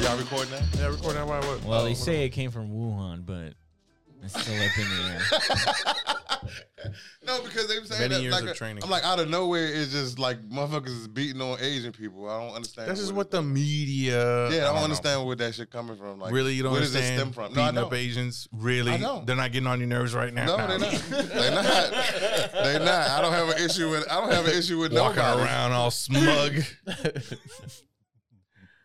y'all recording that? Yeah, recording that while I Oh, was. Oh, Well, they say it came from Wuhan, but it's still up in the air. No, because they were saying Many that, years like of a- training. I'm like out of nowhere. It's just like motherfuckers is beating on Asian people. I don't understand. This is it- what the media. Yeah, I don't, know. understand where that shit coming from. Like, really, you don't where understand. does it stem from? No, I Beating know. up Asians, really, I know. they're not getting on your nerves right now. No, they're not. They're not. They're not. I don't have an issue with. I don't have an issue with Walking nobody. around all smug.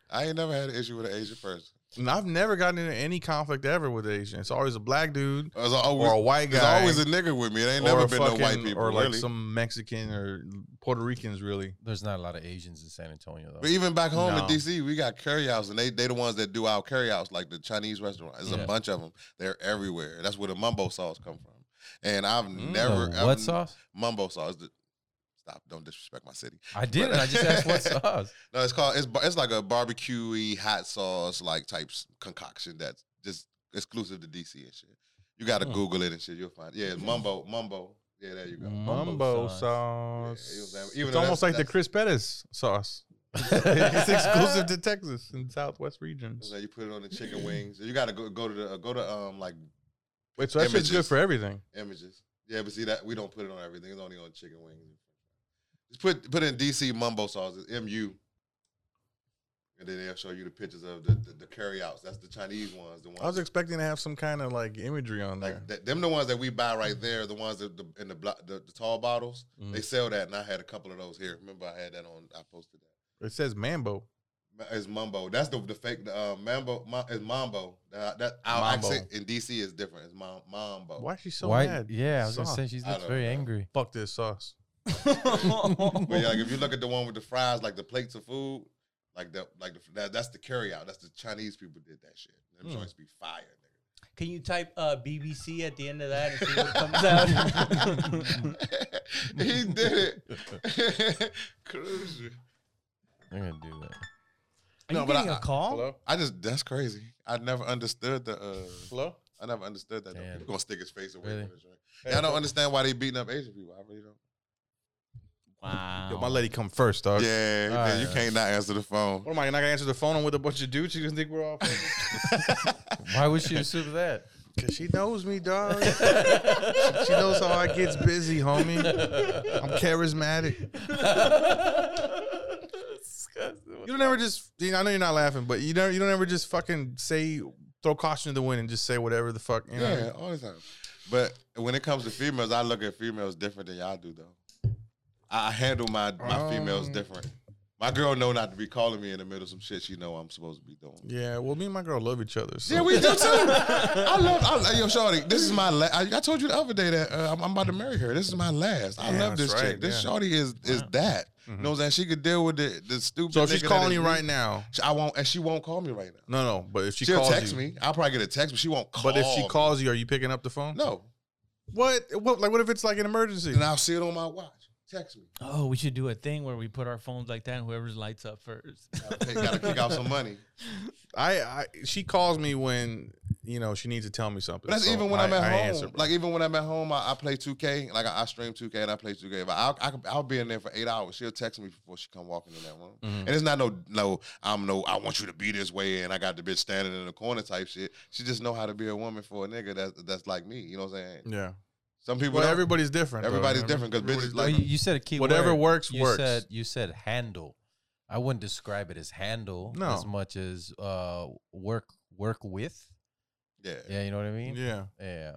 I ain't never had an issue with an Asian person. And I've never gotten into any conflict ever with Asian. It's always a black dude There's always, or a white there's guy. always a nigga with me. It ain't or never a been fucking, no white people. or like really. some Mexican or Puerto Ricans, really. There's not a lot of Asians in San Antonio though. But even back home in No. DC, we got curryouts, and they they the ones that do our curryouts, like the Chinese restaurant. There's a Yeah. bunch of them. They're everywhere. That's where the mumbo sauce come from. And I've Mm. never The I've- what sauce? Mumbo sauce. The- Stop! Don't disrespect my city. I didn't. I just asked what sauce. No, it's called it's bar- it's like a barbecuey hot sauce like type s- concoction that's just exclusive to DC and shit. You gotta Hmm. Google it and shit. You'll find. Yeah, it's mumbo mumbo. Yeah, there you go. Mumbo Mumbo sauce. Yeah, even it's though almost that's- like the that's- Chris Pettis sauce. it's exclusive to Texas and Southwest regions. So you put it on the chicken wings. You gotta go go to the go to um like Wait, so that shit's good Images. for everything. images. Yeah, but see that we don't put it on everything. It's only on chicken wings. Just put put in DC mumbo sauce. It's MU. And then they'll show you the pictures of the the, the carryouts. That's the Chinese ones. The ones I was expecting to have some kind of like imagery on there. Like th- them, the ones that we buy right there, the ones that the, in the, blo- the the tall bottles, Mm. they sell that. And I had a couple of those here. Remember, I had that on. I posted that. It says Mambo. Ma- It's Mambo. That's the the fake the, uh, Mambo. Ma, it's Mambo. That, that our Mambo. accent in DC is different. It's Mam, Mambo. Why is she so Why? mad? Yeah, I was Sauce. gonna say she I looks don't very know. angry. Fuck this sauce. But yeah, like if you look at the one with the fries, like the plates of food, like the like the that, that's the carryout. That's the Chinese people did that shit. Them Mm. joints be fire. Nigga. Can you type uh, BBC at the end of that and see what comes out? he did it. Crazy. I'm gonna do that. Are No, you but getting a I- I- call? I just that's crazy. I never understood the. uh Hello? I never understood that. Though. Damn. People gonna stick his face away Really? from the joint. Yeah, I don't understand why they beating up Asian people. I really don't. Wow. Oh. Yo, my lady come first, dog. yeah, all man, you Uh, right. can't not answer the phone. What am I not gonna answer the phone with a bunch of dudes? She just think we're all Why would she assume that? Cause she knows me, dog. she, she knows how I gets busy, homie. I'm charismatic. You don't ever just you know, I know you're not laughing, but you don't you don't ever just fucking say throw caution to the wind and just say whatever the fuck, you know. Yeah, all the time. But when it comes to females, I look at females different than y'all do, though. I I handle my my females Um. different. My girl know not to be calling me in the middle of some shit she know I'm supposed to be doing. Yeah, well me and my girl love each other. So. Yeah, we do too. I love, I, love- yo, Shawty, this is my. La- I, I told you the other day that uh, I'm, I'm about to marry her. This is my last. I Yeah, love this that's right, chick. This yeah. Uh-huh. Mm-hmm. Shawty is is that. You know what I'm saying? She could deal with the the stupid. So if she's nigga that calling is you weak. right now. I won't, and she won't call me right now. No, no, but if she She will calls text you, me. I'll probably get a text, but she won't call. But if she me. calls you, are you picking up the phone? no, What? What? Like, what if it's like an emergency? then I'll see it on my watch. Text me. Oh, we should do a thing where we put our phones like that and whoever's lights up first. Gotta, pay- gotta kick out some money. I, I she calls me when you know she needs to tell me something. But that's so even when I, am at I home. answer, bro. like even when I'm at home, I, I play 2K. Like I, I stream 2K and I play 2K. But I'll, I, could- I'll be in there for eight hours. She'll text me before she come walking in that room. And it's not no no I'm no I want you to be this way and I got the bitch standing in the corner type shit. She just know how to be a woman for a nigga that's that's like me. You know what I'm saying? yeah. Some people Well, don't. everybody's different. though. everybody's different because bitches Well, like you, you said a key Whatever word. works, you works. Said, you said handle. I wouldn't describe it as handle No. as much as uh, work work with. yeah. Yeah, you know what I mean. Yeah. Yeah.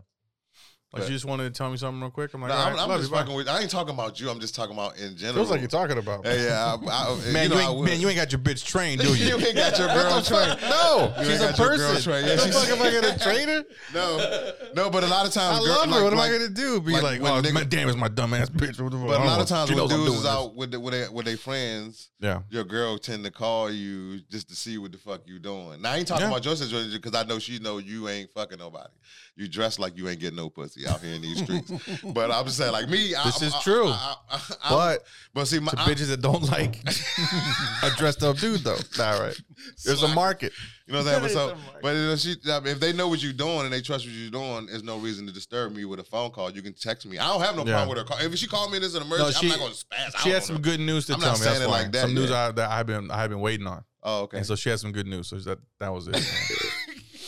Like But- she just wanted to tell me something real quick. I'm like, No, all I'm, right, I'm love just you, bye. fucking with. I ain't talking about you. I'm just talking about in general. Feels like you're talking about. Hey, yeah, I, I, you, man, you, know, I ain't, would. man, you ain't got your bitch trained, do You you? ain't got your What the girl fuck? trained. No, You she's ain't a got your girl person. trained. Yeah, Yeah, the she's- fuck am I gonna train her? no, no, but a lot of times, I girl- love her. like- what am like- I gonna do? Be like like, when oh, nigga- man, damn, it's my dumb ass bitch. But But a lot of times when dudes is out with the, with, their, with their friends, yeah, your girl tend to call you just to see what the fuck you doing. Now I ain't talking Yeah. about your situation because I know she know you ain't fucking nobody. You dress like you ain't getting no pussy out here in these streets. but I'm just saying, like me, I, This I'm- is I- true. I, I, I, but but see, my to I- bitches that don't like a dressed up dude though. All right, there's a Slacker. market. You know what I'm saying? But, so, but you know, she, I mean, if they know what you're doing and they trust what you're doing, there's no reason to disturb me with a phone call. You can text me. I don't have no Yeah. problem with her call. If she called me and it's an emergency, she- I'm not going to spaz out She on had some her. good news to I'm tell not me. That's saying it why. like that, some news yeah. I, that I've been I've been waiting on. Oh, okay. And so she had some good news. So that that was it.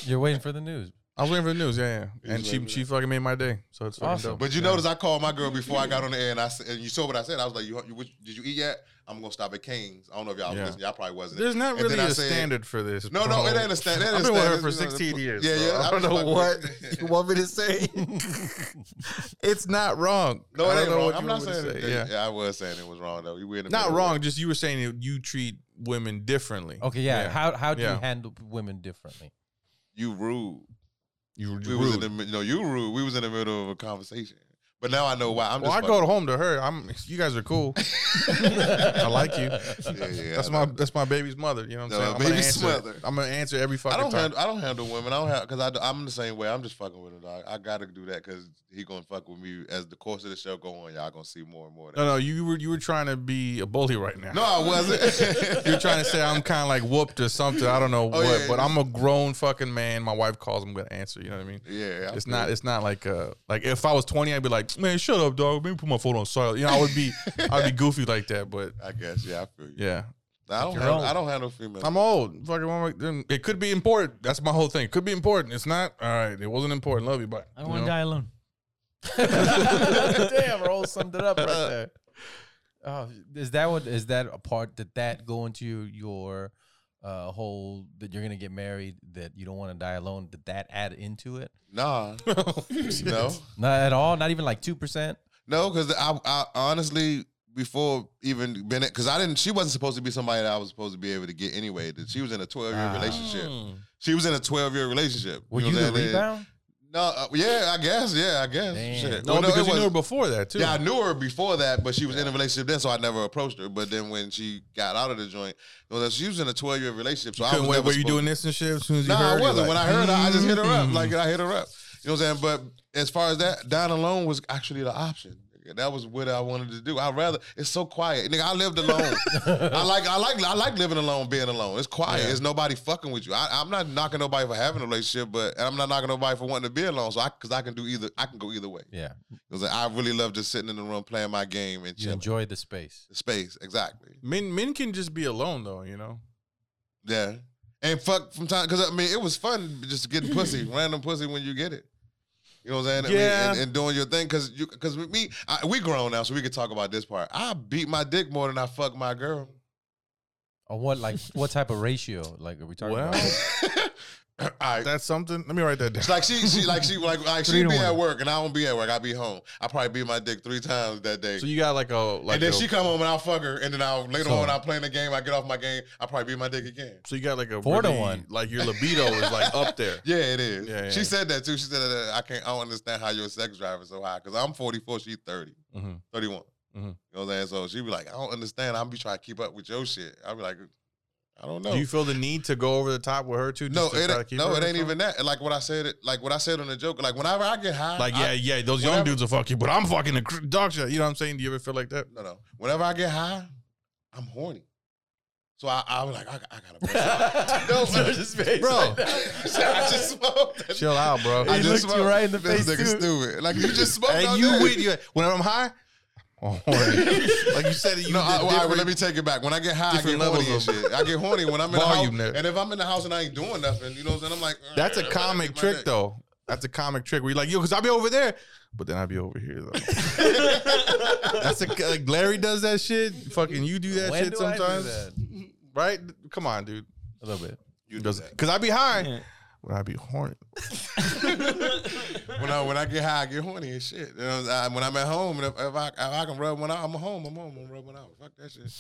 You're waiting for the news. I was waiting for the news. Yeah, yeah. And was she waiting for she fucking made my day. So it's fucking Awesome. dope. But you Yeah. notice I called my girl before I got on the air, and I said, and you saw what I said. I was like, you, you which- did you eat yet? I'm gonna stop at King's. I don't know if y'all was Yeah. listening. Y'all probably wasn't. There's not And then really I a said- standard for this. No, no, it bro. ain't a stand. It ain't I've a been with her standard. for You know, 16 years. Yeah, bro. yeah. I don't was know what like- you want me to say. it's not wrong. No, I it don't ain't know wrong. what I'm you not want me to saying. say. it- Yeah. Yeah. I was saying it was wrong though. You were in the Not middle. wrong. Just you were saying that you treat women differently. Okay, yeah. Yeah. How how do Yeah. you handle women differently? You rude. You were We was in rude. the mi- no. You rude. We was in the middle of a conversation. But now I know why. I'm Well, I just. go home to her. I'm. You guys are cool. I like you. fucking- Yeah, yeah, That's I my know. that's my baby's mother. You know what I'm No, saying? I'm gonna baby's answer- mother. I'm gonna answer every fucking I don't time. handle. I don't handle women. I don't have because I, do- I'm the same way. I'm just fucking with him, dog. I gotta do that because he gonna fuck with me as the course of the show go on. Y'all gonna see more and more. Of that. no, no, you were you were trying to be a bully right now. No, I wasn't. You're trying to say I'm kind of like whooped or something. I don't know Oh, what, yeah, but yeah. I'm a grown fucking man. My wife calls. I'm gonna answer. You know what I mean? Yeah, I It's feel not. you. It's not like uh like if I was 20, I'd be like, man, shut up, dog. Maybe put my phone on silent. You know, I would be I'd be goofy like that. But I guess. Yeah, I feel you. yeah, I don't. You're Handle, old. I don't handle females. I'm old. Fucking, why am I- then it could be important. That's my whole thing. Could be important. It's not. All right, it wasn't important. Love you, bye. I You don't want know? to die alone. Damn, Roll summed it up right there. Oh, is that what is that a part that that go into your, your uh, whole that you're gonna get married that you don't want to die alone? Did that add into it? Nah, Oh, no, Not at all. Not even like two percent. no, because I, I honestly before even been because I didn't. She wasn't supposed to be somebody that I was supposed to be able to get anyway. That she was in a 12 year Ah. relationship. She was in a 12 year relationship. Were know you, what the I'm saying? rebound? No, uh, yeah, I guess. Yeah, I guess. Damn. Shit. No, Well, because it you knew her wasn't- before that too. Yeah, I knew her before that, but she was in a relationship then, so I never approached her. But then when she got out of the joint, well, she was in a 12 year relationship. So I was Couldn't wait. never Were you supposed- doing this and shit? As soon as you Nah, heard, I you're wasn't. like, when I heard her, I just hit her up. "Mm." Like I hit her up. You know what I'm saying? But as far as that, dying alone was actually the option. nigga. That was what I wanted to do. I would rather it's so quiet, nigga. I lived alone. I like I like I like living alone, being alone. It's quiet. Yeah. It's nobody fucking with you. I, I'm not knocking nobody for having a relationship, but and I'm not knocking nobody for wanting to be alone. So I because I can do either. I can go either way. Yeah, It was like, I really love just sitting in the room playing my game and you chilling. enjoy the space. Space, exactly. Men men can just be alone though, you know. Yeah. And fuck from time because I mean it was fun just getting pussy, random pussy when you get it. You know what I'm saying? I mean, Yeah. and, and doing your thing because you because with me, I, we grown now, so we can talk about this part. I beat my dick more than I fuck my girl. Or what? Like what type of ratio? Like are we talking Well, about? All right. That's something. Let me write that down. It's like she, she, like she, like, like she Three to be at one. work and I don't be at work. I be home. I probably beat my dick three times that day. So you got like a like and then a- she come home and I fuck her. And then I will later So- on I play in the game. I get off my game. I probably beat my dick again. so you got like a Four to really- one. Like your libido is like up there. Yeah, it is. Yeah, yeah, she yeah. said that too. She said that uh, I can't. I don't understand how your sex drive is so high because I'm 44. She's 30, Mhm. 31. You Mhm. know what I'm saying? So she be like, I don't understand. I'm be trying to keep up with your shit. I be like, I don't know. Do you feel the need to go over the top with her too? Oh. no, just to it try to ain't, keep no, it her or ain't something? even that. Like what I said, it like what I said on the joke. Like whenever I get high, Like I- yeah, yeah. Those young whatever- dudes will fuck you, but I'm fucking the cr- dog shit. You know what I'm saying? Do you ever feel like that? no, no. Whenever I get high, I'm horny. So I, I was like, I, I gotta, brush up. no, bro. I just smoked. that Chill out, bro. I He just looked you smoked. right in the this face, nigga too. stupid. Like you just smoked. all and you day. with you. Whenever I'm high, oh, like you said, you No, I, well, did all right, well, different- let me take it back. When I get high, I get different horny and levels of shit. I get horny when I'm in the house. volume there. And if I'm in the house and I ain't doing nothing, you know what I'm saying? I'm like, That's a "Ugh, I gotta comic get my trick, dick." though. That's a comic trick where you're like, yo, because I'll be over there, but then I'll be over here, though. That's a, like Larry does that shit. Fucking you do that When shit do I do sometimes. that? Right? Come on, dude. A little bit. You do that. Because i be high, Yeah. but i be horny. When I when I get high, I get horny and shit. You know, what I'm saying? when I'm at home, and if, if I if I can rub one out, I'm home. I'm home. I'm rubbing out. Fuck that shit.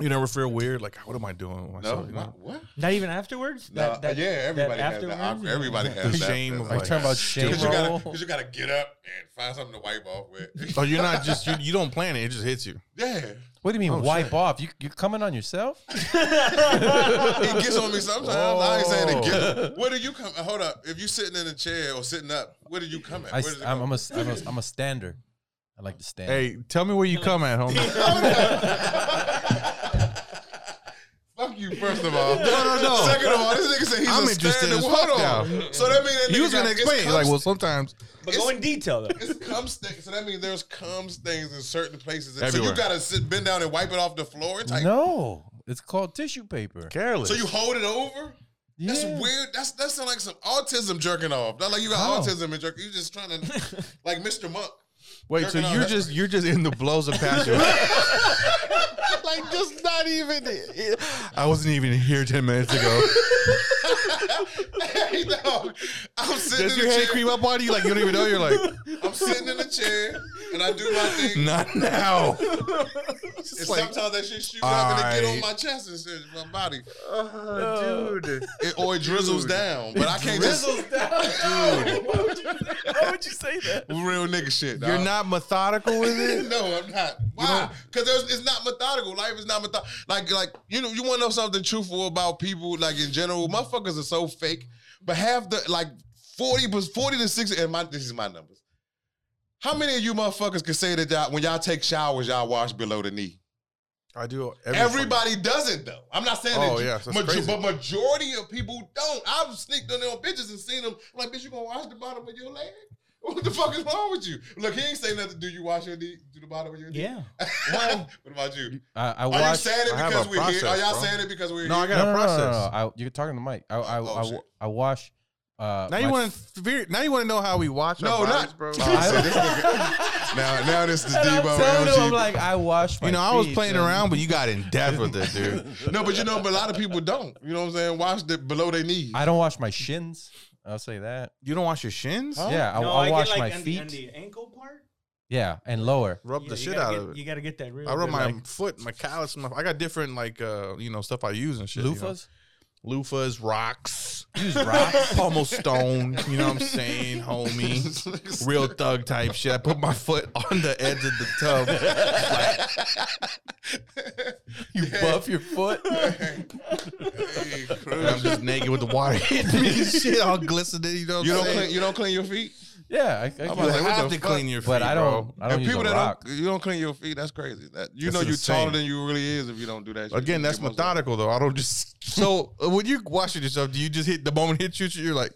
You never feel weird? Like, what am I doing with No, myself? you why- know? what? Not even afterwards. No, yeah, everybody has that. afterwards? awkward- Everybody has that. shame of, feeling. like, Like talking about shame Cause you gotta, roll. cause you gotta get up and find something to wipe off with. So Oh, you're not just, you, you don't plan it. It just hits you. yeah, What do you mean wipe off? You you coming on yourself? It gets on me sometimes. I ain't saying Oh. it gets. Where do you come? Hold up. If you sitting in a chair or sitting up, where do you come at? I, Where does it am come? a I'm a I'm a stander. I like to stand. Hey, tell me where you come at, homie. Fuck you, first of all. No, no, no. Second of all, this nigga said he's I'm a interested standing. as fuck Hold on. now. So that means that He nigga was going got- to it's explain. cum Like, well, sometimes. But go in detail though. It's cum stain. So that means there's cum stains in certain places. And so you Everywhere. gotta sit, bend down and wipe it off the floor. It's like, no, It's called tissue paper. Careless. So you hold it over? That's Yeah. weird. That's that sounds like some autism jerking off. Not like you got How? autism and jerking. You just trying to like Mr. Monk. Wait, so jerking off you're that- just you're just in the blows of passion. like just not even. I wasn't even here ten minutes ago. hey, no. I'm sitting Does in your the head chair. creep up on you like you don't even know? You're like, I'm sitting in the chair and I do my thing. not now. and like, sometimes that shit shoots up and it get on alright. my chest and shit, my body. Oh, dude. It, or it drizzles down. But I can't Drizzles down. just Why would you say that? real nigga shit. You're dog. not methodical with it. no, I'm not. Why? Because it's not methodical. Life is not methodical. Like, like you know, you want to know something truthful about people, like in general. Motherfuckers are so fake. But half the like forty, was forty to sixty. And my this is my numbers. How many of you motherfuckers can say that y'all, when y'all take showers, y'all wash below the knee? I do. Everybody doesn't though. I'm not saying Oh, that. you- yes, that's majo- crazy. but majority of people don't. I've sneaked on their own bitches and seen them. I'm like, bitch, you gonna wash the bottom of your leg? What the fuck is wrong with you? Look, he ain't saying nothing. Do you wash your knee? Do the bottom of your knee? Yeah. what about you? I, I Are you watched. saying it I have because a we're here? Are process, y'all bro. saying it because we're No, I here? got a process. I, you're talking to Mike. I I Oh, I, shit. I wash. Uh, Now you my- want to now you want to know how we watch? No, our bodies, not- bro. I said this nigga- now, now this is And I'm Debo. telling him, LG. I'm like, I wash. My You know, I was feet, playing and- around, but you got in depth with it, dude. no, but you know, but a lot of people don't. You know what I'm saying? Wash the below their knees. I don't wash my shins. I'll say that. You don't wash your shins? Yeah, I, No, I, get, wash like, my on the- feet. on the ankle part. Yeah, and lower. Rub Yeah, the you shit gotta out get- of it. You gotta get that. Real I rub good, my like- foot, my callus. My, I got different like uh, you know stuff I use and shit. you know. Loofahs. loofahs, rocks, Use rocks. pommel stone. You know what I'm saying, homie? Real thug type shit. I put my foot on the edge of the tub. you buff your foot. Hey, And I'm Cruz. just naked with the water hitting me and shit, all glistening. You know what You I'm don't saying? clean. You don't clean your feet. Yeah, I, I I'm You can- like, what have the to fuck? clean your feet, but I don't. bro. I don't and use people a that rock. don't you don't clean your feet, that's crazy. That you That's know you're insane. taller than you really is if you don't do that. shit. Again, that's You must- methodical though. I don't just so uh, when you're washing yourself, do you just hit the moment it hits you? You're like,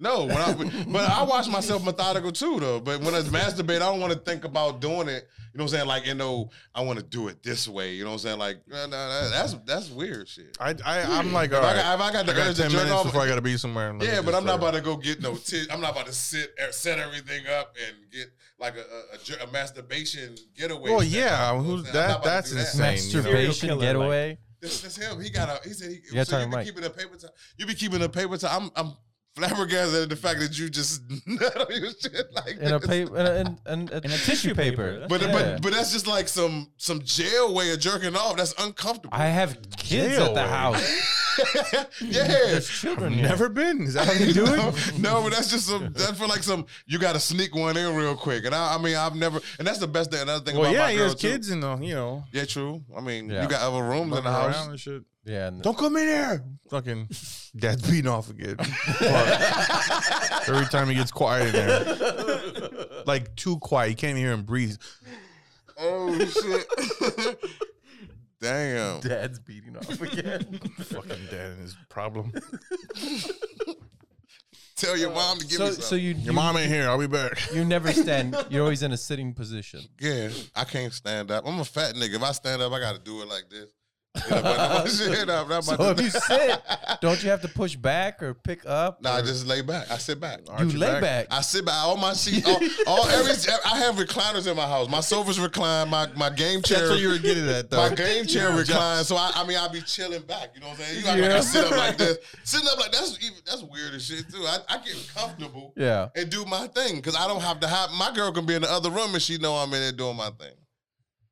No, when I, but I watch myself methodical too though. But when I masturbate, I don't want to think about doing it. You know what I'm saying? Like you know, I want to do it this way. You know what I'm saying? Like nah, nah, nah, that's that's weird shit. I, I I'm like, all If I, got, right, if I got the I got urge to ten jerk minutes off, before I gotta be somewhere. Let me yeah, but just, I'm not uh, about to go get no tit. I'm not about to sit er, set everything up and get like a a, a, jer- a masturbation getaway. Well, set. yeah, You know what who's- I'm saying? I'm that- not about to that's do that. insane. Serial Masturbation killer, like- getaway. This, this him. He got a. He said he. gotta so turn you the be mic. keeping a paper towel. You be keeping a paper towel. I'm. I'm flabbergasted at the fact that you just nut on your shit like in a this. paper in, in, in, In a tissue paper. that's But Yeah. but but that's just like some some jail way of jerking off. That's uncomfortable. I have kids at the Jail. house. yeah. There's children. here. Never been. Is that how you do No, it? no, but that's just some. That's for like some. You got to sneak one in real quick, and I, I mean, I've never. And that's the best thing. Another thing Well, about yeah, my he girl has too. kids and uh, you know, Yeah, true. I mean, Yeah. you got other rooms in fucking the house. around and shit. Yeah. And Don't come in here. Fucking dad's beating off again. Fuck. Every time he gets quiet in there, like too quiet, you can't even hear him breathe. Oh shit! Damn. dad's beating off again. Fucking dad and his problem. Tell your mom to give so me some. so you Your you, mom ain't here. I'll be back. you never stand. You're always in a sitting position. Yeah, I can't stand up. I'm a fat nigga. If I stand up, I gotta do it like this. Get up out of my shit up. Not So about if to- you sit, don't you have to push back or pick up? Nah, I or- just lay back. I sit back. you Arch your lay back. back. I sit back. All my seats, all, all every. I have recliners in my house. My sofa's reclined. My my game chair. That's what you were getting at, though. my game chair reclined. So I, I mean, I be chilling back. You know what I'm saying? You act like I Yeah. sit up like this. Sitting up like that's even that's weird as shit too. I, I get comfortable yeah. and do my thing because I don't have to have. My girl can be in the other room and she know I'm in there doing my thing.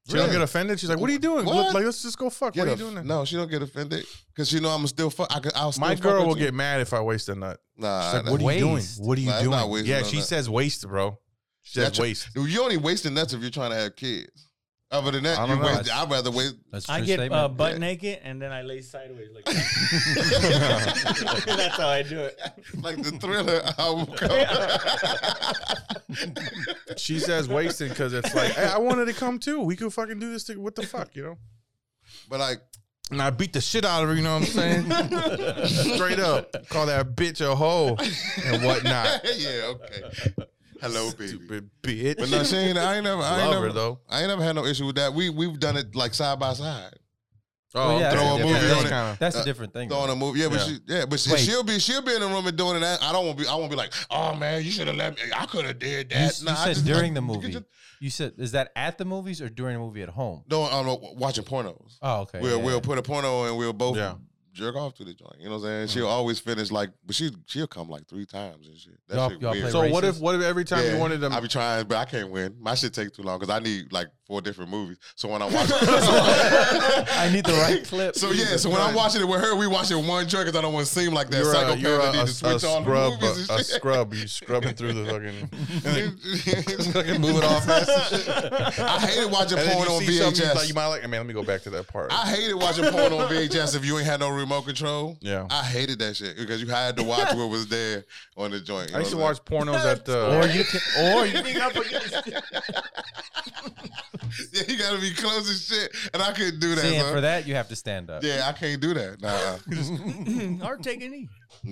She don't get offended. She's like, "What are you doing? What? Look, Like, let's just go fuck. Get what are you off- doing?" now? No, she don't get offended because she know I'm still fuck. I could, I'll still My fuck girl with will you. get mad if I waste a nut. nah. She's like, that's- "What are you doing? waste. What are you Nah, it's doing?" not wasting yeah, no she nut. says waste, bro. She says That's your- waste. You only wasting nuts if you're trying to have kids. Other than that, I you don't know. waste, I'd rather waste. That's a I true get statement. uh, butt Yeah. naked and then I lay sideways like that. That's how I do it. like the thriller album cover. She says wasted because it's like, hey, I wanted to come too. We could fucking do this. To, what the fuck, you know? but like, And I beat the shit out of her. You know what I'm saying? Straight up, call that bitch a hoe and whatnot. yeah, okay. Hello, baby. Stupid bitch. But no, she ain't. I ain't never. I ain't Love her never. though. I ain't never had no issue with that. We we've done it like side by side. Oh, Well, yeah, Oh, throw a that's movie different- on it. kinda- That's Uh, a different thing. Throwing a movie, yeah, but Yeah. she, yeah, but she, Wait. she'll be, she'll be in the room and doing it. I, I don't want to be, I won't be like, oh man, you should have let me. I could have did though. you, that. s- Nah, you I said just- during the you movie. just- you said is that at the movies or during the movie at home? No, I'm uh, watching pornos. Oh, okay. we'll yeah, we'll yeah. put a porno and we'll both Yeah. Mm-hmm. jerk off to the joint. You know what I'm saying? She'll always finish like, but she she'll come like three times and shit. That Y'all- shit y'all weird. play So what if racist? what if every time you wanted I to be trying, but I can't win. My shit take too long because I need like four different movies. So when I'm watching, I I need the right clip. So yeah, so when I'm watching it with her, we watching one joint because I don't want to seem like that you're a, psychopath you're that a, need a, to switch on the scrub, movies a, and a shit. scrub. You scrubbing through the fucking. Fucking moving all fast and I hated watching And then porn you on see something you, thought you VHS. might like. I mean, let me go back to that part. I hated watching porn on VHS if you ain't had no remote control. yeah, I, I hated that shit because you had to watch what was there on the joint. you used to know what I'm watch pornos at uh, or the. you can, or you, saying? Yeah, you gotta be close as shit, and I couldn't do that. see, and son. for that you have to stand up. Yeah, I can't do that. Nah. uh. or take a knee.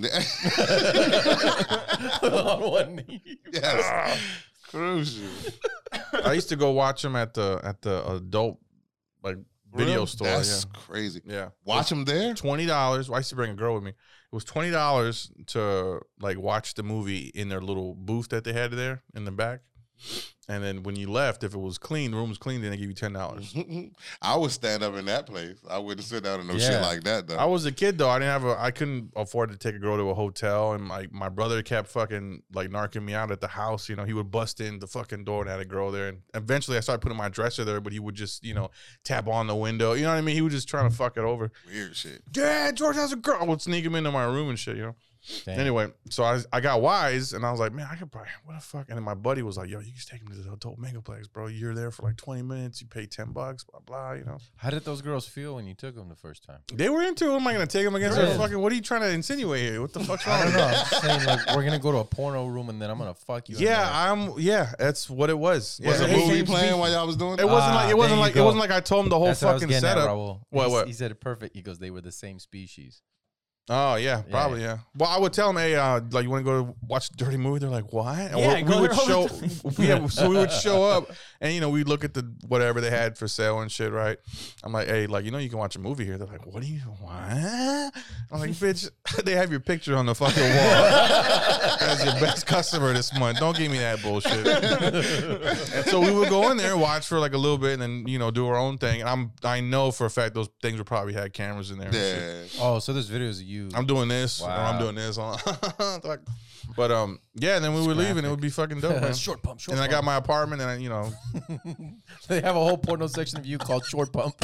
on one knee. yes. Crucial. I used to go watch them at the at the adult like video Real- store. That's crazy. Yeah, yeah. Watch them there. twenty dollars. I used to bring a girl with me. It was twenty dollars to like watch the movie in their little booth that they had there in the back. And then when you left, if it was clean, the room was clean, then they give you ten dollars. I would stand up in that place. I wouldn't sit down in no shit Yeah. like that though. I was a kid though. I didn't have a. I couldn't afford to take a girl to a hotel, and my my brother kept fucking like narking me out at the house. You know, he would bust in the fucking door and had a girl there. And eventually, I started putting my dresser there, but he would just you know tap on the window. You know what I mean? He was just trying to fuck it over. Weird shit. Yeah, George has a girl. I would sneak him into my room and shit. You know. Damn. Anyway, so I, I got wise and I was like, man, I could probably, what the fuck? And then my buddy was like, yo, you can just take him to the adult megaplex, bro. You're there for like 20 minutes. You pay 10 bucks, blah, blah, you know. How did those girls feel when you took them the first time? They were into it. Am I going to take him against their Right. fucking, what are you trying to insinuate here? What the fuck's I wrong don't with know. that? I'm just saying like we're gonna go to a porno room and then I'm gonna fuck you. in Yeah, there. I'm, yeah, that's what it was. Yeah, Was it, a movie playing while y'all was doing that? it wasn't Ah, like, it there wasn't you like, it go. wasn't like I told him the whole That's what I was fucking getting at, setup. Raul. What, He's- what? He said it perfect. He goes, they were the same species. Oh yeah, probably yeah. Well, I would tell them, hey, uh, like you want to go watch a dirty movie? They're like, what? And Yeah, we, go we would there show, all the time. yeah. So we would show up, and you know, we'd look at the whatever they had for sale and shit, right? I'm like, hey, like you know, you can watch a movie here. They're like, what do you what? I'm like, bitch, they have your picture on the fucking wall as your best customer this month. Don't give me that bullshit. and so we would go in there, watch for like a little bit, and then you know, do our own thing. And I'm, I know for a fact those things were probably had cameras in there. and shit. Yeah. Oh, so there's videos of you. I'm doing this, or I'm Wow. doing this. I'm like- but um, yeah. And then we would leave, and it would be fucking dope. Man. short pump, short And I got my apartment, and I, you know, they have a whole porno section of you called short pump.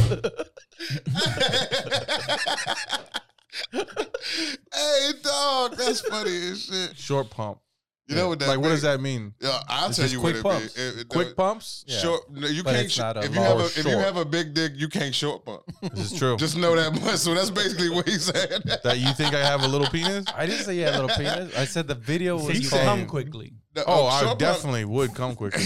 hey dog, that's funny as shit. short pump. You know what that like? What mean? does that mean? Yeah, I'll It's tell just you quick what it pumps. be. It- it- Quick pumps. Yeah. Short. no, You But can't. it's sh- not a if you have a long- if you short. have a big dick, you can't short pump. This is true. Just know that much. So that's basically what he's saying. that you think I have a little penis? I didn't say you had a little penis. I said the video So was you said- called. come quickly. The- Oh, uh, short I pump- definitely would come quickly.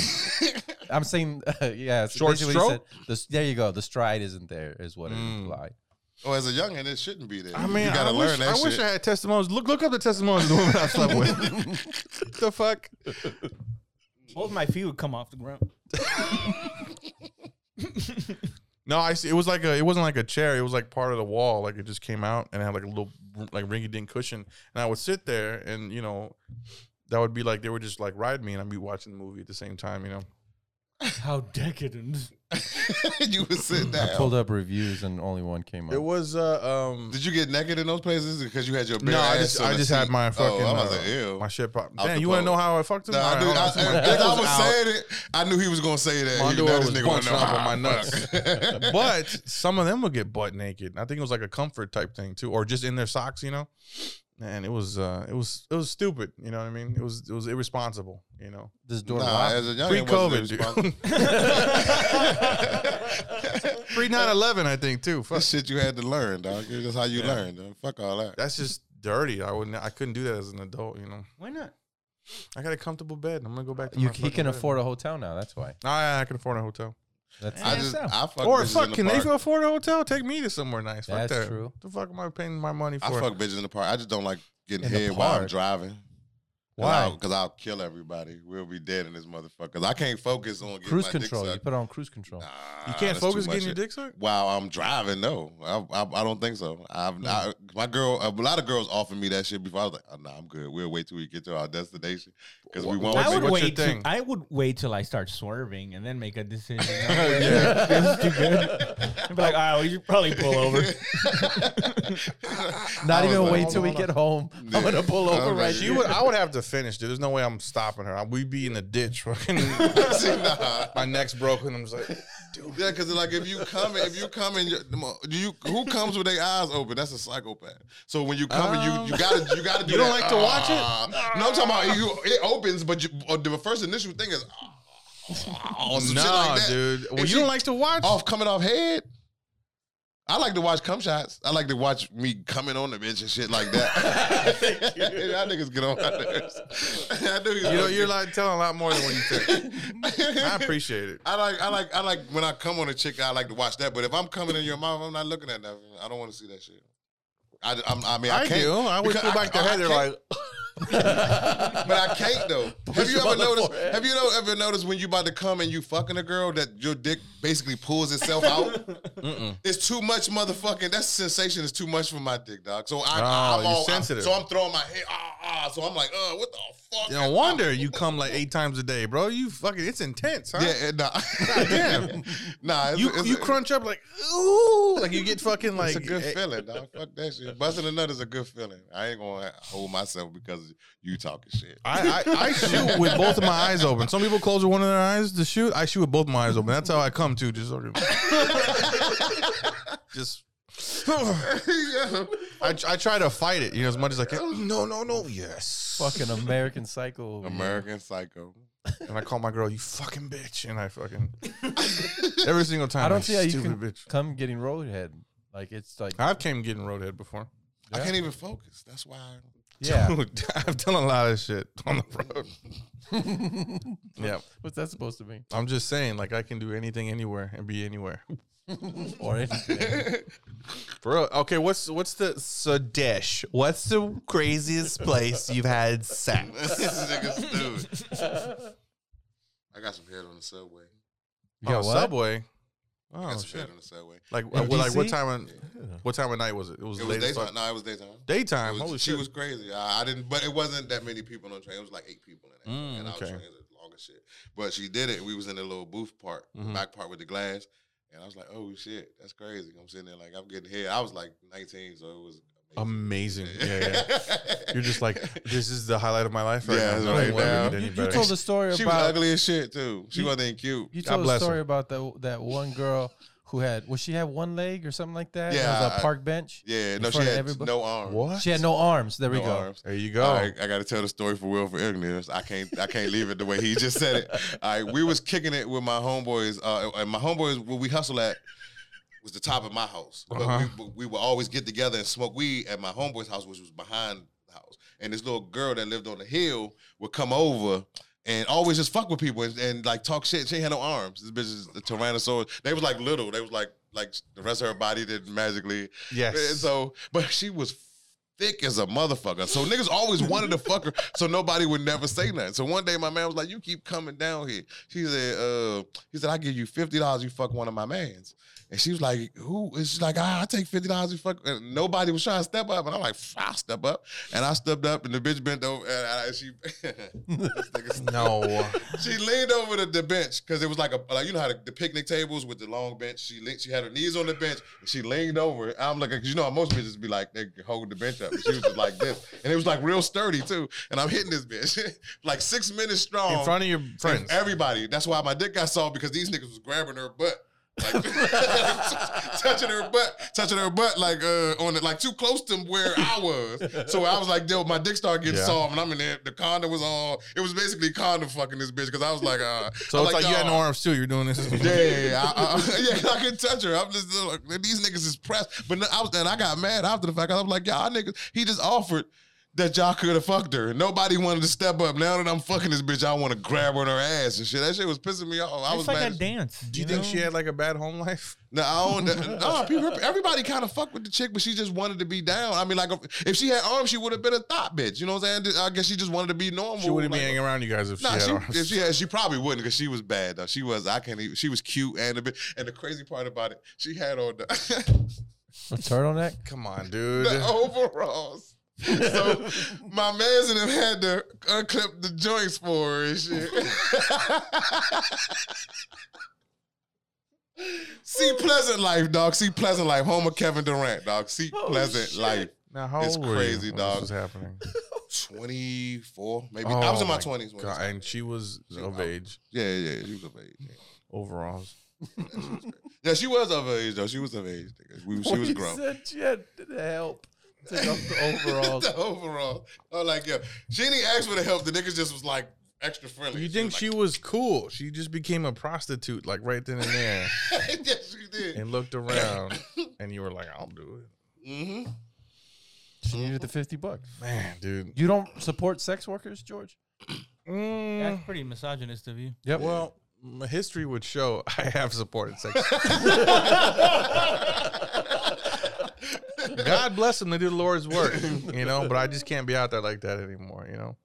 I'm saying, yeah, it's Short basically stroke? Said, the, there you go. The stride isn't there, is what it Mm. implied. Oh, as a youngin, it shouldn't be there. I mean, you gotta I, learn wish, that I shit. wish I had testimonials. Look, look up the testimonials of the women I slept with. the fuck? Both my feet would come off the ground. No, I see. It was like a. It wasn't like a chair. It was like part of the wall. Like it just came out and had like a little like ringy dink cushion. And I would sit there, and you know, that would be like they would just like ride me, and I'd be watching the movie at the same time. You know, How decadent. you would sit I pulled down. up reviews and only one came up. it was uh um. Did you get naked in those places because you had your bare No, I ass just on I the just seat? had my fucking Oh, I was uh, like, ew. my shit oh, pop. Out Damn, the you want to pole. know how I fucked him? Nah, I, knew, Alright, I, hold on. I- My as I dick was out. saying it, I knew he was gonna say that. My He- underwear now this was nigga wanna bunched know up how on my I fuck. but some of them would get butt naked. I think it was like a comfort type thing too, or just in their socks, you know. And it was uh it was it was stupid, you know what I mean? It was it was irresponsible, you know. this door nah, locked. as a young Pre COVID, dude. Pre 9-11, I think too. Fuck. That's shit you had to learn, dog. That's how you Yeah. learn. Dog. Fuck all that. That's just dirty. I wouldn't I couldn't do that as an adult, you know. Why not? I got a comfortable bed. I'm gonna go back to You, my he fucking can bed. afford a hotel now. That's why. I, I can afford a hotel. That's I Yeah, just, so. I fuck or bitches fuck, in the can they park. afford a hotel? Take me to somewhere nice. Fuck That's that. true. The fuck am I paying my money I for? fuck bitches in the park. I just don't like getting In the head while I'm park. driving. Why? Because I'll, kill everybody. We'll be dead in this motherfucker. 'Cause I can't focus on getting Cruise my control. Dick You sucked. put on cruise control. Nah, You can't that's too focus much getting shit. your dick sucked. While I'm driving, no, I, I, I don't think so. I've I, my girl. A lot of girls offered me that shit before. I was like, oh, "Nah, I'm good. We'll wait till we get to our destination because we won't." what's- I would Oh, what's your wait. Till, thing? I would wait till I start swerving and then make a decision. Yeah. This is too good. I'd be like, all right, well, you should probably pull over. Not I was even like, wait hold till on, we hold get home. Yeah. I'm gonna pull over I'm right like, She would. I would have to finish, dude. There's no way I'm stopping her. I, we'd be in the ditch. Fucking, See, nah. my neck's broken. I'm just like, Yeah, because like if you come, if you come in, you- do you who comes with their eyes open? That's a psychopath. So when you come, in, Um, you you gotta you gotta do. you don't that, like to watch it? "Ah." No, I'm talking about you. It opens, but you, uh, the first initial thing is. "Ah, ah, ah," or some shit nah, like that. dude. Well, If you she- don't like to watch. off coming off head. I like to watch cum shots. I like to watch me coming on the bitch and shit like that. Y'all niggas get on my nerves. I do. You you know, you're like telling a lot more than what you think. I I appreciate it. I like, I like, I like when I come on a chick. I like to watch that. But if I'm coming in your mouth, I'm not looking at nothing. I don't want to see that shit. I, I'm, I mean, I, I, can't. do. I would Because pull back the head. I They're can't- like, but I can't though. Have you ever noticed? Have you know- ever noticed when you about to come and you fucking a girl that your dick basically pulls itself out? It's too much, motherfucking. That sensation is too much for my dick, dog. So I, Oh, I'm you're all, sensitive. so I'm throwing my head. Ah, ah. So I'm like, uh, what the fuck? no wonder you come like eight times a day, bro. You fucking, it's intense, huh? Yeah, eh, nah. damn. nah. It's, you it's- you crunch up like ooh, like you get fucking like It's a good eh, feeling, dog. Fuck that shit. Busting a nut is a good feeling. I ain't gonna hold myself because you talking shit. I, I, I shoot with both of my eyes open. Some people close one of their eyes to shoot. I shoot with both my eyes open. That's how I come to just sort of just. Yeah. I, I try to fight it, you know, as much as I can. No, no, no. Yes. Fucking American Psycho. over here. American Psycho. And I call my girl, you fucking bitch, and I fucking every single time. I don't see how you stupid can bitch. come getting roadhead. Like it's like I've came getting roadhead before. I can't even focus. That's why. I- yeah. Dude, I've done a lot of shit on the road. yeah, What's that supposed to mean? I'm just saying, like I can do anything, anywhere, and be anywhere. Or anything? For real. Okay, what's what's the so dish? What's the craziest place you've had sex? this nigga stupid. I got some head on the subway. You got oh, what? subway. I Oh got some shit! head on the subway. Like, uh, In well, like what DC? time? On, what time of night was it? It was, It was late as daytime. fuck. No, it was daytime. Daytime. It was- Holy she shit! was crazy. I, I didn't, but it wasn't that many people on the train. It was like eight people in there, Mm, and I was okay. trained as long as shit. But she did it. We was in the little booth part, the Mhm. back part with the glass, and I was like, "Oh shit, that's crazy." I'm sitting there like I'm getting hit. I was like 19, so it was amazing. Yeah, yeah. You're just like, this is the highlight of my life right Yeah, now. it's Nothing right would now. make it any You, you better. told a story she was about ugly as shit too. She You- wasn't cute. you God told a bless story her. about that that one girl who had was she had one leg or something like that? it was Yeah, a I- park bench. Yeah, In no, she front of had everybody? no arms. what? She had no arms. There we No go. arms. There you go. All right, I got to tell the story for Will for ignorance. I can't, I can't leave it the way he just said it. All right, we was kicking it with my homeboys, uh, and my homeboys where we hustle at was the top of my house. But Uh-huh. we, we would always get together and smoke weed at my homeboy's house, which was behind the house. And this little girl that lived on the hill would come over. And always just fuck with people and, and like talk shit. She ain't had no arms. This bitch is a tyrannosaurus. They was like little. They was like like the rest of her body did magically Yes. and so, but she was thick as a motherfucker. So niggas always wanted to fuck her, so nobody would never say nothing. So one day my man was like, "You keep coming down here." She said, "Uh, he said I give you fifty dollars, you fuck one of my mans." And she was like, "Who?" And she's like, ah, "I take fifty dollars, you fuck." And nobody was trying to step up, and I'm like, "I'll step up." And I stepped up, and the bitch bent over, and I, she. this nigga's no. she leaned over the, the bench because it was like a like you know how the, the picnic tables with the long bench. She leaned, she had her knees on the bench. And she leaned over. I'm looking because you know how most bitches be like they could hold the bench up. And she was just like this, and it was like real sturdy too. And I'm hitting this bitch like six minutes strong In front of your friends. and Everybody. That's why my dick got soft because these niggas was grabbing her butt. Like, touching her butt, touching her butt, like uh, on it, like too close to where I was. So I was like, "Yo, my dick started getting Yeah. soft," and I'm in there. The condom was all. It was basically condom fucking this bitch because I was like, uh, So I was it's like you had "Dawg." no arms too. You're doing this. Yeah, yeah, I, I, yeah, I can touch her. I'm just like, these niggas is pressed. But no, I was, and I got mad after the fact. I was like, y'all niggas, he just offered. that y'all could have fucked her. Nobody wanted to step up. Now that I'm fucking this bitch, I want to grab her in her ass and shit. That shit was pissing me off. I was it's like mad. a as- dance. Do you, think know? she had like a bad home life? No, I don't. no, people, everybody kind of fucked with the chick, but she just wanted to be down. I mean, like if she had arms, she would have been a thought bitch. You know what I'm saying? I guess she just wanted to be normal. She wouldn't like, be hanging around you guys if Nah, she she, had arms. if she had, she probably wouldn't because she was bad though. She was. I can't even. She was cute and a bit. And the crazy part about it, she had on the, A turtleneck? Come on, dude. the overalls. So my man's and him had to unclip the joints for her and shit. See pleasant life, dog. See pleasant life. Homer Kevin Durant, dog. See Oh, pleasant shit. life. Now, how It's old were you crazy, when dog. This was happening. Twenty four, maybe. I was in my twenties. Oh God, and she was She- of I- age. Yeah, yeah, yeah. She was of age. yeah. Overalls. Yeah, she was of age though. She was of age. nigga. We, she was You grown. Said she had to help. Took off the overalls. the overall. Oh, like yeah. She didn't ask for the help. The niggas just was like extra friendly. You think was she was cool? She just became a prostitute, like right then and there, like, yes, she did. and looked around, and you were like, "I'll do Mm-hmm. She needed the 50 bucks. it." Man, dude. You don't support sex workers, George? Mm, That's pretty misogynist of you. Yep. well, my history would show I have supported sex. God bless them; they do the Lord's work, you know. But I just can't be out there like that anymore, you know.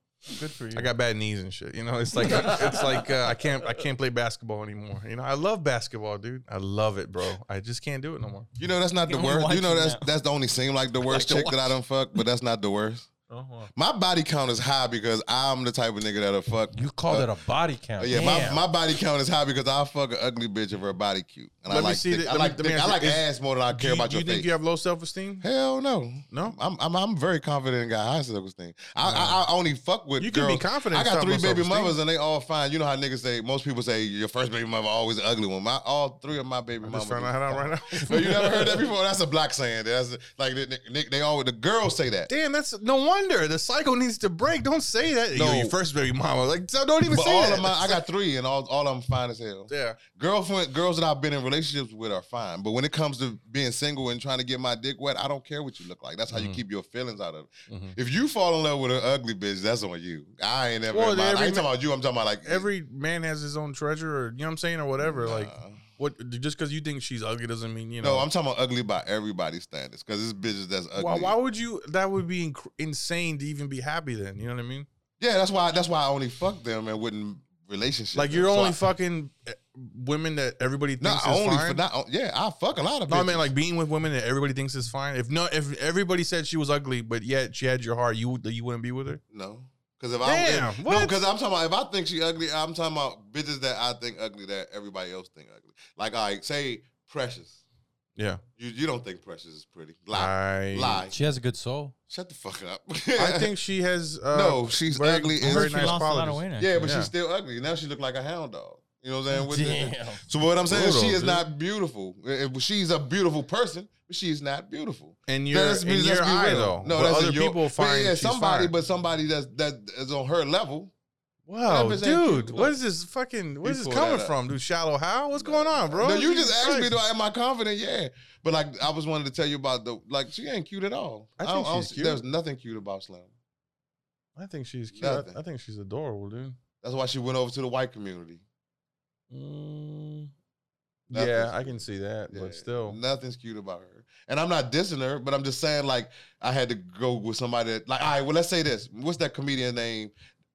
good for you. I got bad knees and shit. You know, it's like it's like uh, I can't I can't play basketball anymore. You know, I love basketball, dude. I love it, bro. I just can't do it no more. You know that's not You the only worst. You know watching that's now. that's the only seem like the worst to chick that I done fuck, but that's not the worst. Uh-huh. Oh, well. My body count is high because I'm the type of nigga that'll fuck. You called it a body Uh, count. yeah, my, Damn. my body count is high because I'll fuck an ugly bitch if her body cute, and I Let me like see thick- the- I let me- like let me thick- ask I you, like is- ass more than I care Do you, about do your you think face. you have low self esteem? Hell no. No? I'm I'm, I'm very confident and got high self esteem. I, I I only fuck with You can be girls- confident I and got have three low baby self-esteem. mothers and they all fine. You know how niggas say most people say your first baby mother always an ugly one. My all three of my baby I mothers. just found out right No, now. you never heard that before. That's a black saying. That's like they, they, they always the girls say that. Damn, that's no wonder the cycle needs to break. Don't say that. No. No, your first baby mama. Like, so don't even But say all that. of my, I got three, and all all of them fine as hell. yeah. Girlfriend, girls that I've been in relationships with are fine. But when it comes to being single and trying to get my dick wet, I don't care what you look like. That's how you keep your feelings out of it. Mhm. If you fall in love with an ugly bitch, that's on you. I ain't ever. Well, in my- I every ain't ma- talking about you. I'm talking about like Every man has his own treasure, or you know what I'm saying, or whatever. Like, Nah. what? Just because you think she's ugly doesn't mean you know. No, I'm talking about ugly by everybody's standards because this bitch is that's ugly. why, why would you? That would be inc- insane to even be happy. Then you know what I mean. Yeah, that's why. That's why I only fuck them and wouldn't relationships. Like them. you're So only I- fucking eh, women that everybody thinks not is only fine. for not. on- Yeah, I fuck a lot of. no, Bitches. I mean like being with women that everybody thinks is fine. If no, if everybody said she was ugly, but yet she had your heart, you would- you wouldn't be with her. no. Because if I Damn, if, no, what? because I'm talking about if I think she ugly, I'm talking about bitches that I think ugly that everybody else think ugly. Like I say, Precious. Yeah, You you don't think Precious is pretty? Lie, I lie. She has a good soul. Shut the fuck up. I think she has uh, no, she's very- ugly. as- very She nice lost a lot of qualities. weight. in it. yeah, but Yeah. she's still ugly. Now she look like a hound dog. You know what I'm saying? With the- Damn. So what I'm saying, is she Brutal, is dude. not beautiful. Eh, eh, She's a beautiful person, but she's not beautiful. in your That's- in that's your be eye real. though. No, But that's other in your- people but find yeah, she's somebody, fine. but somebody that's that is on her level. wow, that bitch ain't dude, cute, what though. is this fucking? Where's this pulled that coming up. from, dude? Shallow how? What's going on, bro? no, you Jesus just asked me, Christ. do I am I confident? Yeah, but like I was wanting to tell you about the like she ain't cute at all. I don't- think don't she's see- cute. There's nothing cute about Slim. I think she's cute. I, Nothing. I think she's adorable, dude. That's why she went over to the white community. Mm, Nothing's yeah, I cute. can see that, Yeah. but still, nothing's cute about her. And I'm not dissing her, but I'm just saying like I had to go with somebody that like all right. Well, let's say this. What's that comedian name?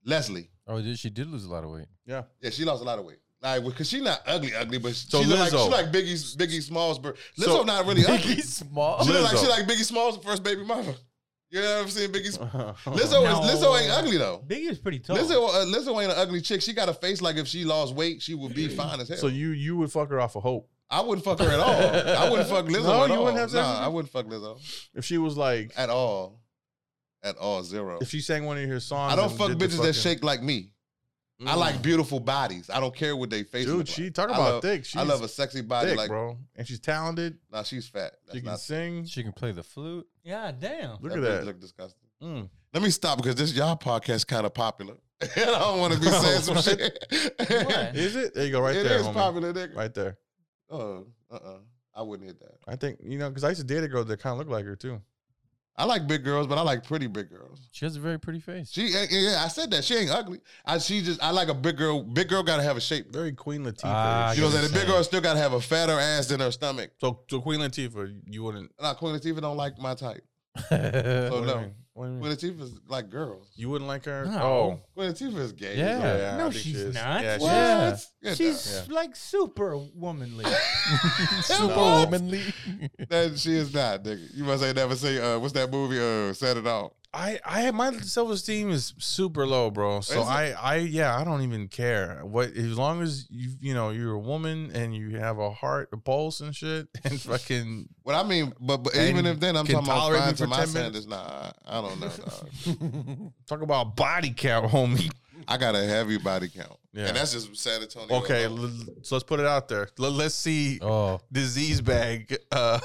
Leslie. Oh, did- she did lose a lot of weight. yeah. Yeah, she lost a lot of weight. Like, because she's not ugly, ugly, but So she look like she Lizzo. like Biggie Biggie Smalls. But Lizzo So- not really ugly. Biggie Small. She look like Lizzo. she like Biggie Smalls' first baby mama. You know what I'm saying? Biggie. Sm- Lizzo Lizzo. is No. Lizzo ain't ugly though. Biggie was pretty tall. Lizzo, uh, Lizzo ain't an ugly chick. She got a face like if she lost weight, she would be fine as hell. So you you would fuck her off of hope I wouldn't fuck her at all. I wouldn't fuck Lizzo No, at you all. wouldn't have sex with nah, her? I wouldn't fuck Lizzo. if she was like at all, at all, zero. if she sang one of your songs. I don't and fuck did the bitches that fucking- shake like me. I Mm. like beautiful bodies. I don't care what they face. dude. look She like. talk I about love- thick. She's I love a sexy body thick, like. bro, and she's talented. Nah, she's fat. That's she can not. sing. She can play the flute. Yeah, damn. Look at bitch that. Look disgusting. Mm. Let me stop because this y'all podcast kind of popular. and I don't want to be No, saying some what? shit. What? Is it? There you go, right eh. It there, is homie. popular, nigga. right there. Oh, uh, uh I wouldn't hit that. I think you know because I used to date a girl that kind of looked like her too. I like big girls, but I like pretty big girls. She has a very pretty face. She, eh, yeah, I said that she ain't ugly. I, she just, I like a big girl. Big girl gotta have a shape. Very Queen Latifah. Ah, I You know what I'm get saying? The big girl still gotta have a fatter ass than her stomach. so, so Queen Latifah, you wouldn't. Nah, Queen Latifah don't like my type. So What do you no, mean? What do you, mean? Queen Latifah's like girls. you wouldn't like her? No. Oh, Queen Latifah is gay. Yeah. I No, think she she's is. not. Yeah, she What? is. Yeah. Yeah, She's like super womanly. Super womanly. That she is not, nigga. You must ain't never say uh, what's that movie? Uh, set it off. I, I have- my self esteem is super low, bro. So Is it? I, I yeah, I don't even care. What as long as you you know you're a woman and you have a heart, a pulse and shit, and fucking What I mean, but, but And even if then I'm can talking about tolerate me fine to for my 10 standards, nah, I I don't know. dog. talk about body count, homie. I got a heavy body count, Yeah. and that's just San Antonio. Okay, alone. l- so let's put it out there. Let, let's see oh, disease bag. Uh,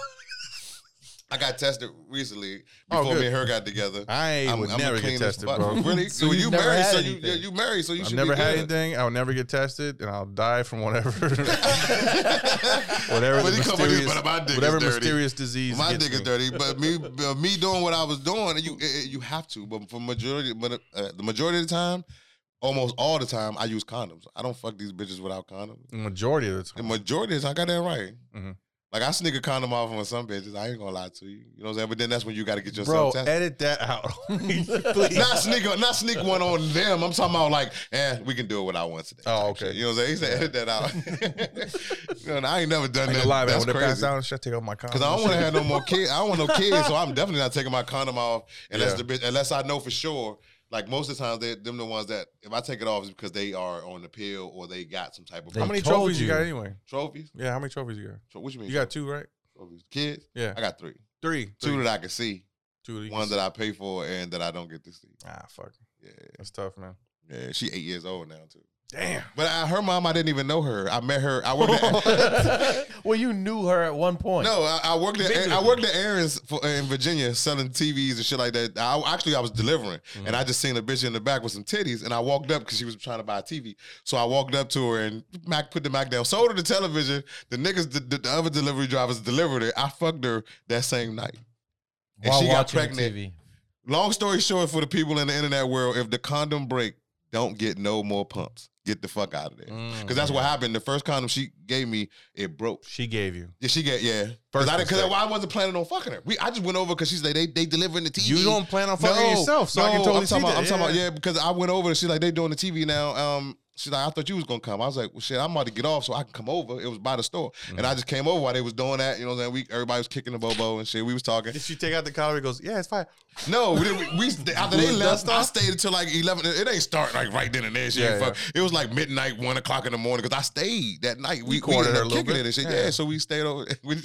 I got tested recently Oh, before good. me and her got together. I would the never get cleanest tested, butt. bro. Really? So So you've you never married? had So you anything. you married? So you I've should never be had good. anything. I'll never get tested, and I'll die from whatever, whatever But the he come with this, mysterious, but my dick is whatever dirty. mysterious disease. My gets dick me. is dirty, but me, but me doing what I was doing, you eh, eh, you have to. But for majority, but uh, the majority of the time, almost all the time, I use condoms. I don't fuck these bitches without condoms. The majority of the The time. majority is I got that right. Mhm. Like I sneak a condom off on some bitches. I ain't gonna lie to you. You know what I'm saying? But then that's when you got to get Bro, yourself tested. edit that out. Please. Not sneak, not sneak one on them. I'm talking about like, eh, we can do it without one today. Oh, Type shit. okay. You know what I'm saying? He said, edit that out. you know, and I ain't never done I ain't that. gonna lie, man. That's When I crazy. pass out, and shit, I take off my condom. Cause I don't want to have no more kids. I don't want no kids, so I'm definitely not taking my condom off unless Yeah. the bitch, unless I know for sure. Like most of the times, they them the ones that if I take it off, it's because they are on the pill or they got some type of They- How many told trophies you. you. got anyway? trophies. Yeah, how many trophies you got? Tro- What you mean? You got two, right? trophies? Kids? Yeah, I got three. three. Two Three. that I can see, Two you one can that I pay for, and that I don't get to see. see. Ah, fuck. Yeah, That's tough, man. yeah. She eight years old now too. Damn. But I, her mom, I didn't even know her. I met her. I worked. At, well, you knew her at one point. No, I, I worked at I worked at Aaron's for, in Virginia selling TVs and shit like that. I, actually, I was delivering, and I just seen a bitch in the back with some titties, and I walked up because she was trying to buy a TV. So I walked up to her and Mac put the Mac down, sold her the television. The niggas, the, the, the other delivery drivers delivered it. I fucked her that same night. And While she got watching the pregnant. TV. Long story short, for the people in the internet world, if the condom break, don't get no more pumps. Get the fuck out of there. Because that's what happened. The first condom she gave me, it broke. she gave you. Yeah, she get yeah. Because I, didn't- 'cause I wasn't planning on fucking her. We, I just went over because she's like they they delivering the TV. You don't plan on fucking yourself, so I can no, totally I'm see talking about, that. I'm talking about yeah because I went over and she's like they doing the TV now. Um, she's like I thought you was gonna come. I was like well shit I'm about to get off so I can come over. It was by the store Mm. and I just came over while they was doing that. You know what I'm saying? We everybody was kicking the bobo and shit. We was talking. Did she take out the collar? He goes, yeah, it's fine. No, we, didn't, we we- after they Doing left, I stayed until like eleven. It ain't start like right then and there. She Yeah, ain't fuck. It was like midnight, one o'clock in the morning because I stayed that night. We, we courted ended her up a little kicking it bit. and shit. Yeah. Yeah. so we stayed over. we-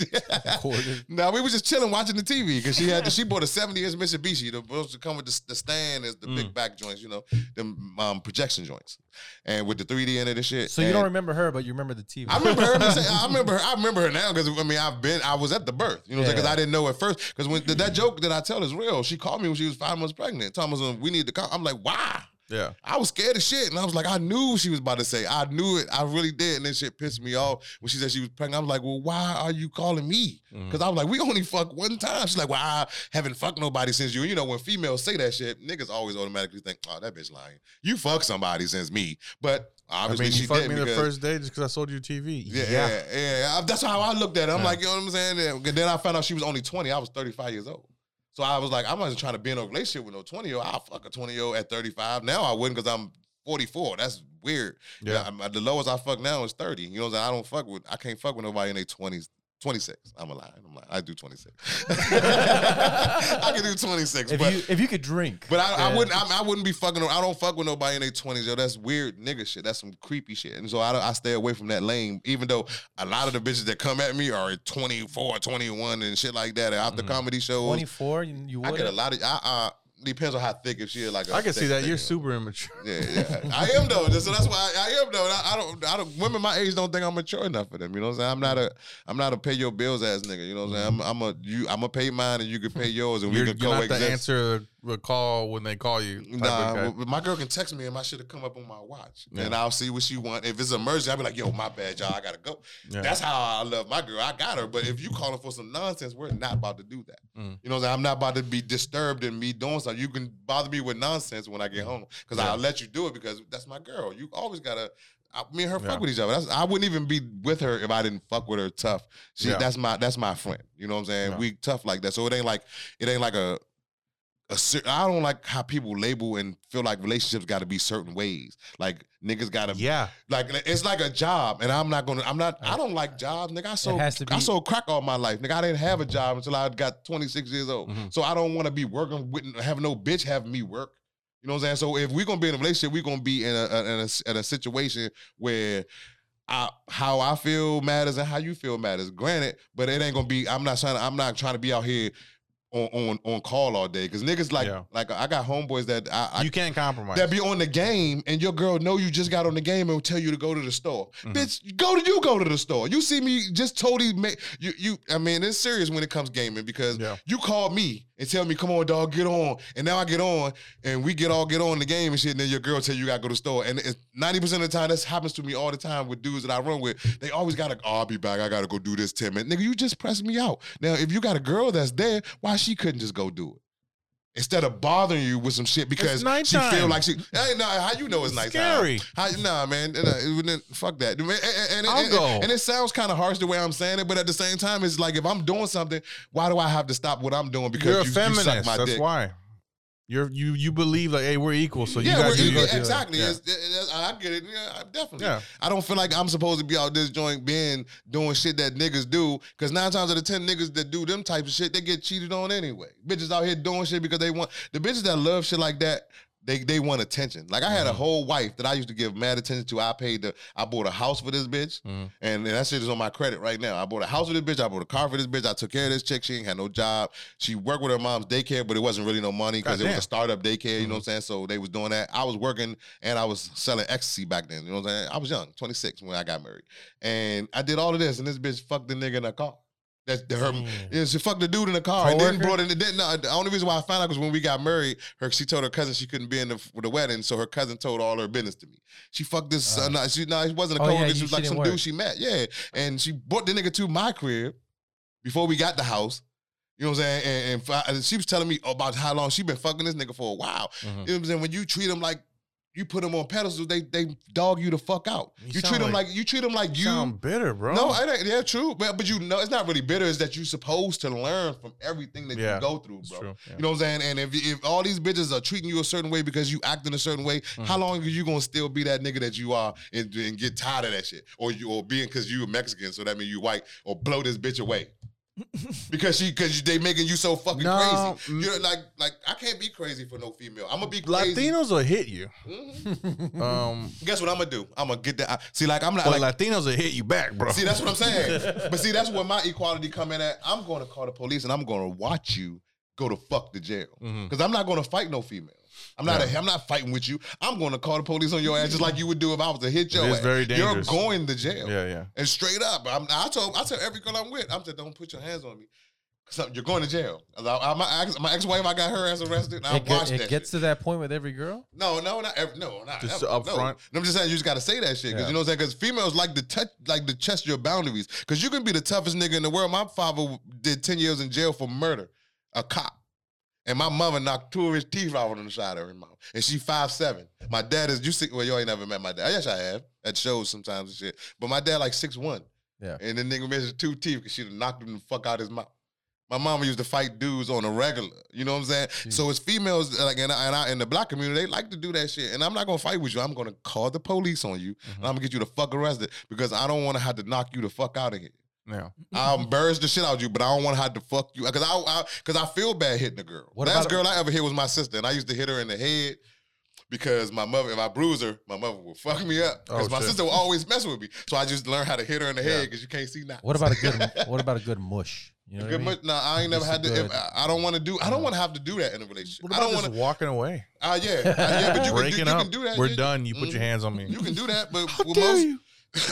Courted. no, we was just chilling watching the TV because she had she bought a seventy inch Mitsubishi. The supposed to come with the, the stand is the Mm. big back joints, you know, the um, projection joints, and with the three D in it and shit. So you don't And- remember her, but you remember the TV. I remember her. saying- I remember her. I remember her now because I mean I've been. I was at the birth. You know, because I didn't know at first. Because when that- that joke that I tell is real, she called me when she was five months pregnant. Thomas, we need to call. I'm like, why? Yeah. I was scared of shit, and I was like, I knew she was about to say. I knew it. I really did, and then shit pissed me off when she said she was pregnant. I was like, well, why are you calling me? Mm. Because I was like, we only fuck one time. She's like, well, I haven't fucked nobody since you. And you know, when females say that shit, niggas always automatically think, oh, that bitch lying. You fuck somebody since me, but I obviously mean, she you fucked did me the because- first day just because I sold you TV. yeah, yeah, yeah. I- That's how I looked at it. I'm like, you know what I'm saying? And then I found out she was only 20. I was 35 years old. So I was like, I'm not trying to be in a relationship with no 20 year old. I'll fuck a 20 year old at 35. Now I wouldn't because I'm 44. That's weird. Yeah. Yeah. I'm- uh, the lowest I fuck now is 30. You know what I'm saying? I don't fuck with, I can't fuck with nobody in their 20s. 26. I'm a lie. I'm lying. I do 26. I can do 26. if but you if you could drink, but I, I wouldn't. I, I wouldn't be fucking. I don't fuck with nobody in their twenties, yo. That's weird, nigga shit. That's some creepy shit. And so I, don't- I stay away from that lane. Even though a lot of the bitches that come at me are 24, 21 and shit like that. After Mm-hmm. comedy shows, twenty four, you, you I would. get a lot of. I, uh depends on how thick. If she is like, a I can see thick that. You're thing. super immature. Yeah, yeah. I am though. So that's why I, I am though. I, I don't. I don't. Women my age don't think I'm mature enough for them. You know what I'm saying? I'm not a. I'm not a pay your bills ass nigga. You know what I'm saying? I'm, I'm a. You. I'm a pay mine and you can pay yours and Mm-hmm. You're, we can you're not coexist. the answer recall when they call you. type of Nah, guy. but- but my girl can text me and my shit will come up on my watch, Yeah. and I'll see what she want. If it's an emergency, I'll be like, "Yo, my bad, y'all, I gotta go." Yeah. That's how I love my girl. I got her. But if you calling for some nonsense, we're not about to do that. Mm. You know, what I'm saying? I'm not about to be disturbed in me doing something. You can bother me with nonsense when I get home because Mm. Yeah. I'll let you do it because that's my girl. You always gotta. I, me and her Yeah. fuck with each other. That's, I wouldn't even be with her if I didn't fuck with her tough. She, Yeah. that's my that's my friend. You know what I'm saying? Yeah. We tough like that. So it ain't like it ain't like a a cer- I don't like how people label and feel like relationships got to be certain ways. Like niggas got to yeah, like it's like a job, and I'm not gonna. I'm not. I don't like jobs, nigga. I sold. has to I be- sold crack all my life, nigga. I didn't have a job until I got 26 years old. Mm-hmm. Mhm. So I don't want to be working with have no bitch have me work. You know what I'm saying? So if we're gonna be in a relationship, we're gonna be in a, a, in a, in a situation where I, how I feel matters and how you feel matters. Granted, but it ain't gonna be. I'm not trying. To, I'm not trying to be out here on on, on call all day because niggas like Yeah. like I got homeboys that I, I you can't compromise. that be on the game, and your girl know you just got on the game and will tell you to go to the store. Mhm. Bitch, go to you go to the store. You see me just totally make you you. I mean, it's serious when it comes gaming because Yeah. you call me and tell me, "Come on, dog, get on." And now I get on, and we get all get on the game and shit. And then your girl tell you, "You got to go to the store." And ninety percent of the time, this happens to me all the time with dudes that I run with. They always gotta, "Oh, I'll be back. I gotta go do this ten minutes." Nigga, you just press me out. Now, if you got a girl that's there, why she couldn't just go do it? Instead of bothering you with some shit because she nighttime. feel like she, hey, nah, how you know it's nighttime? Scary. How, nah, man, nah, it wouldn't- fuck that. And, and- and- I'll and- go. and it sounds kind of harsh the way I'm saying it, but at the same time, it's like if I'm doing something, why do I have to stop what I'm doing because You're a you, you feminist. suck my That's dick? why. You're you you believe like, hey, we're equal, so you yeah, gotta we're- do yeah, your thing. exactly. Yeah. It's- it- it- I get it. Yeah, I- definitely. Yeah. I don't feel like I'm supposed to be out this joint being doing shit that niggas do. Cause nine times out of ten niggas that do them type of shit, they get cheated on anyway. Bitches out here doing shit because they want the bitches that love shit like that. They, they want attention. Like I had a whole wife that I used to give mad attention to. I paid the I bought a house for this bitch, Mhm. and, and that shit is on my credit right now. I bought a house for this bitch. I bought a car for this bitch. I took care of this chick. She ain't had no job. She worked with her mom's daycare, but it wasn't really no money because it was Goddamn. a startup daycare. You know what I'm saying? So they was doing that. I was working and I was selling ecstasy back then. You know what I'm saying? I was young, 26 when I got married, and I did all of this. And this bitch fucked the nigga in a car. That's the, her. Mm. Yeah, she fucked the dude in the car. And then Coworker? brought in. Then, no, the only reason why I found out was when we got married. Her, she told her cousin she couldn't be in the, for the wedding, so her cousin told all her business to me. She fucked this. Uh, Uh. no, she no, it wasn't a Oh, coworker. yeah, she you- was she like didn't some work. dude she met. Yeah, and she brought the nigga to my crib before we got the house. You know what I'm saying? And, and, fi- and she was telling me about how long she been fucking this nigga for a while. Mhm. You know what I'm saying? When you treat them like you put them on pedestals, they they dog you the fuck out. You You, treat sound them like- like you treat them like you. sound bitter, bro. No, it ain't. Yeah, true. But but you know, it's not really bitter. It's that you supposed to learn from everything that Yeah, you go through, it's bro. true. Yeah. You know what I'm saying? And if if all these bitches are treating you a certain way because you act in a certain way, Mm. how long are you gonna still be that nigga that you are and, and get tired of that shit? Or you or being because you a Mexican, so that means you white, or blow this bitch away. because she because they making you so fucking No, crazy. mm. You're like like I can't be crazy for no female. I'm gonna be crazy. Latinos will hit you. Mhm. Um, Guess what I'm gonna do? I'm gonna get that. I- See, like I'm not but like Latinos will hit you back, bro. See, that's what I'm saying. but see, that's where my equality come in at. I'm going to call the police and I'm going to watch you go to fuck the jail because Mhm. I'm not going to fight no female. I'm not. A, I'm not fighting with you. I'm going to call the police on your ass just like you would do if I was to hit your is ass. very dangerous. You're going to jail. yeah, yeah. And straight up, I'm, I told I tell every girl I'm with, I'm just don't put your hands on me. Cause I'm- you're going to jail. I, I, my, ex, my ex-wife, I got her ass arrested. And I It, watched get, it that. gets shit. to that point with every girl. No, no, not every, no, not Just ever, up no. front? No, I'm just saying you just gotta say that shit because you know what I'm saying. Because females like to touch, like to test your boundaries. Because you can be the toughest nigga in the world. My father did ten years in jail for murder, a cop, and my mother knocked two of his teeth out on the side of her mouth. And she five seven. My dad is you see. Well, you ain't never met my dad. Yes, I have at shows sometimes and shit. But my dad like six one. Yeah. And the nigga missing two teeth because she done knocked him the fuck out his mouth. My mama used to fight dudes on a regular. You know what I'm saying? So it's females like and I, and I, in the black community, they like to do that shit. And I'm not gonna fight with you. I'm gonna call the police on you Mm-hmm. and I'm gonna get you the fuck arrested because I don't wanna have to knock you the fuck out of here. Yeah. I'll embarrass the shit out of you, but I don't want to have to fuck you because I, I cause I feel bad hitting a girl. What Last about- girl I ever hit was my sister, and I used to hit her in the head because my mother, if I bruise her, my mother would fuck me up because Oh, my shit. sister would always mess with me. So I just learned how to hit her in the head because you can't see nothing. What about a good? what about a good mush? You know what I Good mean? much, nah, I ain't never Just had to. If, good. I I don't want to do. I don't want to have to do that in a relationship. Mm. What I about don't just want to. walking away? Uh, yeah, uh, yeah, but you can, do, Breaking you up. can do that. We're yeah, done. You put Mhm. your hands on me. You can do that, but How with dare most, you?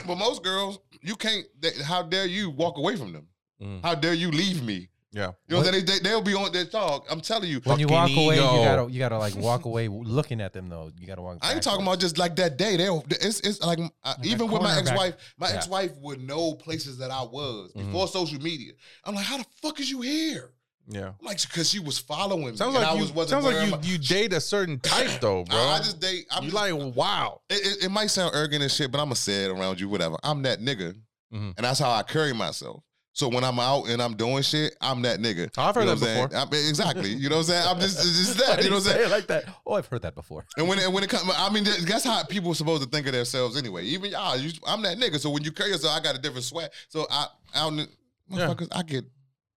but most girls, you can't. They, how dare you walk away from them? Mm. How dare you leave me? Yeah. You know, they, they they'll be on their talk. I'm telling you. When you walk Fucking away, you ego. gotta you gotta like walk away looking at them though. You gotta I walk. ain't backwards. talking about just like that day. They it's it's like, I, Like a even with my cornerback. ex wife, my Yeah. ex wife would know places that I was Mhm. before social media. I'm like, how the fuck is you here? Yeah. I'm like, because she was following me. Mm, and Sounds like I you, was wasn't sounds wearing like my- you, you date a certain type though, bro. I, I just date. I'm you just- like wow. it, it, it might sound arrogant and shit, but I'ma say it around you, whatever. I'm that nigga, Mhm. and that's how I carry myself. So when I'm out and I'm doing shit, I'm that nigga. Oh, I've heard You know that what I'm saying? before. I'm- exactly. You know what I'm saying? I'm just, it's just that. You know what I'm saying? Say it like that. Oh, I've heard that before. And when and when it comes, I mean, that- that's how people are supposed to think of themselves anyway. Even y'all, you, I'm that nigga. So when you carry yourself, I got a different swag. So I, I don't, motherfuckers, I get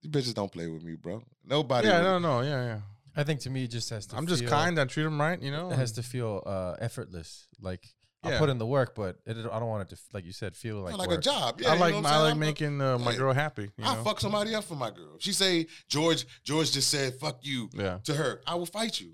you bitches don't play with me, bro. Nobody. Yeah, really- no, no, yeah, yeah. I think to me, it just has to. I'm just feel- kind. I treat them right, you know. It has to feel uh, effortless. Like I Yeah. put in the work, but it, I don't want it to, f- like you said, feel like like, a work. job. Yeah, I you like know what I'm I saying? like I'm- making uh, my yeah. girl happy. You I know? fuck somebody up for my girl. If She say George, George just said fuck you Yeah. to her. I will fight you.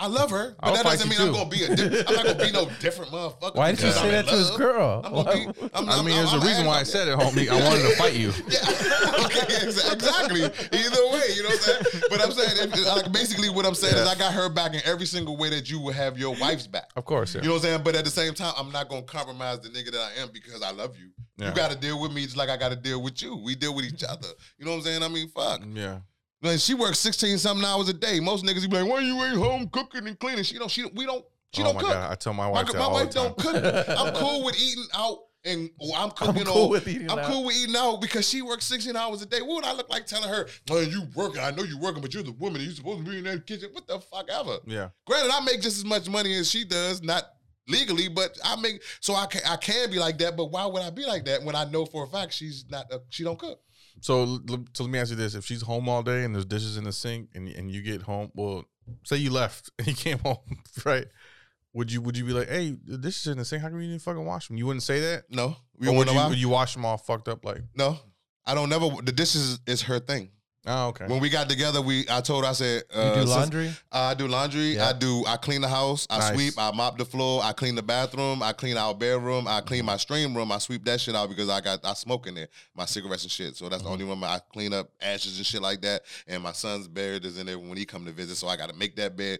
I love her, but I'll that fight doesn't you mean I'm too. gonna be a. Di- I'm not gonna be no different motherfucker. Why did you because say I'm in that to his love. girl? I'm gonna be, I'm, I I'm- mean, there's I'm- a reason I'm- why I said it, homie. I wanted to fight you. Yeah, okay, ex- exactly. Either way, you know what I'm saying. But I'm saying, if, like, basically, what I'm saying is, I got her back in every single way that you would have your wife's back. Of course, yeah. You know what I'm saying? But at the same time, I'm not gonna compromise the nigga that I am because I love you. Yeah. You gotta deal with me just like I gotta deal with you. We deal with each other. You know what I'm saying? I mean, fuck. yeah. Like, she works 16 something hours a day. Most niggas be like, why you ain't home cooking and cleaning? She don't, she don't, we don't, she oh don't my cook. god, I tell my My, wife my that all wife the time. don't cook. I'm cool with eating out and or I'm cooking cool on- with eating I'm out. cool with eating out because she works 16 hours a day. What would I look like telling her, well, you working, I know you working, but you're the woman and you supposed to be in that kitchen. What the fuck ever? Yeah, Granted, I make just as much money as she does, not legally, but I make so I can I can be like that, but why would I be like that when I know for a fact she's not a, she don't cook? so l- l- so let me ask you this: If she's home all day and there's dishes in the sink, and and you get home, well, say you left and you came home, right? Would you would you be like, hey, the dishes in the sink? How come you didn't fucking wash them? You wouldn't say that. No. Or You wanna would know you, why? would you wash them all fucked up like? No, I don't never. The dishes is her thing. Oh, okay. When we got together, we I told her I said uh, You do sis- laundry. I do laundry. Yeah. I do. I clean the house. I Nice. sweep. I mop the floor. I clean the bathroom. I clean our bedroom. I clean my stream room. I sweep that shit out because I got I smoke in there, my cigarettes and shit. So that's Mm-hmm. the only room I clean up ashes and shit like that. And my son's bed is in there when he come to visit, so I got to make that bed.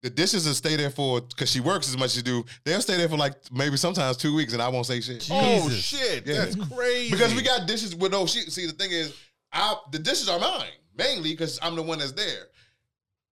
The dishes will stay there for because she works as much as she do. They'll stay there for like maybe sometimes two weeks, and I won't say shit. oh Jesus. shit, Yeah. that's crazy. Because we got dishes with no shit. See, the thing is, I the dishes are mine mainly because I'm the one that's there,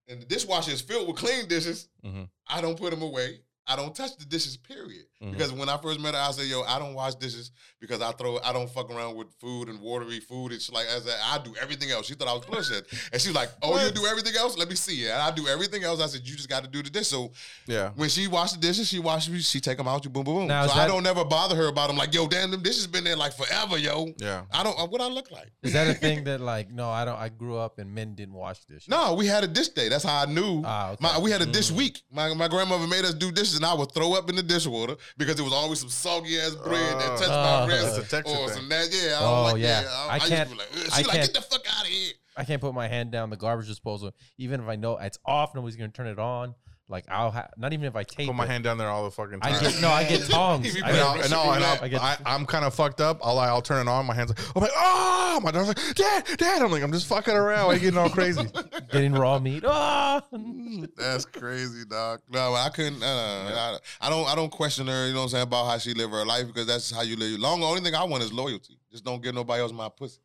and the dishwasher is filled with clean dishes. Mhm. I don't put them away. I don't touch the dishes. Period. Mhm. Because when I first met her, I said, "Yo, I don't wash dishes because I throw. I don't fuck around with food and watery food and shit like as that. I do everything else." She thought I was pushing, and she's like, "Oh, you What? do everything else? Let me see it." And I do everything else. I said, "You just got to do the dish." So yeah. when she washed the dishes, she washed me. She take them out. You boom, boom, boom. Now, so is I that- don't never bother her about them. Like, yo, damn, them dishes been there like forever, yo. Yeah. I don't. uh, What I look like? Is that a thing that like no? I don't. I grew up and men didn't wash dishes. No, we had a dish day. That's how I knew. Ah, okay. my, we had a dish week. My, my grandmother made us do dishes, and I would throw up in the dishwater because it was always some soggy ass bread that touched Uh, my That's a wrist Texas or thing. some that. Yeah, I Oh, don't like yeah. that. I, I I can't- Used to be like, "Ugh." I she like, can't- get the fuck out of here. I can't put my hand down the garbage disposal, even if I know it's off. Nobody's gonna turn it on. Like I'll ha- not even if I tape. Put my it. hand down there all the fucking time. I get no. I get tongs. If you I put And get- it I'll, and I'll, and I'll, I I get- I, am kind of fucked up. I'll, I'll turn it on. My hands like, I'm like, oh, my daughter's like, dad, dad. I'm like, I'm just fucking around. I'm getting all crazy. getting raw meat. Ah! That's crazy, dog. No, I couldn't. Uh, I, I don't. I don't question her. You know what I'm saying about how she live her life because that's how you live. your- Long. Only thing I want is loyalty. Just don't give nobody else my pussy.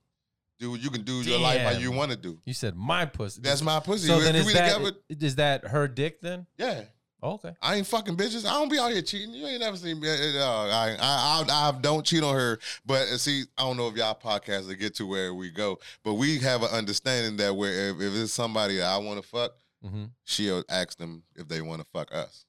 Do you can do your life how Damn. you want to do. You said my pussy. That's my pussy. So If then we is together- that is that her dick then? yeah. Oh, Okay. I ain't fucking bitches. I don't be out here cheating. You ain't never seen me. uh, uh, I, I, I, I don't cheat on her. But uh, see, I don't know if y'all podcasts will get to where we go. But we have an understanding that where if, if it's somebody that I want to fuck, hmm she'll ask them if they want to fuck us.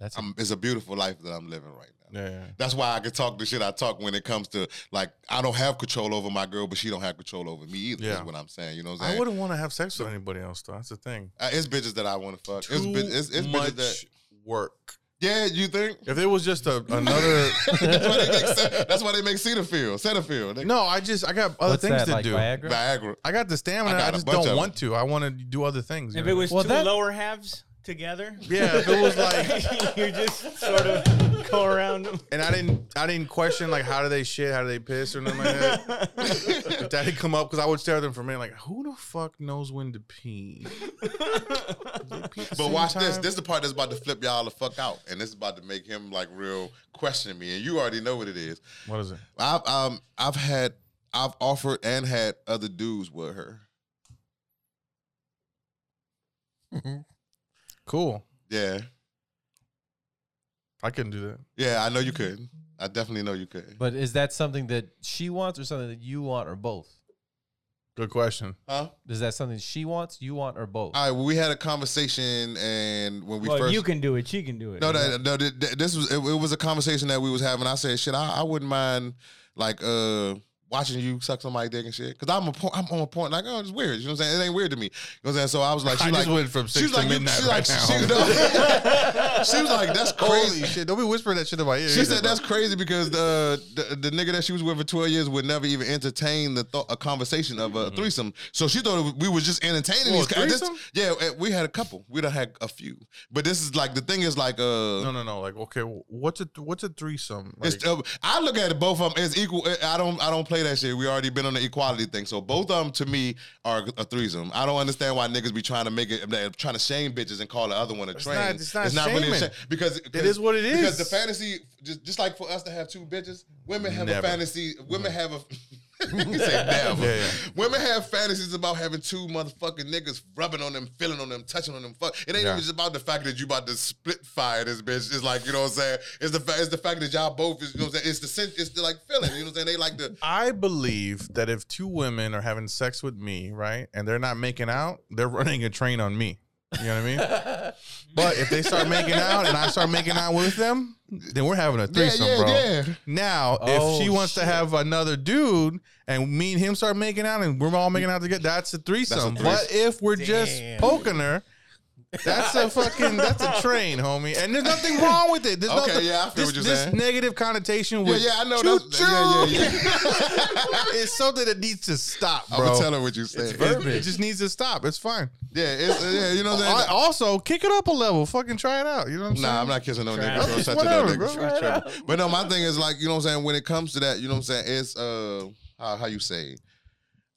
That's I'm, it's a beautiful life that I'm living right now. Yeah, yeah. That's why I can talk the shit I talk when it comes to like I don't have control over my girl, but she don't have control over me either. Yeah. Is what I'm saying. You know what I'm I saying? wouldn't want to have sex with anybody else though. That's the thing. Uh, it's bitches that I want to fuck. Too it's bi- it's, it's bitches much that. work. Yeah, you think? If it was just a, another, that's, why they make, Ce- that's why they make Cedarfield, Centerfield, they, no, I just I got other What's things that, to like do. Viagra? Viagra. I got the stamina. I got I, a just bunch of don't 'em. want to. I want to do other things. you If know? it was Well, two that- lower halves together, yeah, if it was like you're just sort of go around him. And I didn't I didn't question like how do they shit, how do they piss or nothing like that. If that had come up because I would stare at them for a minute like who the fuck knows when to pee? But watch this. This is the part that's about to flip y'all the fuck out, and this is about to make him like real question me. And you already know what it is. What is it? I've um I've had I've offered and had other dudes with her. Cool. Yeah, I couldn't do that. yeah. I know you could. I definitely know you could. But is that something that she wants or something that you want or both? Good question. Huh? Is that something she wants, you want, or both? All right. Well, we had a conversation, and when we well, first you can do it. She can do it. No, that, no, th- th- this was it, it was a conversation that we was having. I said, shit, I, I wouldn't mind like uh watching you suck somebody dick and shit, because I'm a po- I'm on a point like oh it's weird. You know what I'm saying? It ain't weird to me. You know what I'm saying? So I was like, I she's just like, went from six she's to like, you- midnight she's like, right she, now. no. she was like, that's Holy crazy. shit! Don't be whispering that shit in my ear. She said that's crazy because the, the the nigga that she was with for 12 years would never even entertain the thought a conversation of a threesome. So she thought we was just entertaining Oh, Mm-hmm. a these guys. This- threesome? Yeah, eh, we had a couple. We done had a few. But this is like the thing is like uh no, no, no. Like, okay, what's a what's a threesome? Like, It's, uh, I look at it both of them as equal. I don't. I don't play that shit. We already been on the equality thing, so both of them to me are a threesome. I don't understand why niggas be trying to make it, they're trying to shame bitches and call the other one a train. not- it's not a shaming. shame because it is what it is. Because the fantasy, just just like for us to have two bitches, women have Never. a fantasy. Women have a. He said never. Yeah, yeah. Women have fantasies about having two motherfucking niggas rubbing on them, feeling on them, touching on them. Fuck, it ain't Yeah. even just about the fact that you about to split fire this bitch. It's like you know what I'm saying. It's the fact. It's the fact that y'all both. Is, you know what I'm saying. It's the sen- It's the like feeling. You know what I'm saying. They like the. I believe that if two women are having sex with me, right, and they're not making out, they're running a train on me. You know what I mean? but if they start making out and I start making out with them, then we're having a threesome, bro. Now, Oh, if she wants to shit. have another dude and me and him start making out and we're all making out together, that's a threesome. That's a But if we're just Damn. poking her, that's a fucking that's a train, homie. And there's nothing wrong with it. There's Okay, nothing, yeah, I feel this, what you're this saying. negative connotation Yeah, with yeah, I know. That's, choo-choo yeah, yeah, yeah. it's something that needs to stop, I'm bro. gonna tell her what you said. It- It just needs to stop. It's fine. Yeah, it's, yeah, you know what I'm I- saying. also, kick it up a level. Fucking try it out. You know what I'm saying? Nah, I'm not kissing no Try niggas. it. Don't touch Whatever, no bro. niggas. You tripping. But no, my thing is like, you know what I'm saying? When it comes to that, you know what I'm saying? It's uh how, how you say it?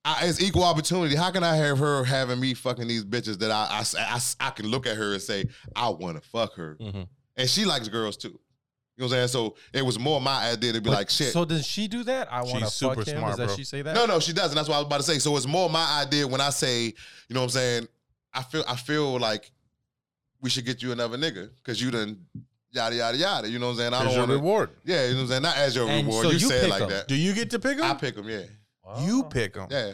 I, it's equal opportunity. How can I have her having me fucking these bitches that I I s- I, s- I can look at her and say I want to fuck her, Mhm. and she likes girls too. You know what I'm saying? So it was more my idea to be But- like, shit. So does she do that? I want to She's super fuck him. smart, Does that bro. she say that? No, no, she doesn't. That's what I was about to say. So it's more my idea when I say, you know what I'm saying? I feel I feel like we should get you another nigga because you done yada yada yada. You know what I'm saying? I It's don't your want to. reward. Yeah, you know what I'm saying? Not as your And reward. so you, you say it pick like 'em. that. Do you get to pick them? I pick them, yeah. Wow. You pick them. Yeah.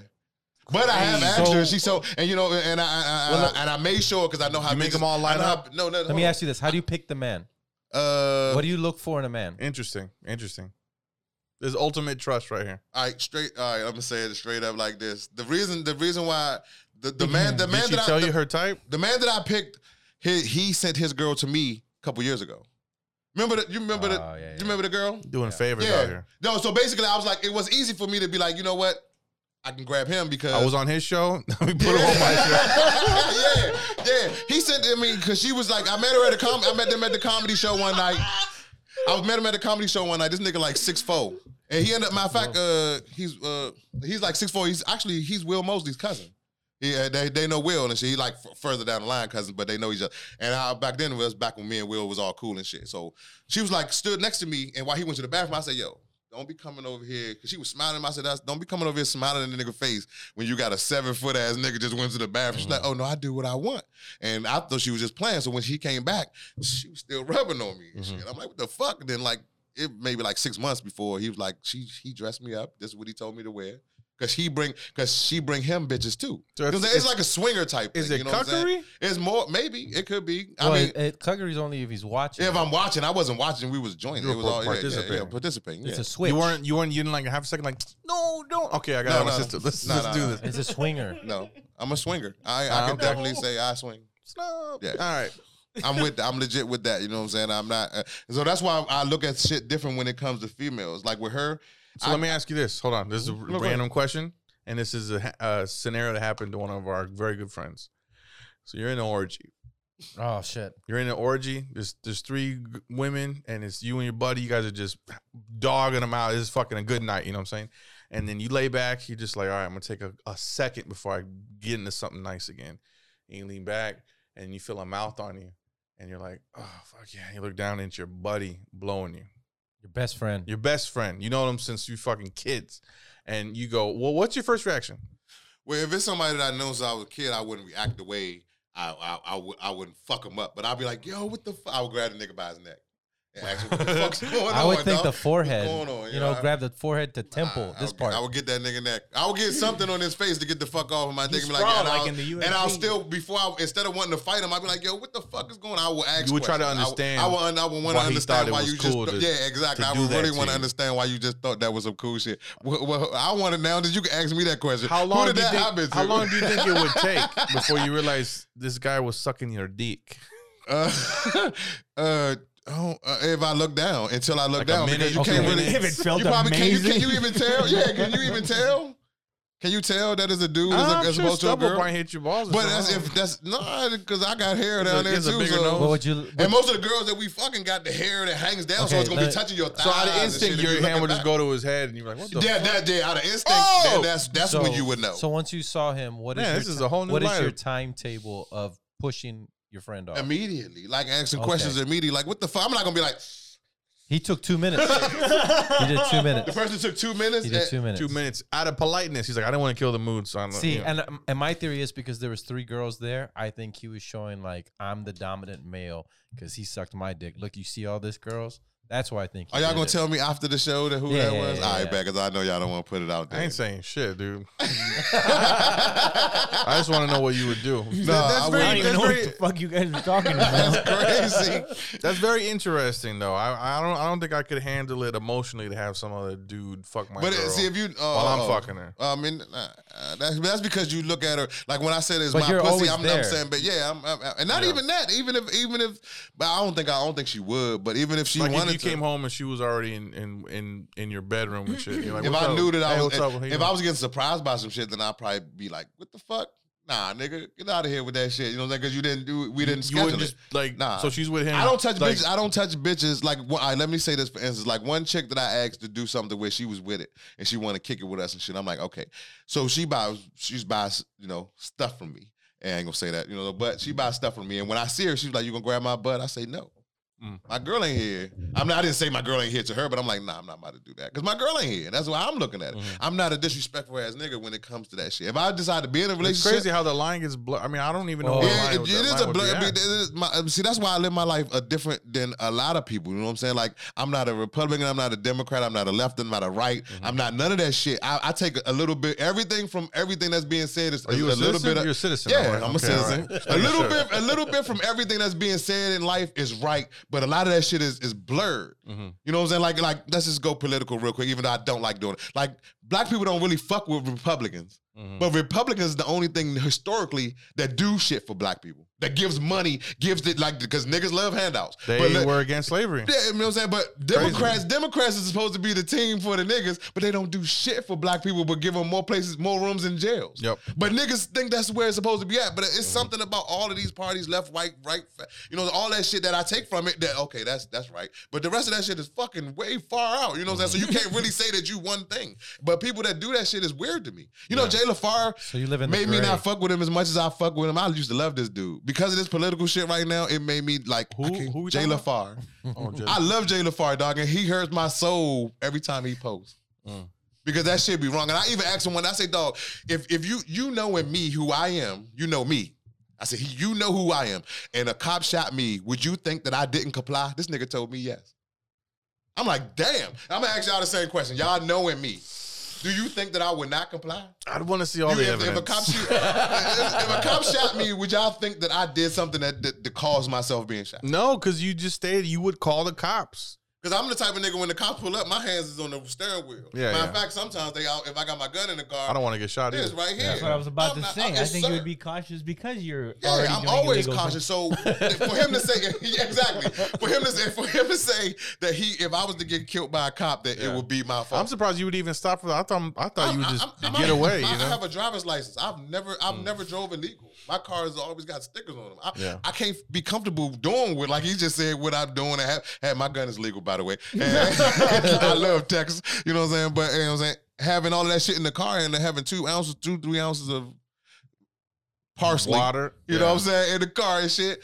But I have Crazy. asked her. So- She so and you know and I, I, I- Well, I- and I made sure because I know how You make bitches- 'em all line I know how- up? No, no. Let me ask you this: How do you pick the man? Uh, What do you look for in a man? Interesting. Interesting. There's ultimate trust right here. all right, straight. All right, I'm gonna say it straight up like this. The reason, the reason why the, the man, the Did man she that I, tell the- you her type? the man that I picked, he, he sent his girl to me a couple years ago. Remember the, you remember the, Oh, yeah, yeah. you remember the girl? Doing favors out Yeah. here. No, so basically I was like, it was easy for me to be like, you know what? I can grab him because I was on his show. we put her on my show. yeah, yeah. He sent I mean, cause she was like, I met her at a com I met them at the comedy show one night. I met him at a comedy show one night. This nigga like six four. And he ended up matter of fact, uh, he's uh he's like six four. He's actually he's Will Mosley's cousin. Yeah, they, they know Will and shit. He like f- further down the line cousin, but they know each other. And I, back then it was back when me and Will was all cool and shit. So she was like stood next to me, and while he went to the bathroom, I said, "Yo, don't be coming over here." Cause she was smiling. I said, That's, "Don't be coming over here smiling in the nigga face when you got a seven foot ass nigga just went to the bathroom." She's like, Mm-hmm. "Oh no, I do what I want." And I thought she was just playing. So when she came back, she was still rubbing on me. And Mm-hmm. shit. I'm like, "What the fuck?" And then like it maybe like six months before he was like, "She he dressed me up. This is what he told me to wear." Cause he bring, cause she bring him bitches too. So it's- Cause it's, like a swinger type. Is thing, it you know what I'm saying? cuckery? It's more, maybe it could be. I Well, mean, it, it, cuckery's only if he's watching. if I'm watching, I wasn't watching. We was joining. You were It was all yeah, yeah, yeah, participating. participating. it's yeah. a switch. You weren't. You weren't. You didn't like half a second. Like, no, don't. Okay, I got No, my no. system. Let's, No, let's no, do no. this. It's a swinger. No, I'm a swinger. I, I Ah, can okay. definitely say I swing. Snob. Yeah. All right. I'm with. I'm legit with that. You know what I'm saying? I'm not. Uh, so that's why I look at shit different when it comes to females. Like with her, So I- let me ask you this. Hold on. This is a go ahead. random question, and this is a, ha- a scenario that happened to one of our very good friends. So you're in an orgy, Oh shit. You're in an orgy. There's there's three g- women, and it's you and your buddy. You guys are just dogging them out. It's fucking a good night. You know what I'm saying? And then you lay back. You're just like, all right, I'm gonna take a, a second before I get into something nice again. And you lean back, and you feel a mouth on you, and you're like, oh fuck yeah. You look down, and it's your buddy blowing you, Your best friend. your best friend. You know them since you fucking kids, and you go, well, what's your first reaction? Well, if it's somebody that I know since I was a kid, I wouldn't react the way I I, I, would, I wouldn't fuck him up. But I'd be like, yo, what the fuck? I would grab the nigga by his neck. And ask him, what the fuck's going on? I would think dog? the What's forehead. going on?" you know, I- grab the forehead to temple. I- I this would- part. I would get that nigga neck. I would get something on his face to get the fuck off of my dick. He's And be like, fraud, and, like I'll, in the and I'll UFC. still before I instead of wanting to fight him, I'd be like, yo, what the fuck is going? on? I will ask. You would try to questions. I understand I would, un- I would want to why he understand thought it why was you cool to- just. yeah, exactly. to I do would that really to want you. to understand why you just thought that was some cool shit. Well, well, I want to now that you can ask me that question. How long Who did do that you think, happen to? How long do you think it would take before you realize this guy was sucking your dick? uh, uh, oh, uh, if I look down until I look Like a down, minute, because you okay. can't If really. it felt you probably can you, amazing. can you even tell? Yeah, can you even tell? Can you tell that is a dude I'm as, a- as sure opposed to a stubble girl? probably hit your balls. or But that's something. if that's no, because I got hair It's a- down there it's a too. bigger So. nose. what would you? And most of the girls that we fucking got the hair that hangs down, so Okay, it's gonna let- be touching your thighs. so out of and instinct, Ah, shit if you your hand looking would just back. go to his head, and you're like, "What the? Yeah, that yeah, out of instinct, Oh! then that's that's when you would know. So once you saw him, what is Man, your this is ti- a whole new what is lineup. your timetable of pushing your friend off? immediately, like asking uh, Okay. questions immediately, like what the fuck? I'm not gonna be like he took two minutes. he did two the minutes. person took two minutes. He did and- two minutes. Two minutes out of politeness." He's like, "I don't want to kill the mood, so I'm like, See, yeah. and um, and my theory is because there was three girls there, I think he was showing like I'm the dominant male because he sucked my dick. Look, you see all this girls. That's why I think. he Are y'all did gonna it. tell me after the show that who Yeah, that yeah, was? yeah, All right, yeah. back because I know y'all don't want to put it out there. I ain't saying shit, dude. I just want to know what you would do. No, I wouldn't. that's, I don't very, even that's, know what the very, fuck you guys are talking about. That's crazy. that's very interesting, though. I, I don't, I don't think I could handle it emotionally to have some other dude fuck my But girl uh, see if you uh, while I'm uh, fucking her. I mean, uh, uh, that's, that's because you look at her like when I said it's But my you're pussy. always I'm, I'm there. saying, but yeah, I'm, I'm, and not even that. Even if, even if, but I don't think I don't think she would. But even if she Like if wanted you to, came home and she was already in in in, in your bedroom and shit. You're like, if "What's I up? knew that I Hey, was, what's up? if, I was getting surprised by some shit, then I'd probably be like, what the fuck? Nah, nigga, get out of here with that shit. You know what I'm saying? Because you didn't do, we didn't you schedule wouldn't it. just like. Nah. So she's with him. I don't touch like, bitches. I don't touch bitches. Like, one, all right, let me say this for instance. Like one chick that I asked to do something with, she was with it, and she wanted to kick it with us and shit. I'm like, okay. So she buys, she's buys, you know, stuff from me. And I ain't gonna say that, you know, but she buys stuff from me. And when I see her, she's like, "You gonna grab my butt?" I say, "No, Mm. my girl ain't here." I'm not. I didn't say my girl ain't here to her, but I'm like, "Nah, I'm not about to do that because my girl ain't here." That's why I'm looking at it. Mm-hmm. I'm not a disrespectful ass nigga when it comes to that shit. If I decide to be in a It's relationship, crazy how the line gets blurred. I mean, I don't even know. Oh. what yeah, line it, would- it that is line a would blur. be I mean, it at. is my, um, see, that's why I live my life a different than a lot of people. You know what I'm saying? Like, I'm not a Republican. I'm not a Democrat. I'm not a left. I'm not a right. Mm-hmm. I'm not none of that shit. I, I take a little bit everything from everything that's being said. Is, Are you a, little citizen? bit? Of, You're a citizen. yeah, right? I'm a Okay, all citizen. right. A little Sure. bit, a little bit from everything that's being said in life is right, but a lot of that shit is is blurred. You know what I'm saying? Like, like let's just go political real quick. Even though I don't like doing it, like black people don't really fuck with Republicans, but Republicans is the only thing historically that do shit for black people that gives money, gives it like because niggas love handouts. They but look- were against slavery. yeah, you know what I'm saying? But Democrats, Democrats is supposed to be the team for the niggas, but they don't do shit for black people, but give them more places, more rooms in jails. Yep. But niggas think that's where it's supposed to be at. But it's something about all of these parties, left, right, right, fa- you know, all that shit that I take from it. That okay, that's that's right. But the rest of that shit is fucking way far out. You know what I'm saying? So you can't really say that you one thing. But people that do that shit is weird to me. You know, Jay LaFar So you live in the made me gray. not fuck with him as much as I fuck with him. I used to love this dude because of this political shit right now. It made me like Who- I can't- who we Jay talking about? LaFar. Oh, just- I love Jay LaFar, dog, and he hurts my soul every time he posts. Mm. Because that shit be wrong. And I even asked him when I say, dog, if if you you know in me who I am, you know me. I said, he, you know who I am. And a cop shot me. Would you think that I didn't comply? This nigga told me yes. I'm like, damn. I'm gonna ask y'all the same question. Y'all knowing me. Do you think that I would not comply? I'd want to see all You- Oh, the if, if evidence. a cop shoot, if, if a cop shot me, would y'all think that I did something that, that, that caused myself being shot? no, because you just stated you would call the cops. Because I'm the type of nigga when the cops pull up, my hands is on the steering wheel. Yeah, Matter yeah. of fact, sometimes they out if I got my gun in the car, I don't want to get shot it is either. right here. That's what I was about I'm to not- say. I yes, think you sir. would be cautious because you're already Yeah, I'm doing always illegal cautious. things. So for him to say yeah, exactly, for him to say, for him to say that he, if I was to get killed by a cop, that it Yeah. would be my fault. I'm surprised you would even stop for that. I thought I thought you would just I'm- get I'm- away. I, you know, Mm. have a driver's license. I've never, I've never drove illegal. My cars always got stickers on them. I, Yeah. I can't be comfortable doing what, like he just said, what I'm doing. I have, hey, my gun is legal, by the way. And I love Texas. You know what I'm saying? But you know what I'm saying, having all of that shit in the car and having two ounces, two three ounces of parsley, water. you know what I'm saying, in the car and shit,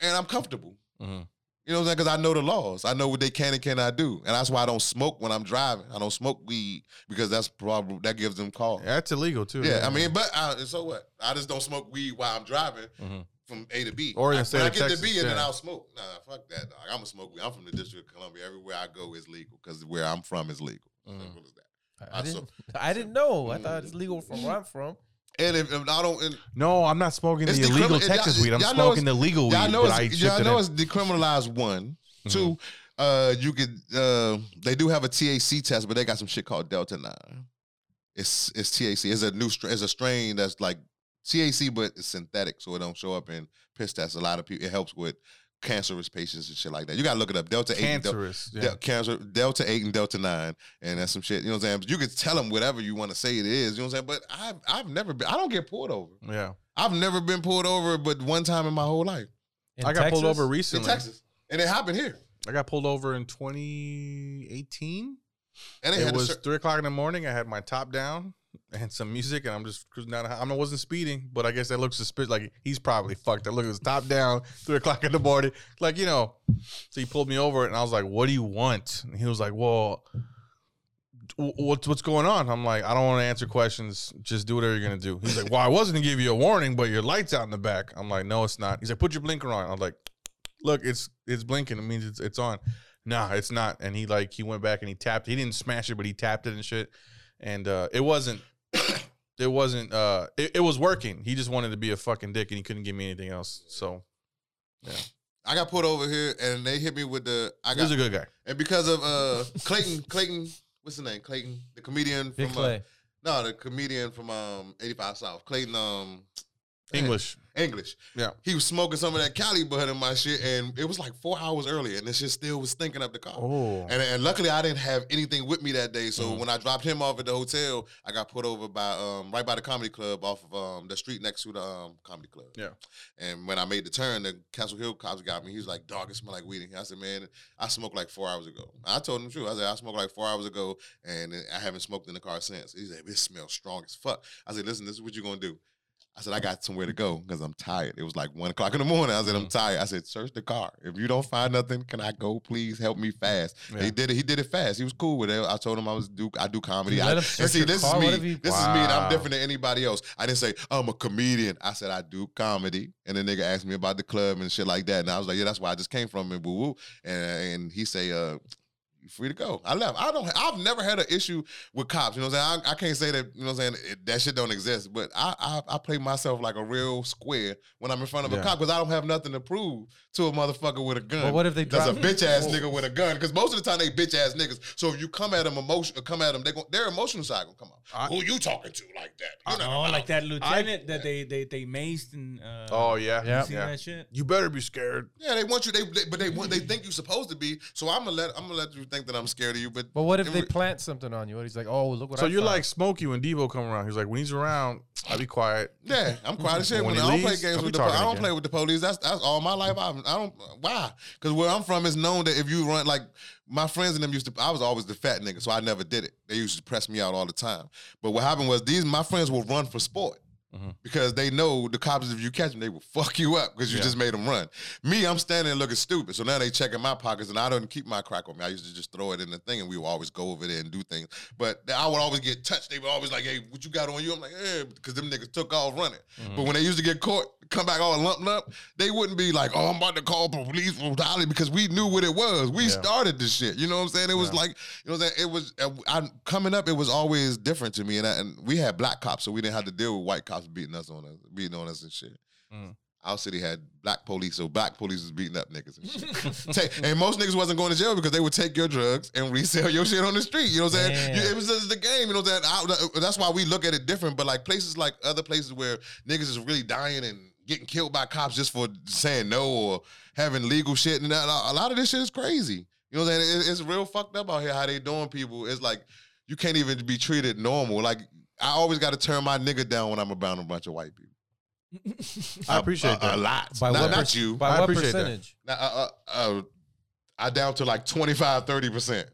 and I'm comfortable. Mhm. You know what I'm saying? Because I know the laws. I know what they can and cannot do, and that's why I don't smoke when I'm driving. I don't smoke weed because that's probably that gives them call. Yeah, That's illegal too. I mean, but I, so what? I just don't smoke weed while I'm driving Mhm. from A to B. Or in the I, state when of I get Texas, to B, and then yeah. I'll smoke. Nah, fuck that. Dog. I'm a smoke weed. I'm from the District of Columbia. Everywhere I go is legal because where I'm from is legal. Mm-hmm. Simple as that. I, I didn't. saw- I didn't know. I thought it's legal from where I'm from. And if, if I don't, and no, I'm not smoking It's the illegal decrimin- Texas y'all- weed. I'm y'all know smoking the it's- legal weed. Yeah, I know that mm, I it's, yeah, I shifted know in. it's decriminalized. One, two, Mm-hmm. uh, you could uh, they do have a THC test, but they got some shit called Delta Nine. It's it's THC. It's a new str- it's a strain that's like THC, but it's synthetic, so it don't show up in piss tests. A lot of people it helps with cancerous patients and shit like that. You gotta look it up. Delta eight, and Del- cancerous. Del- cancer, Delta eight and Delta nine, and that's some shit. You know what I'm saying? You could tell them whatever you want to say it is. You know what I'm saying? But I've I've never been. I don't get pulled over. yeah. yeah. I've never been pulled over, but one time in my whole life In I got pulled Texas? over in recently. Texas, and it happened here. I got pulled over in 2018. And they It had was to cer- three o'clock in the morning. I had my top down and some music, and I'm just cruising down. the high- I mean, I wasn't speeding, but I guess that looks suspicious. Like he's probably fucked. I look at his top down, three o'clock in the morning. Like you know, so he pulled me over, and I was like, "What do you want?" And he was like, "Well." wh- What's what's going on? I'm like, I don't want to answer questions. Just do whatever you're gonna do. He's like, Well, I wasn't gonna give you a warning, but your light's out in the back. I'm like, No, it's not. He's like, Put your blinker on. I'm like, Look, it's it's blinking. It means it's it's on nah, it's not. And he like he went back and he tapped. He didn't smash it, but he tapped it and shit. And uh, it wasn't. It wasn't. Uh, it, it was working. He just wanted to be a fucking dick, and he couldn't give me anything else. So I got pulled over here, and they hit me with the. I he was got a good guy. and because of uh Clayton, Clayton, what's his name? Clayton, the comedian Big from uh, Clay. no, the comedian from um eighty five South. Clayton, um English. English. Yeah. he was smoking some of that Cali bud in my shit, and it was like four hours earlier, and this shit still was stinking up the car. Oh, And, and luckily, I didn't have anything with me that day. So Mhm. when I dropped him off at the hotel, I got put over by um, right by the comedy club off of um, the street next to the um, comedy club. Yeah. And when I made the turn, the Castle Hill cops got me. He was like, "Dog, it smell like weed." in here." I said, "Man, I smoked like four hours ago." I told him the truth. I said, "I smoked like four hours ago, and I haven't smoked in the car since." He said, "It smells strong as fuck." I said, "Listen, this is what you're gonna do." I said, I got somewhere to go because I'm tired. It was like one o'clock in the morning. I said, I'm tired. I said, search the car. If you don't find nothing, can I go? Please help me fast. Yeah. He did it. He did it fast. He was cool with it. I told him I was do I do comedy. You I, let him and search see, your this car? is What me. if he- This is me. And Wow. I'm different than anybody else. I didn't say I'm a comedian. I said I do comedy. And the nigga asked me about the club and shit like that. And I was like, yeah, that's where I just came from. And woo woo. And and he say, uh, you free to go. I left. I don't. I've never had an issue with cops. You know what I'm saying? I, I can't say that. You know what I'm saying? It, that shit don't exist. But I, I I play myself like a real square when I'm in front of Yeah. a cop because I don't have nothing to prove to a motherfucker with a uh, gun. But what if they That's a drop- bitch ass nigga with a gun. Because most of the time they bitch ass niggas. So if you come at them emotion, come at them, they gon- their emotional side gonna come I- out. Who you talking to like that? You know, No, like that lieutenant that they they they maced and uh, oh yeah, Yeah. you seen that shit. You better be scared. yeah, they want you. They, they but they want. They think you supposed to be. So I'm gonna let I'm gonna let you think that I'm scared of you. But But what if it they re- plant something on you? And he's like, oh, look what so I you're found. like Smokey when Devo come around. He's like, when he's around, I be quiet. Yeah, I'm quiet as shit. When When he I don't leaves, play games don't with the be po- talking I don't again. play with the police. That's that's all my life. I, I don't why because where I'm from is known that if you run like my friends and them used to. I was always the fat nigga, so I never did it. They used to press me out all the time. But what happened was these my friends will run for sport. Mhm. Because they know the cops, if you catch them, they will fuck you up because you Yeah. just made them run. Me, I'm standing there looking stupid. So now they checking my pockets, and I don't keep my crack on me. I used to just throw it in the thing, and we would always go over there and do things. But I would always get touched. They were always like, "Hey, what you got on you?" I'm like, "Yeah," because them niggas took off running. But when they used to get caught, come back all lump up, they wouldn't be like, "Oh, I'm about to call police for Dolly," because we knew what it was. We Yeah. started this shit. You know what I'm saying? It was like, you know, what I'm saying? it was. uh, I coming up, it was always different to me, and, I, and we had black cops, so we didn't have to deal with white cops beating us on us, beating on us and shit. Mm. Our city had black police, so black police was beating up niggas and shit. Take- and most niggas wasn't going to jail because they would take your drugs and resell your shit on the street. You know what I'm saying? You- Damn. it was just the game. You know what I'm saying? I- that's why we look at it different. But like places like other places where niggas is really dying and getting killed by cops just for saying no or having legal shit, and that, a lot of this shit is crazy. You know what I'm saying? It- it's real fucked up out here how they doing people. It's like you can't even be treated normal. Like I always got to turn my nigga down when I'm around a bunch of white people. I appreciate a, that. a lot. By not, what not perc- you. By I what appreciate that. percentage? Nah, uh, uh, uh, I down to like 25, 30%.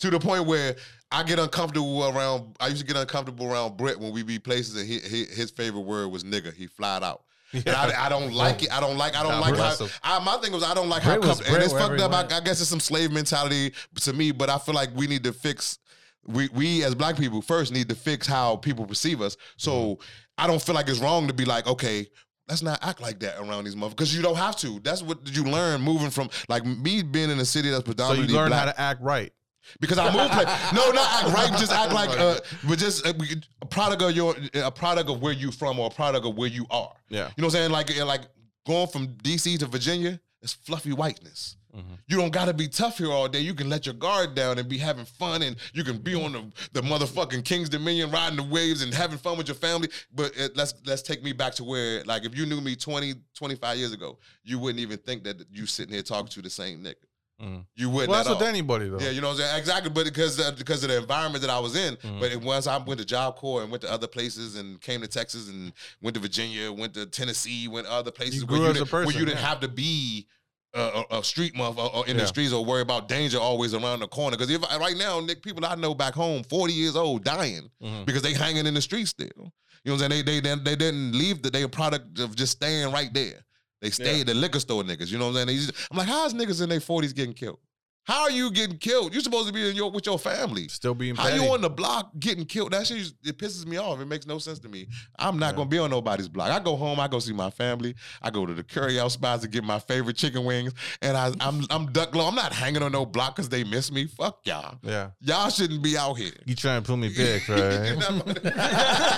To the point where I get uncomfortable around, I used to get uncomfortable around Brett when we be places and he, he, his favorite word was nigga. He flied out. And I, I don't like it. I don't like. I don't Nah, like. Brett- How, I, my thing was I don't like Brett how. was Comf- and Brett it's wherever fucked he up. went. I, I guess it's some slave mentality to me, but I feel like we need to fix. We we as black people first need to fix how people perceive us. So I don't feel like it's wrong to be like, okay, let's not act like that around these motherfuckers. Because you don't have to. That's what you learn moving from like me being in a city that's So you predominantly learn black how to act right. because I moved. Play. No, not act right. Just act like, uh, but just uh, we- a product of your, a product of where you from, or a product of where you are. Yeah. You know what I'm saying? Like, uh, like going from DC to Virginia, it's fluffy whiteness. Mm-hmm. You don't gotta be tough here all day. You can let your guard down and be having fun, and you can be on the, the motherfucking King's Dominion riding the waves and having fun with your family. But uh let's let's take me back to where, like, if you knew me 20, 25 years ago, you wouldn't even think that you sitting here talking to the same nigga. Mhm. You wouldn't. Well, at that's with all. anybody though. Yeah, you know what I'm saying? Exactly, but because of, because of the environment that I was in. Mhm. But it, once I went to Job Corps and went to other places and came to Texas and went to Virginia, went to Tennessee, went other places You where, grew you as a didn't, where person, you didn't yeah. have to be a, a, a street month or, or in Yeah. the streets or worry about danger always around the corner. Because if I- right now, Nick, people I know back home, 40 years old, dying Mhm. because they hanging in the streets still. You know what I'm saying? They they they didn't leave. The, they a product of just staying right there. They stayed the liquor store niggas. You know what I'm saying? They just- I'm like, how's niggas in their 40s getting killed? How are you getting killed? You're supposed to be in your with your family. Still being How petty. you on the block getting killed? That shit just- it pisses me off. It makes no sense to me. I'm not Yeah. gonna be on nobody's block. I go home. I go see my family. I go to the curry out spots to get my favorite chicken wings. And I, I'm I'm duck low. I'm not hanging on no block because they miss me. Fuck y'all. yeah. Y'all shouldn't be out here. You trying to pull me big, You're right? not about to- You're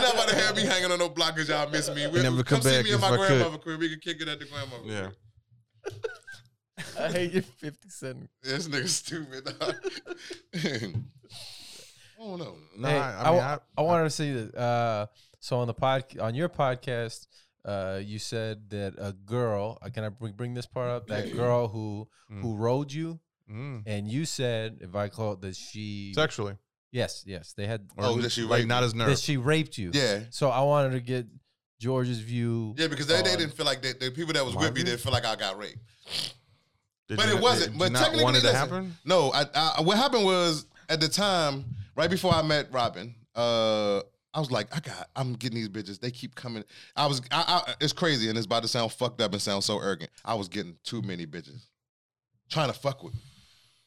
not about to have me hanging on no block because y'all miss me. We, never come come see back me in if my I could. grandmother crib. We can kick it at the grandmother. yeah. crib. I hate your fifty cent. This nigga stupid. dog. I don't know. No, Hey, I, I I, mean, wa- I, I wanted to say that. Uh, so on the pod, on your podcast, uh, you said that a girl. uh, Can I bring, bring this part up? That girl who who rode you, mm, and you said, if I call it, that she. sexually. Yes, yes, they had Or Oh, that she like raped not you. as that nervous. she raped you. Yeah. So I wanted to get George's view. Yeah, because they, they on- didn't feel like they, the people that was with me Margaret? didn't feel like I got raped. Did But you- it did wasn't. you But not technically, want it to listen, happen. No, I, I what happened was at the time, right before I met Robin, uh, I was like, I got, I'm getting these bitches. They keep coming. I was, I, I, it's crazy, and it's about to sound fucked up and sound so arrogant. I was getting too many bitches trying to fuck with. me.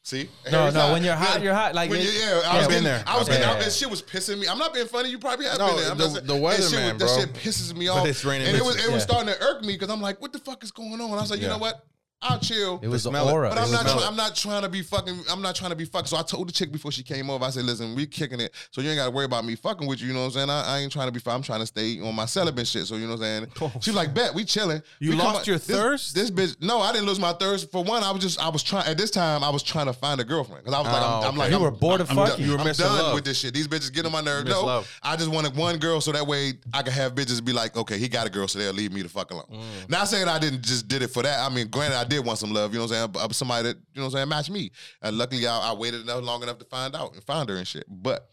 See? No, Every no. time. When you're hot, Yeah. you're hot. Like When it- you- yeah, I was I've getting been there. there. I was I've getting been out. there. That shit was pissing me. I'm not being funny. You probably have No, been there. I'm not the- saying- the that shit was- that weatherman, bro. shit pisses me off. it's raining And it was bitches. it was Yeah. starting to irk me because I'm like, what the fuck is going on? I was like, you Yeah. know what? I'll chill. it was the smell it. aura. But It I'm was not. the- valid. Try, I'm not trying to be fucking. I'm not trying to be fucking. So I told the chick before she came over. I said, "Listen, we kicking it. So you ain't got to worry about me fucking with you. You know what I'm saying? I, I ain't trying to be. fu- I'm trying to stay on my celibate shit. So you know what I'm saying? She was like, "Bet we chilling. Oh, You We come lost out- your this- thirst? This bitch. No, I didn't lose my thirst. For one, I was just. I was trying. At this time, I was trying to find a girlfriend because I was like, I'm, Oh, I'm like, You I'm- were bored of I'm fucking. done. You were I'm missing done love. with this shit. These bitches get on my nerves. Miss No, love. I just wanted one girl so that way I could have bitches be like, okay, he got a girl, so they'll leave me the fuck alone. Mm. Not saying I didn't just did it for that. I mean, granted, I did want some love. You know what I'm saying? But uh, somebody that you know what I'm saying match me, and luckily I, I waited enough long enough to find out and find her and shit. But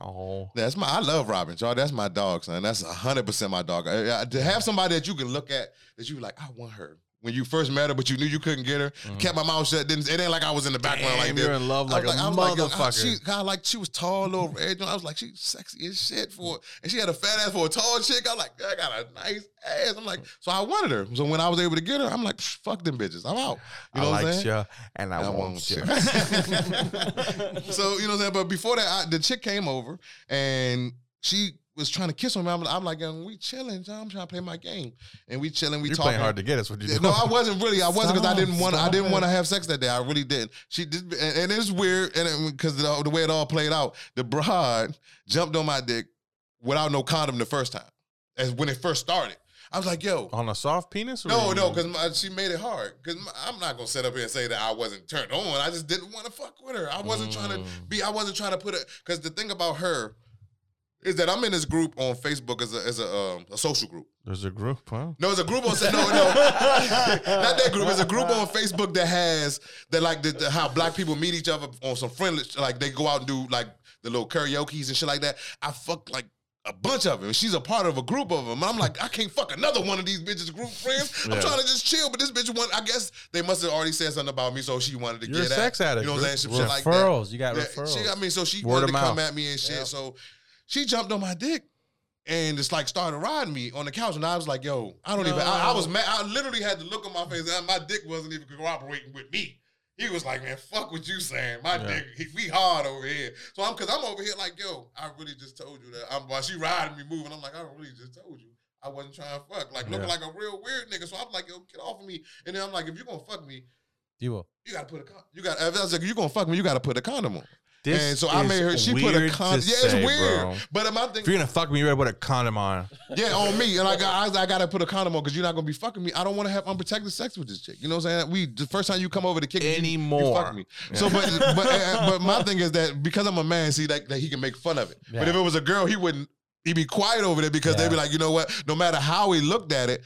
Oh, that's my I love Robin, y'all. That's my dog, son. That's hundred percent my dog. I- I- to have somebody that you can look at that you like, I want her. When you first met her, but you knew you couldn't get her, kept my mouth shut. Didn't it ain't like I was in the background like Mm. damn, this. you're in love I like a was I was yo, I- motherfucker. she, God, like she was tall, little red. I was like, she's sexy as shit for, and she had a fat ass for a tall chick. I'm like, I got a nice ass. I'm like, so I wanted her. So when I was able to get her, I'm like, "Psh, fuck them bitches. I'm out. You know I what I'm like saying? you and I, I want, want you. you. so you know what I'm saying. But before that, I, the chick came over and she was trying to kiss me. I'm, I'm like, um, we chilling. John. I'm trying to play my game, and we chilling. We You're talking. playing hard to get. That's what you Yeah, do. No, I wasn't really. I wasn't because I Stop, didn't want. I stop didn't want to it. have sex that day. I really didn't. She did, and, and it's weird, and because the, the way it all played out, the broad jumped on my dick without no condom the first time, as when it first started. I I was like, yo. on a soft penis? or No, you- no, because she made it hard. Because I'm not gonna sit up here and say that I wasn't turned on. I just didn't want to fuck with her. I wasn't trying to be. I wasn't trying to put it. Because the thing about her is that I'm in this group on Facebook as a as a, um, a social group. there's a group, huh? No, it's a group on no, no, not that group. It's a group on Facebook that has that like the, the- how black people meet each other on some friendly like they go out and do like the little karaoke's and shit like that. I fuck like. A bunch of them. She's a part of a group of them. And I'm like, I can't fuck another one of these bitches' group friends. I'm Yeah. trying to just chill, but this bitch want. I guess they must have already said something about me, so she wanted to You're get a sex at. addict, You know what I'm bitch. saying? Some shit like that. referrals. you got Yeah, referrals. She, I mean, so she Word wanted of to come mouth. at me and shit. So she jumped on my dick and just like started riding me on the couch, and I was like, "Yo, I don't even." I, I was mad. I literally had the look on my face, and my dick wasn't even cooperating with me. He was like, "Man, fuck what you saying. My dick, he, we hard over here." So I'm, cause I'm over here like, "Yo, I really just told you that." I'm while she riding me, moving. I'm like, "I really just told you." I wasn't trying to fuck, like looking Yeah. like a real weird nigga. So I'm like, yo, get off of me. And then I'm like, if you're gonna fuck me, Debo, you gotta put a con- you got. I was like, if you're gonna fuck me, you gotta put a condom on. And so I is made her. She put a weird condom. to Yeah, say, it's weird. bro. But my If you're thing, gonna fuck me, you better put a condom on. yeah, on me, and I got, I, was like, I got to put a condom on because you're not gonna be fucking me. I don't want to have unprotected sex with this chick. You know what I'm saying? We the first time you come over to kick me, you- you, Anymore. fuck me. So, but but uh, but my thing is that because I'm a man, see, like that he can make fun of it. But Yeah. if it was a girl, he wouldn't. He'd be quiet over there because they'd be Yeah. like, you know what? No matter how he looked at it,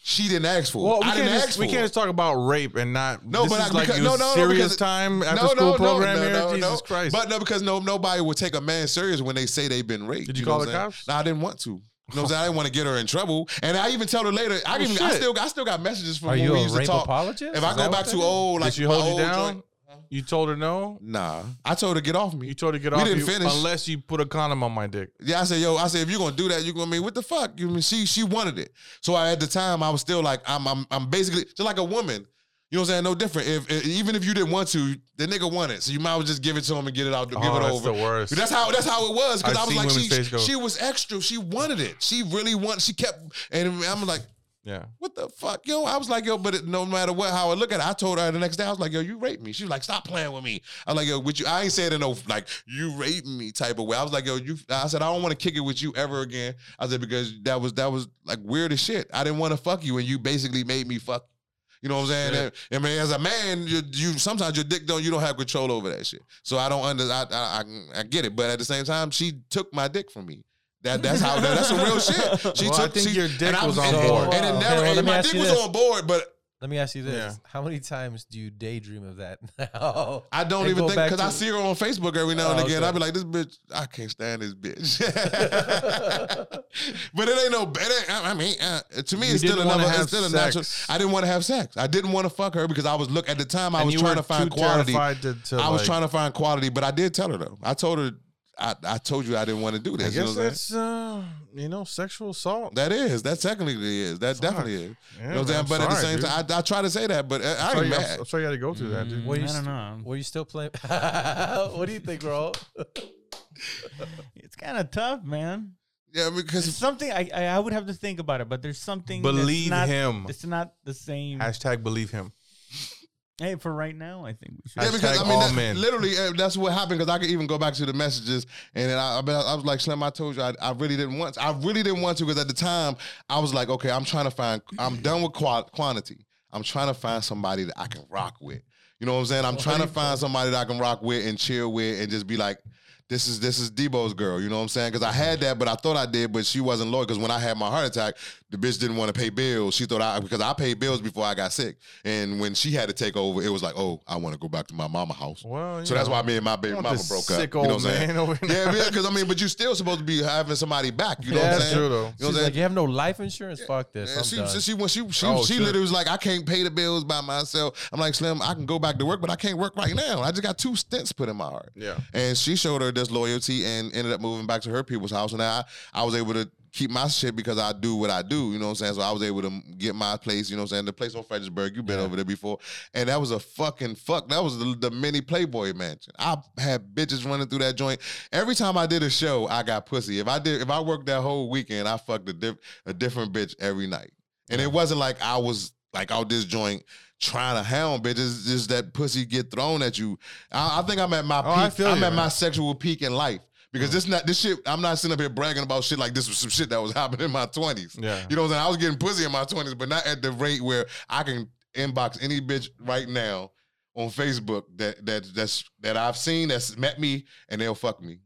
she didn't ask for. it. Well, I we can't, didn't ask just, for. we it. can't just talk about rape and not. No, this but is I- like because- you no, no, no, serious because- time after school program here. Jesus Christ! But no, because no nobody will take a man serious when they say they've been raped. Did you know call what the I'm saying? cops? No, I didn't want to. You know what I'm saying? I didn't want to get her in trouble. And I even tell her later, I, Well, even, I Oh, shit. still I still got messages from are when you we a used rape to talk. apologist? If I Is that go what back that to is? old, like Did she my hold you old down? joint- you told her no. Nah. I told her get off me. You told her get We off. didn't you, finish. unless you put a condom on my dick. Yeah, I said, yo, I said, if you're gonna do that, you're gonna I mean what the fuck? You mean she she wanted it. So I at the time I was still like, I'm I'm I'm basically just like a woman. You know what I'm saying? No different. If, if- even if you didn't want to, the nigga wanted it. So you might as well just give it to him and get it out, give oh, it that's over. the worst. That's how that's how it was because I've I was seen like women's face go- she she was extra. She wanted it. She really wanted. She kept and I'm like, yeah. what the fuck, yo? I was like, yo, but it, no matter what, how I look at it, I told her the next day I was like, yo, you raped me. She was like, stop playing with me. I was like, yo, with you, I ain't saying it no like you raped me type of way. I was like, yo, you. I said I don't want to kick it with you ever again. I said because that was that was like weird as shit. I didn't want to fuck you, and you basically made me fuck. You know what I'm saying? Shit. And- I mean, as a man, you, you sometimes your dick don't you don't have control over that shit. So I don't under I, I I I get it, but at the same time, she took my dick from me. That that's how that, that's some real shit. She Well, I took think she, your dick and I was on and- board. and it never. Wow. Okay, well, and let me my ask dick you was this. on board, but Let me ask you this: Yeah. How many times do you daydream of that now? I don't And even go think back because I to- see her on Facebook every now and Oh, again. okay. I be like, this bitch, I can't stand this bitch. but it ain't no better. I I mean, uh, to me, You it's still didn't wanna another. have It's still a sex. natural. I didn't want to have sex. I didn't want to fuck her because I was look at the time. I And was you trying were to find too quality. terrified to- to, I was like- trying to find quality, but I did tell her though. I told her, I, I told you I didn't want to do I this. You know guess what I'm saying? that's uh, you know sexual assault. That is. That technically is. That definitely is. Yeah, you know what I'm saying? man, I'm But at the sorry, same dude. time, I, I try to say that, but uh, I, I'm ain't sorry, mad. Mm-hmm. I'm, I'm sorry you had to go through that, Mm, dude. Were you I don't st- know. Were you still playing? what do you think, bro? It's kind of tough, man. yeah, It's because something I, I I would have to think about it, but there's something. that's Believe not- him. It's not the same. Hashtag believe him. hey, for right now, I think we should. yeah, because I Hashtag all mean, that's, men. literally, uh, that's what happened. Because I could even go back to the messages, and then I, I, bet- I was like, Slim, I told you, I, I really didn't want, to. I really didn't want to, because at the time, I was like, okay, I'm trying to find, I'm done with qua- quantity. I'm trying to find somebody that I can rock with. You know what I'm saying? I'm trying to find somebody that I can rock with and chill with, and just be like, this is this is Debo's girl. You know what I'm saying? Because I had that, but I thought I did, but she wasn't loyal. Because when I had my heart attack, the bitch didn't want to pay bills. She thought I because I paid bills before I got sick, and when she had to take over, it was like, oh, I want to go back to my mama house. Well, you so that's know, why me and my baby want mama this broke up. sick you know old what I'm man saying? over here. yeah, because I mean, but you're still supposed to be having somebody back. You know Yeah, what I'm that's saying? true, though. You know what I'm She's saying? like, you have no life insurance. Fuck this. And I'm she, done. she, she, when she, she, Oh, she shit. literally was like, I can't pay the bills by myself. I'm like, Slim, I can go back to work, but I can't work right now. I just got two stints put in my heart. Yeah. And she showed her disloyalty and ended up moving back to her people's house. And I, I was able to keep my shit because I do what I do. You know what I'm saying? So I was able to get my place, you know what I'm saying? The place on Fredericksburg, you've been over there before. And that was a fucking fuck. That was the, the mini Playboy mansion. I had bitches running through that joint. Every time I did a show, I got pussy. If I did, if I worked that whole weekend, I fucked a, diff, a different bitch every night. And it wasn't like I was like out this joint trying to hound bitches. Just that pussy get thrown at you. I, I think I'm at my Oh, I peak. feel I'm you, at my man. Mm. sexual peak in life Because this not this shit, I'm not sitting up here bragging about shit like this was some shit that was happening in my twenties. Yeah. You know what I'm saying? I was getting pussy in my twenties, but not at the rate where I can inbox any bitch right now on Facebook that that that's that I've seen that's met me and they'll fuck me.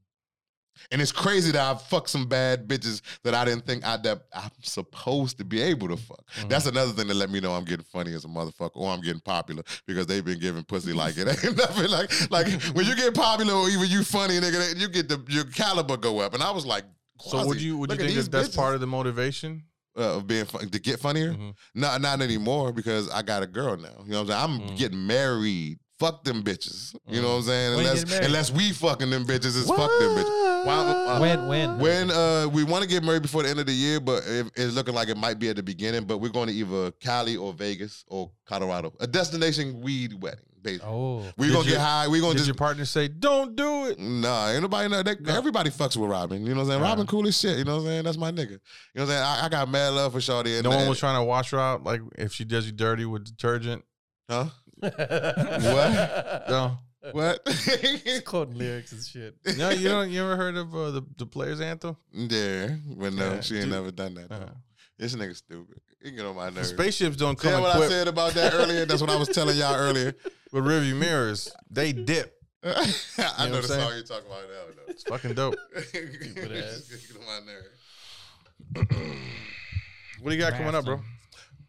And it's crazy that I fucked some bad bitches that I didn't think I that I'm supposed to be able to fuck. Mm-hmm. That's another thing that let me know I'm getting funny as a motherfucker or I'm getting popular because they've been giving Mm-hmm. pussy like it ain't nothing like like when you get popular or even you funny nigga you get the your caliber go up and I was like So would you would you think that that's part of the motivation? uh, of being fun- to get funnier? Mhm. Not not anymore because I got a girl now. You know what I'm saying? I'm Mm. getting married. Fuck them bitches. You know what I'm saying? When you Unless get married? unless we fucking them bitches is fuck them bitches. Why- uh, When, when? when uh, we want to get married before the end of the year, but if, it's looking like it might be at the beginning. But we're going to either Cali or Vegas or Colorado, a destination weed wedding. Basically, Oh, we're Did gonna your- get high. We're gonna Did just your partner say don't do it? Nah, ain't nobody know that everybody fucks with Robin. You know what I'm saying? Yeah. Robin cool as shit. You know what I'm saying? That's my nigga. You know what I'm saying? I, I got mad love for Shawty. And No one was trying. trying to wash her out, like if she does you dirty with detergent. Huh? what? No, What? He's quoting lyrics and shit. no, you don't. You ever heard of uh, the the Players Anthem? yeah, but no, Yeah, she ain't dude. never done that. Uh, This nigga stupid. He can get on my nerves. spaceships don't See come what I equipped said about that earlier? That's what I was telling y'all earlier. with rearview mirrors. They dip. I You know know what the song I'm saying? you're talking about now. Though. It's fucking dope. Stupid ass. Get on my nerves. What do you got coming up, bro?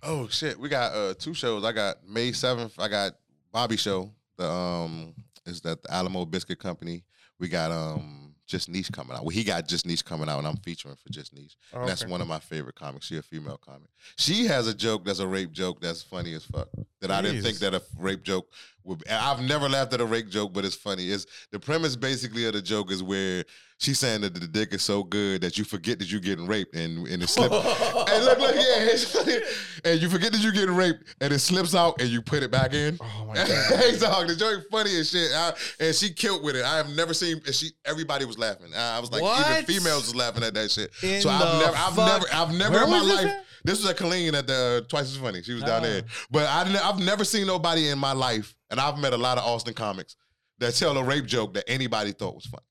Oh shit, we got uh two shows. I got May seventh. I got Bobby show. The um is that the Alamo Biscuit Company. We got um just Niche coming out. Well, he got just Niche coming out, and I'm featuring for just Niche. And that's Oh, Okay. one of my favorite comics. She a female comic. She has a joke that's a rape joke that's funny as fuck. That I didn't Jeez. think that a rape joke would. Be. and I've never laughed at a rape joke, but it's funny. It's the premise basically of the joke is where she's saying that the dick is so good that you forget that you're getting raped and and it slips. and look, look, yeah, it's funny. And you forget that you're getting raped and it slips out and you put it back in. Oh my god. Hey, dog, the joke funny as shit. I- and she killed with it. I have never seen. And she, everybody was laughing. I was like, even What? females was laughing at that shit. In so I've the never, I've fuck- never, I've never Where in my was this life. at? Oh. This was at Colleen at the Twice as Funny. She was down there. But I, ne- I've never seen nobody in my life, and I've met a lot of Austin comics that tell a rape joke that anybody thought was funny.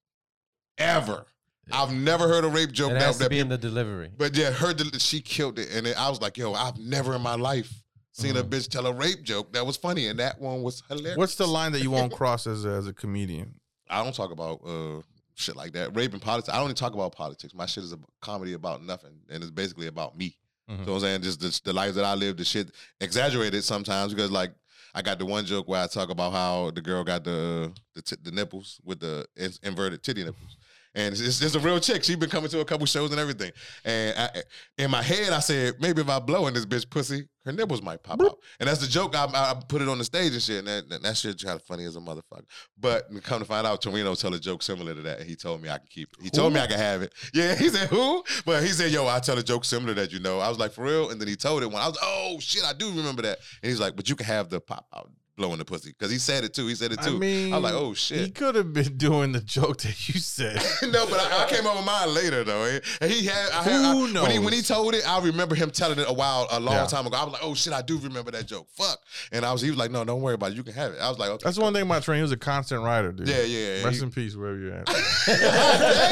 Ever. I've never heard a rape joke It that, has to that be in the delivery. but yeah, her del- she killed it, and it, I was like, yo, I've never in my life seen a bitch tell a rape joke that was funny, and that one was hilarious. Mm-hmm. What's the line that you won't cross as a, as a comedian? I don't talk about uh, shit like that. Rape and politics. I don't even talk about politics. My shit is a comedy about nothing, and it's basically about me. Mhm. So I'm saying just the, the life that I live, the shit exaggerated sometimes because like I got the one joke where I talk about how the girl got the the, t- the nipples with the in- inverted titty nipples. And it's, it's, it's a real chick. She's been coming to a couple shows and everything. And I, in my head, I said, maybe if I blow in this bitch pussy, her nipples might pop out. And that's the joke. I, I put it on the stage and shit. And that, that, that shit got funny as a motherfucker. But come to find out, Torino tell a joke similar to that. And he told me I can keep it. He told me I can have it. Yeah, he said, who? But he said, yo, I tell a joke similar that you know. I was like, for real? And then he told it when I was, oh, shit, I do remember that. And he's like, but you can have the pop out blowing the pussy. Because he said it too. He said it I too. mean, I'm like, oh, shit. He could have been doing the joke that you said. no, but I, I came up with mine later though. eh? And he had, I had I- Who when he when he knows? told it, I remember him telling it a while, a long Yeah. time ago. I was like, oh shit, I do remember that joke. Fuck. And I was, he was like, no, don't worry about it. You can have it. I was like, okay. That's one thing about Trent. He was a constant writer, dude. Yeah, yeah, yeah. Rest He- in peace, wherever you're at.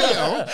Damn.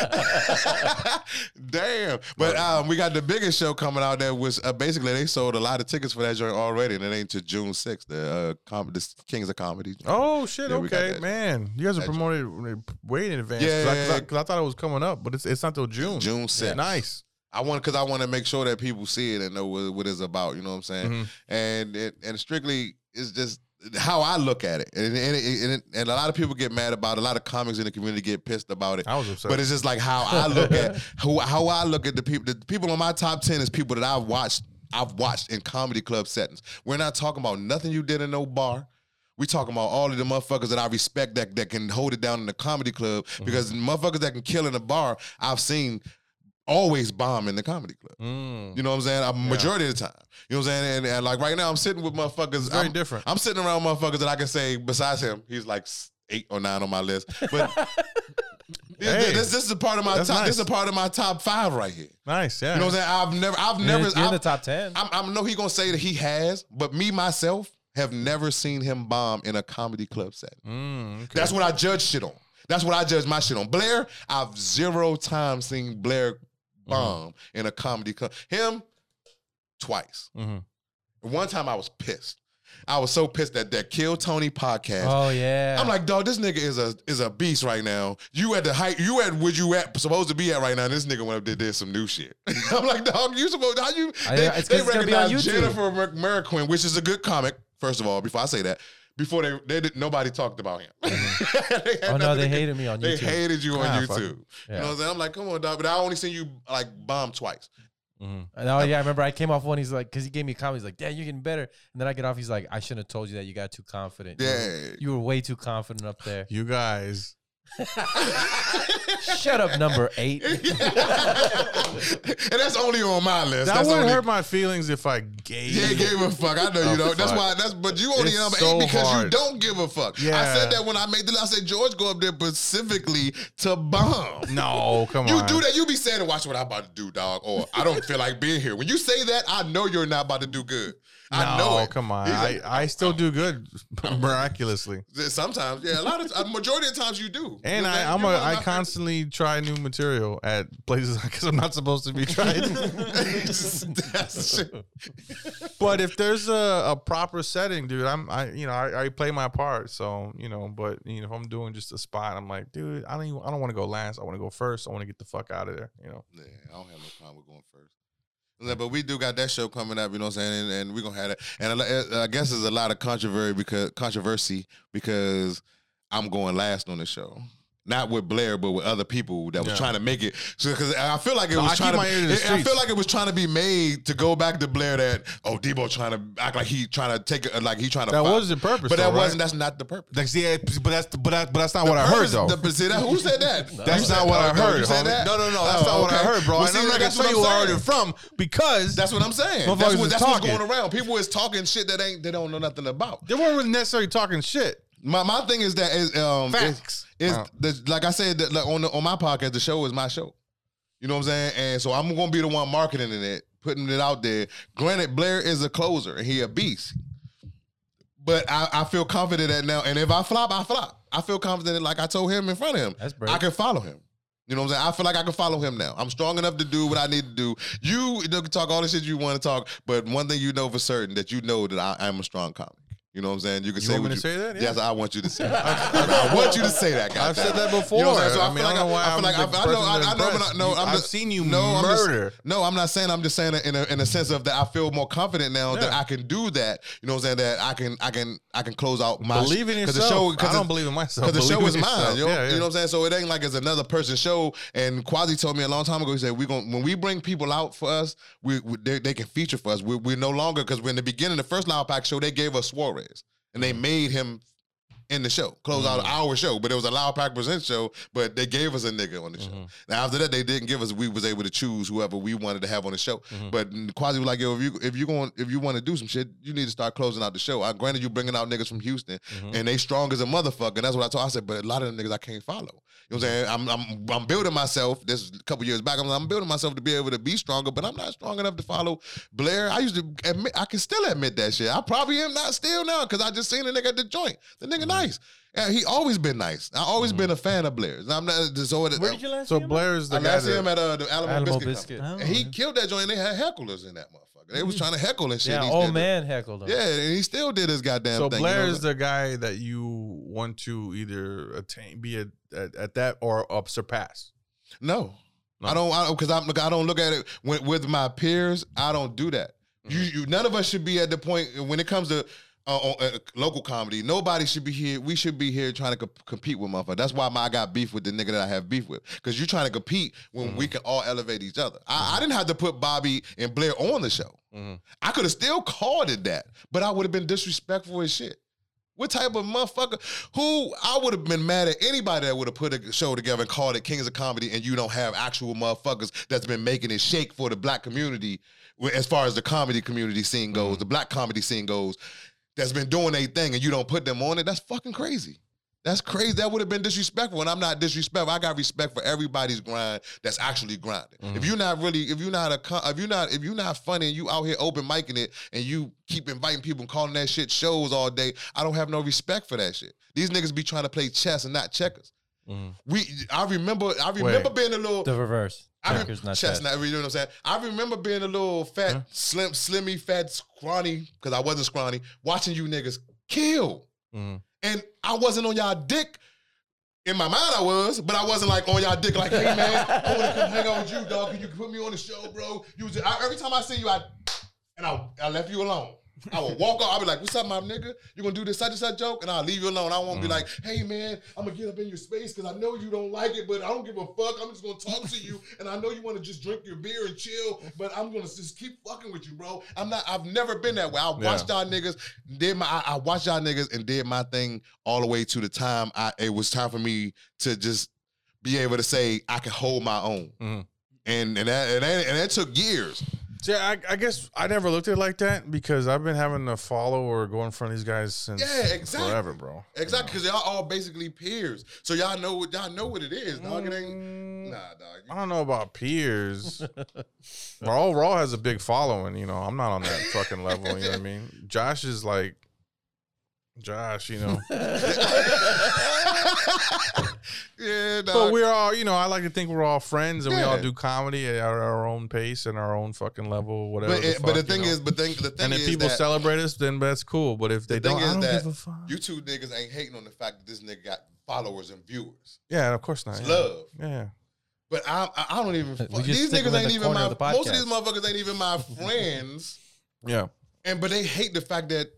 Damn. But um, we got the biggest show coming out that was uh, basically they sold a lot of tickets for that joint already, and it ain't to June 6th, the, uh, com- the Kings of Comedy. Oh shit! Yeah, we got okay, that. man, you guys are That- promoted way in advance. Yeah, because yeah, I, 'cause I- yeah. 'cause I thought it was coming up, but it's it's not till June. June 6th. Nice. I want because I want to make sure that people see it and know what, what it's about. You know what I'm saying? Mhm. And it, and strictly, it's just how I look at it. And and, it, and, it, and a lot of people get mad about. It. A lot of comics in the community get pissed about it. I was upset. But it's just like how I look at who how I look at the people. The people on my top ten is people that I've watched. I've watched in comedy club settings. We're not talking about nothing you did in no bar. We talking about all of the motherfuckers that I respect that that can hold it down in the comedy club Mm-hmm. because motherfuckers that can kill in a bar I've seen always bomb in the comedy club. Mm. You know what I'm saying? A majority of the time. You know what I'm saying? And, and like right now, I'm sitting with motherfuckers. very I'm, different. I'm sitting around motherfuckers that I can say, besides him, he's like s- eight or nine on my list. But this, Hey, this, this is a part of my top. that's nice. This is a part of my top five right here. Nice. Yeah. You know what I'm saying? I've never, I've You're in- never, you're in the I've- top ten. I'm, I know he gonna say that he has, but me myself have never seen him bomb in a comedy club setting. Mm, okay. That's what I judge shit on. That's what I judge my shit on. Blair, I've zero time seen Blair bomb in a comedy. Co- him, twice. Mhm. One time I was pissed. I was so pissed that that Kill Tony podcast. Oh yeah. I'm like, dog, this nigga is a is a beast right now. You at the height, you at where you at supposed to be at right now. and This nigga went up there did some new shit. I'm like, dog, you supposed how you I- uh, they, it's 'cause they it's gonna be on recognize YouTube. Jennifer Mer- Merquin, which is a good comic. First of all, before I say that, before they they did, nobody talked about him. They had oh no, nothing to- they hated me on They YouTube. hated Mm-hmm. you on Ah, fuck. YouTube. You Yeah. know what I'm saying? I'm like, come on, dog. But I only seen you like bomb twice. Mhm. And oh yeah, I remember I came off one. He's like, because he gave me a comment. He's like, "Damn, you're getting better." And then I get off. He's like, "I shouldn't have told you that. You got too confident. You were- Yeah. you were way too confident up there. You guys, Shut up, number eight. and that's only on my list. that that's would only hurt my feelings if I gave. Yeah, gave a fuck. I know you Oh, don't. That's fuck. why. That's but you only It's number so eight because you hard. don't give a fuck. I Yeah. said that when I made the. I said George go up there specifically to bomb. No, come You on. do that, you be saying, "Watch what I'm about to do, dog," or "I don't feel like being here." When you say that, I know you're not about to do good. I no, know it. come on. He's like, I, I still do good miraculously. Sometimes, yeah, a lot of a majority of times you do. And You're I, like, I'm you're a, one of my I favorite- constantly try new material at places because I'm not supposed to be trying. That's shit. but if there's a, a proper setting, dude, I'm I you know I, I play my part, so you know. But you know, if I'm doing just a spot, I'm like, dude, I don't even, I don't want to go last. I want to go first. I want to get the fuck out of there. You know. Yeah, I don't have no problem with going first. Yeah, But we do got that show coming up, you know what I'm saying, and, and we're gonna have that. And a lo- uh, I guess there's a lot of controversy because controversy because I'm going last on the show, not with Blair, but with other people that was Yeah. trying to make it. So because I feel like it No, was I trying keep to, my ear to the it- I feel streets. like it was trying to be made to go back to Blair that oh Debo trying to act like he trying to take it like he trying to That fight. was the purpose, but though, that right? wasn't that's not the purpose. Like, see, yeah, but that's but that, but that's not what I heard Purpose- though. the- see that- who said that? that's You not said what I Pelican, heard. You said homie. that? No, no, no. That's Oh, not what I okay. heard, bro. Well, and see, I'm not gonna that's tell what you I'm where I heard saying. it from because That's what I'm saying. Motherfuckers That's, what, is that's what's talking. going around. People is talking shit that ain't they don't know nothing about. they weren't really necessarily talking shit. My my thing is that is um Facts. is, Uh. like I said that, like on the, on my podcast the show is my show. You know what I'm saying? And so I'm gonna be the one marketing it, putting it out there. Granted, Blair is a closer and he a beast. But I, I feel confident that now, and if I flop, I flop. I feel confident, that, like I told him in front of him, That's brave. I can follow him. You know what I'm saying? I feel like I can follow him now. I'm strong enough to do what I need to do. You, you know, can talk all the shit you want to talk, but one thing you know for certain that you know that I, I'm a strong comic. You know what I'm saying? You can You say want me what to say that? Yeah. Yes, I want you to say. that. I want you to say that. I've goddamn. said that before. You know what I'm saying? So I, mean, I, don't know why I I feel am like like I, I know, I, I know, but I, no, I'm have just- seen you no, murder. I'm just, no, I'm not saying. I'm just saying it in a, in a sense of that I feel more confident now that I can do that. You know what I'm saying? That I can, I can, I can close out my believe in 'cause yourself. The show, 'cause I the- don't believe in myself. because the show Believe is in yourself. mine. You know, Yeah, yeah. you know what I'm saying? So it ain't like it's another person's show. And Quasi told me a long time ago, he said, we gon' when we bring people out for us, we, we- they, they can feature for us. We, we're no longer, because in the beginning, the first Loud Pack show, they gave us Suarez. And they Mm-hmm. made him in the show, close out our show. But it was a Loud Pack Presents show, but they gave us a nigga on the show. Mm-hmm. Now after that, they didn't give us. We was able to choose whoever we wanted to have on the show. Mm-hmm. But Quasi was like, "Yo, if you if you going if you want to do some shit, you need to start closing out the show." I granted you bringing out niggas from Houston, Mm-hmm. and they strong as a motherfucker. And that's what I told. I said, but a lot of them niggas I can't follow. You know what I'm saying? I'm I'm, I'm building myself. This a couple years back, I'm, I'm building myself to be able to be stronger, but I'm not strong enough to follow Blair. I used to admit, I can still admit that shit. I probably am not still now because I just seen a nigga at the joint. The nigga nice. Yeah, he always been nice. I always been a fan of Blair's. I'm not just so. Where did you last So see him? Blair is the I guy. last see him that- at uh, the Alamo, Animal Biscuit. biscuit. Company. Oh, And he Mm-hmm. yeah. killed that joint. and They had hecklers in that motherfucker. They was trying to heckle and shit. Yeah. He Oh still did- man, heckled him. Yeah, and he still did his goddamn So thing. Blair you know is the guy that you want to either attain, be at, at, at that, or up surpass. No. No. I don't I because I'm look, I don't look at it when, with my peers. I don't do that. You, you none of us should be at the point when it comes to uh, on, uh, local comedy. Nobody should be here. We should be here trying to comp- compete with motherfuckers. That's why my, I got beef with the nigga that I have beef with. Because you're trying to compete when we can all elevate each other. I, I didn't have to put Bobby and Blair on the show. I could have still called it that, but I would have been disrespectful as shit. What type of motherfucker? Who I would have been mad at anybody that would have put a show together and called it Kings of Comedy, and you don't have actual motherfuckers that's been making it shake for the black community, wh- as far as the comedy community scene goes, the black comedy scene goes, that's been doing a thing, and you don't put them on it. That's fucking crazy. That's crazy. That would have been disrespectful, and I'm not disrespectful. I got respect for everybody's grind that's actually grinding. Mm-hmm. If you're not really, if you're not a, co- if you're not, if you're not funny, and you out here open micing it, and you keep inviting people and calling that shit shows all day, I don't have no respect for that shit. These niggas be trying to play chess and not checkers. We, I remember, I remember being a little. Mm. The reverse. I Checkers, remember not chestnut. chest. You know what I'm saying? I remember being a little fat, Huh? slim, slimmy, fat, scrawny, because I wasn't scrawny, watching you niggas kill. Mm. Mhm. And I wasn't on y'all dick. In my mind, I was, but I wasn't like on y'all dick, like, hey man, I want to come hang out with you, dog. Can you put me on the show, bro? You was I, every time I see you, I and I, I left you alone. I would walk off. I'll be like, "What's up, my nigga? You gonna do this such and such joke?" And I'll leave you alone. I won't be like, "Hey, man, I'm gonna get up in your space because I know you don't like it, but I don't give a fuck. I'm just gonna talk to you, and I know you want to just drink your beer and chill, but I'm gonna just keep fucking with you, bro. I'm not. I've never been that way. I Yeah. watched y'all niggas, did my. I, I watched y'all niggas and did my thing all the way to the time I. It was time for me to just be able to say I can hold my own, Mhm. and and that, and that and that took years. Yeah, I, I guess I never looked at it like that because I've been having to follow or go in front of these guys since Yeah, exactly. forever, bro. Exactly, because y'all all basically peers, so y'all know what y'all know what it is. Dog, it ain't Mm, nah, dog. I don't know about peers. Raw Raw has a big following, you know. I'm not on that fucking level, you know what I mean? Josh is like Josh, you know. yeah, but dog. we're all, you know, I like to think we're all friends and we all Yeah. do comedy at our, our own pace and our own fucking level, But, whatever. but, the it, but the fuck, you thing know. is, but thing, the thing and if is people that celebrate us, then that's cool. But if they thing don't, is I don't that give a fuck. you two niggas ain't hating on the fact that this nigga got followers and viewers. yeah, of course not. It's Yeah. love. Yeah. But I, I, I don't even. We Fuck. just These stick 'em niggas in ain't the even corner my. of the Most of these podcast. motherfuckers ain't even my friends, Yeah. and but they hate the fact that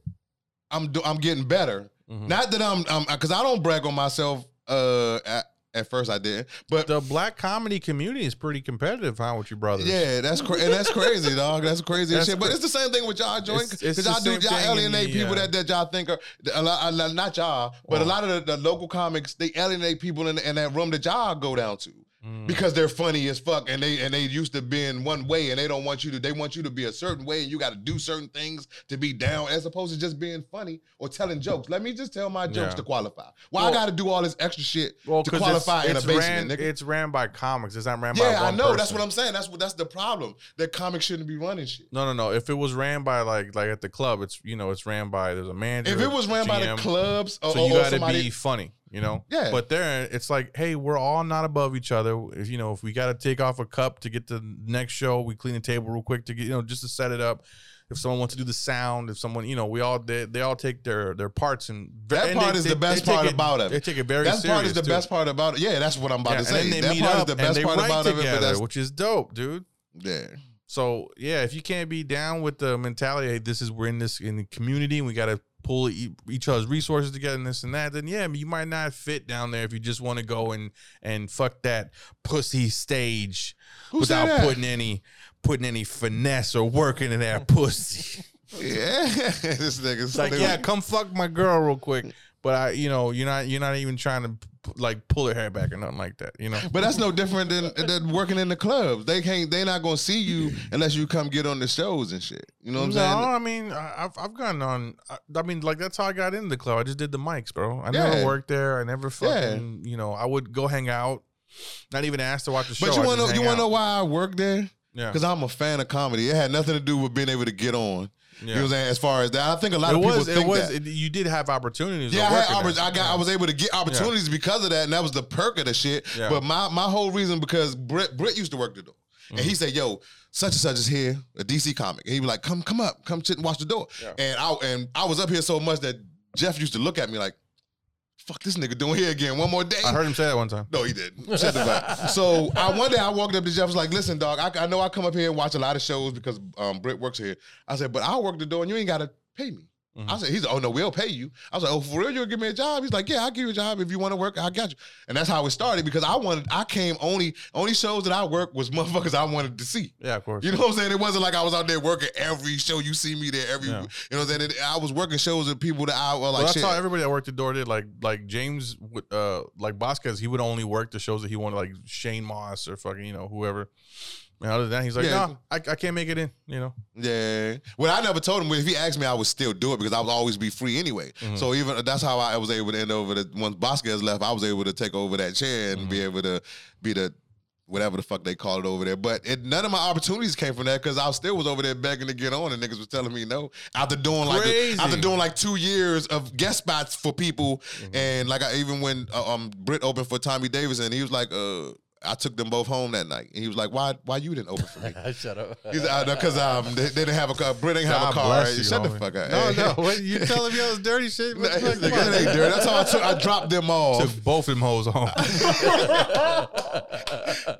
I'm do, I'm getting better. Mhm. Not that I'm, I'm, because I don't brag on myself. Uh, at, at first I did, but The black comedy community is pretty competitive, huh, with your brothers? Yeah, that's cra- and that's crazy, dog. That's crazy as That's shit. But cra- it's the same thing with y'all joint It's- it's because the y'all do same thing y'all in alienate the, people uh, that, that y'all think are a lot, a lot- not y'all, but a Oh. lot of the, the local comics they alienate people in, in that room that y'all go down to Mm. because they're funny as fuck and they and they used to being one way and they don't want you to they want you to be a certain way and you got to do certain things to be down as opposed to just being funny or telling jokes. Let me just tell my jokes Yeah. to qualify. Why I Well- got to do all this extra shit Well, to 'cause qualify it's, in a it's basement? ran, nigga? It's ran by comics. It's not ran by Yeah, I one know. That's person. what I'm saying. That's what that's the problem. That comics shouldn't be running shit. No, no, no. If it was ran by like like at the club, it's you know it's ran by there's a manager. If it was ran by the GM, clubs or, so you or got to somebody, be funny, you know. Yeah. But there, it's like, hey, we're all not above each other. If, you know, if we got to take off a cup to get to the next show, we clean the table real quick to get you know just to set it up. If someone wants to do the sound, if someone you know, we all they, they all take their their parts and That and part is the best take part it- about it. They take it very that part is serious, the too. best part about it. Yeah, that's what I'm about Yeah, to and say. then they that meet part up is the and best they part write about together, it. But that's, which is dope, dude. yeah. So yeah, if you can't be down with the mentality, hey, this is we're in this in the community, and we got to pull e- each other's resources together and this and that. Then yeah, you might not fit down there if you just want to go and and fuck that pussy stage Who said without that? putting any putting any finesse or working in that pussy. Yeah, this nigga's It's like yeah, come fuck my girl real quick, but I you know you're not you're not even trying to p- like pull her hair back or nothing like that. You know. But that's no different than, than working in the clubs. They can't. They're not gonna see you unless you come get on the shows and shit. You know what I'm no, saying? I mean, I- I've I've gotten on. I, I mean, like that's how I got into the club. I just did the mics, bro. I Yeah. never worked there. I never fucking, you know, I would go hang out, not even ask to watch the show. But I you just wanna hang you wanna out. know why I work there? Yeah, Because I'm a fan of comedy. It had nothing to do with being able to get on. You know yeah. what I'm saying? As far as that, I think a lot it of people was. It think was. that. It, you did have opportunities. Yeah, of I, had working oppor- there. I got. I was able to get opportunities because of that, and that was the perk of the shit. Yeah. But my my whole reason because Britt Britt used to work the door, and Mm-hmm. he said, "Yo, such and such is here, a DC comic." And he was like, "Come, come up, come sit and watch the door." Yeah. And I and I was up here so much that Jeff used to look at me like, "Fuck this nigga doing here again one more day." I heard him say that one time. No, he didn't. Shut the fuck. So I one day I walked up to Jeff was like, "Listen, dog, I, I know I come up here and watch a lot of shows because um, Britt works here." I said, "But I work the door and you ain't gotta pay me." Mm-hmm. I said, "He's like, oh no, we'll pay you." I was like, "Oh, for real? You'll give me a job?" He's like, "Yeah, I'll give you a job if you want to work. I got you." And that's how it started because I wanted. I came only only shows that I worked was motherfuckers I wanted to see. Yeah, of course. You know what I'm saying? It wasn't like I was out there working every show. You see me there every. Yeah. You know what I'm saying? I was working shows with people that I well, like. well, that's shit. how everybody that worked the door did. Like, like James, would, uh, like Vasquez, he would only work the shows that he wanted, like Shane Moss or fucking, you know, whoever. And other than that, he's like, Yeah. no, I, I can't make it in. You know, Yeah. Well, I never told him. If he asked me, I would still do it because I would always be free anyway. So even that's how I was able to end over the once Vasquez left, I was able to take over that chair and be able to be the whatever the fuck they call it over there. But it, none of my opportunities came from that because I still was over there begging to get on, and niggas was telling me no. After doing like the- Crazy. after doing like two years of guest spots for people, and like I, even when uh, um Brit opened for Tommy Davis, and he was like, uh, I took them both home that night, and he was like, why why you didn't open for me? Shut up. He's like, because um they, they didn't have a car. Brit didn't have a God car. bless you, Shut the homie. fuck up. No, Hey. no. What, you telling me all this dirty shit? No, What the it's fuck? like, Come on. that ain't dirty. That's how I took. I dropped them off. Took both them hoes home.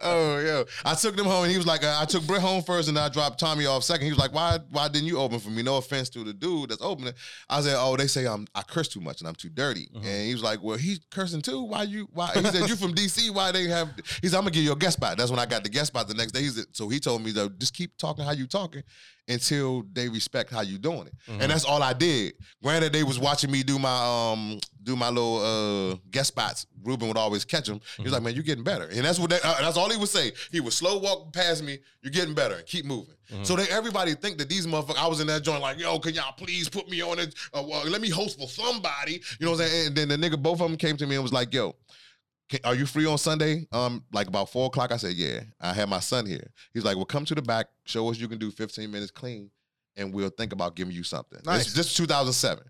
Oh yeah, I took them home, and he was like, uh, I took Britt home first, and I dropped Tommy off second. He was like, Why? Why didn't you open for me? No offense to the dude that's opening. I said, Oh, they say I'm I curse too much and I'm too dirty. Uh-huh. And he was like, Well, he's cursing too. Why you? Why? He said, You from DC? Why they have? He's I'm gonna give you a guest spot. That's when I got the guest spot the next day. He said, So he told me though, just keep talking how you talking until they respect how you doing it. And that's all I did. Granted, they was watching me do my um do my little uh guest spots. Ruben would always catch him. He was like, "Man, you're getting better," and that's what they, uh, that's all he would say. He would slow walk past me. You're getting better. and Keep moving. So they everybody think that these motherfuckers. I was in that joint like, "Yo, can y'all please put me on it? Uh, well, let me host for somebody." You know what I'm saying? And then the nigga, both of them came to me and was like, "Yo." can, are you free on Sunday? Um, like about four o'clock. I said, yeah. I had my son here. He's like, well, come to the back, show us you can do 15 minutes clean, and we'll think about giving you something. Nice. This, this is 2007,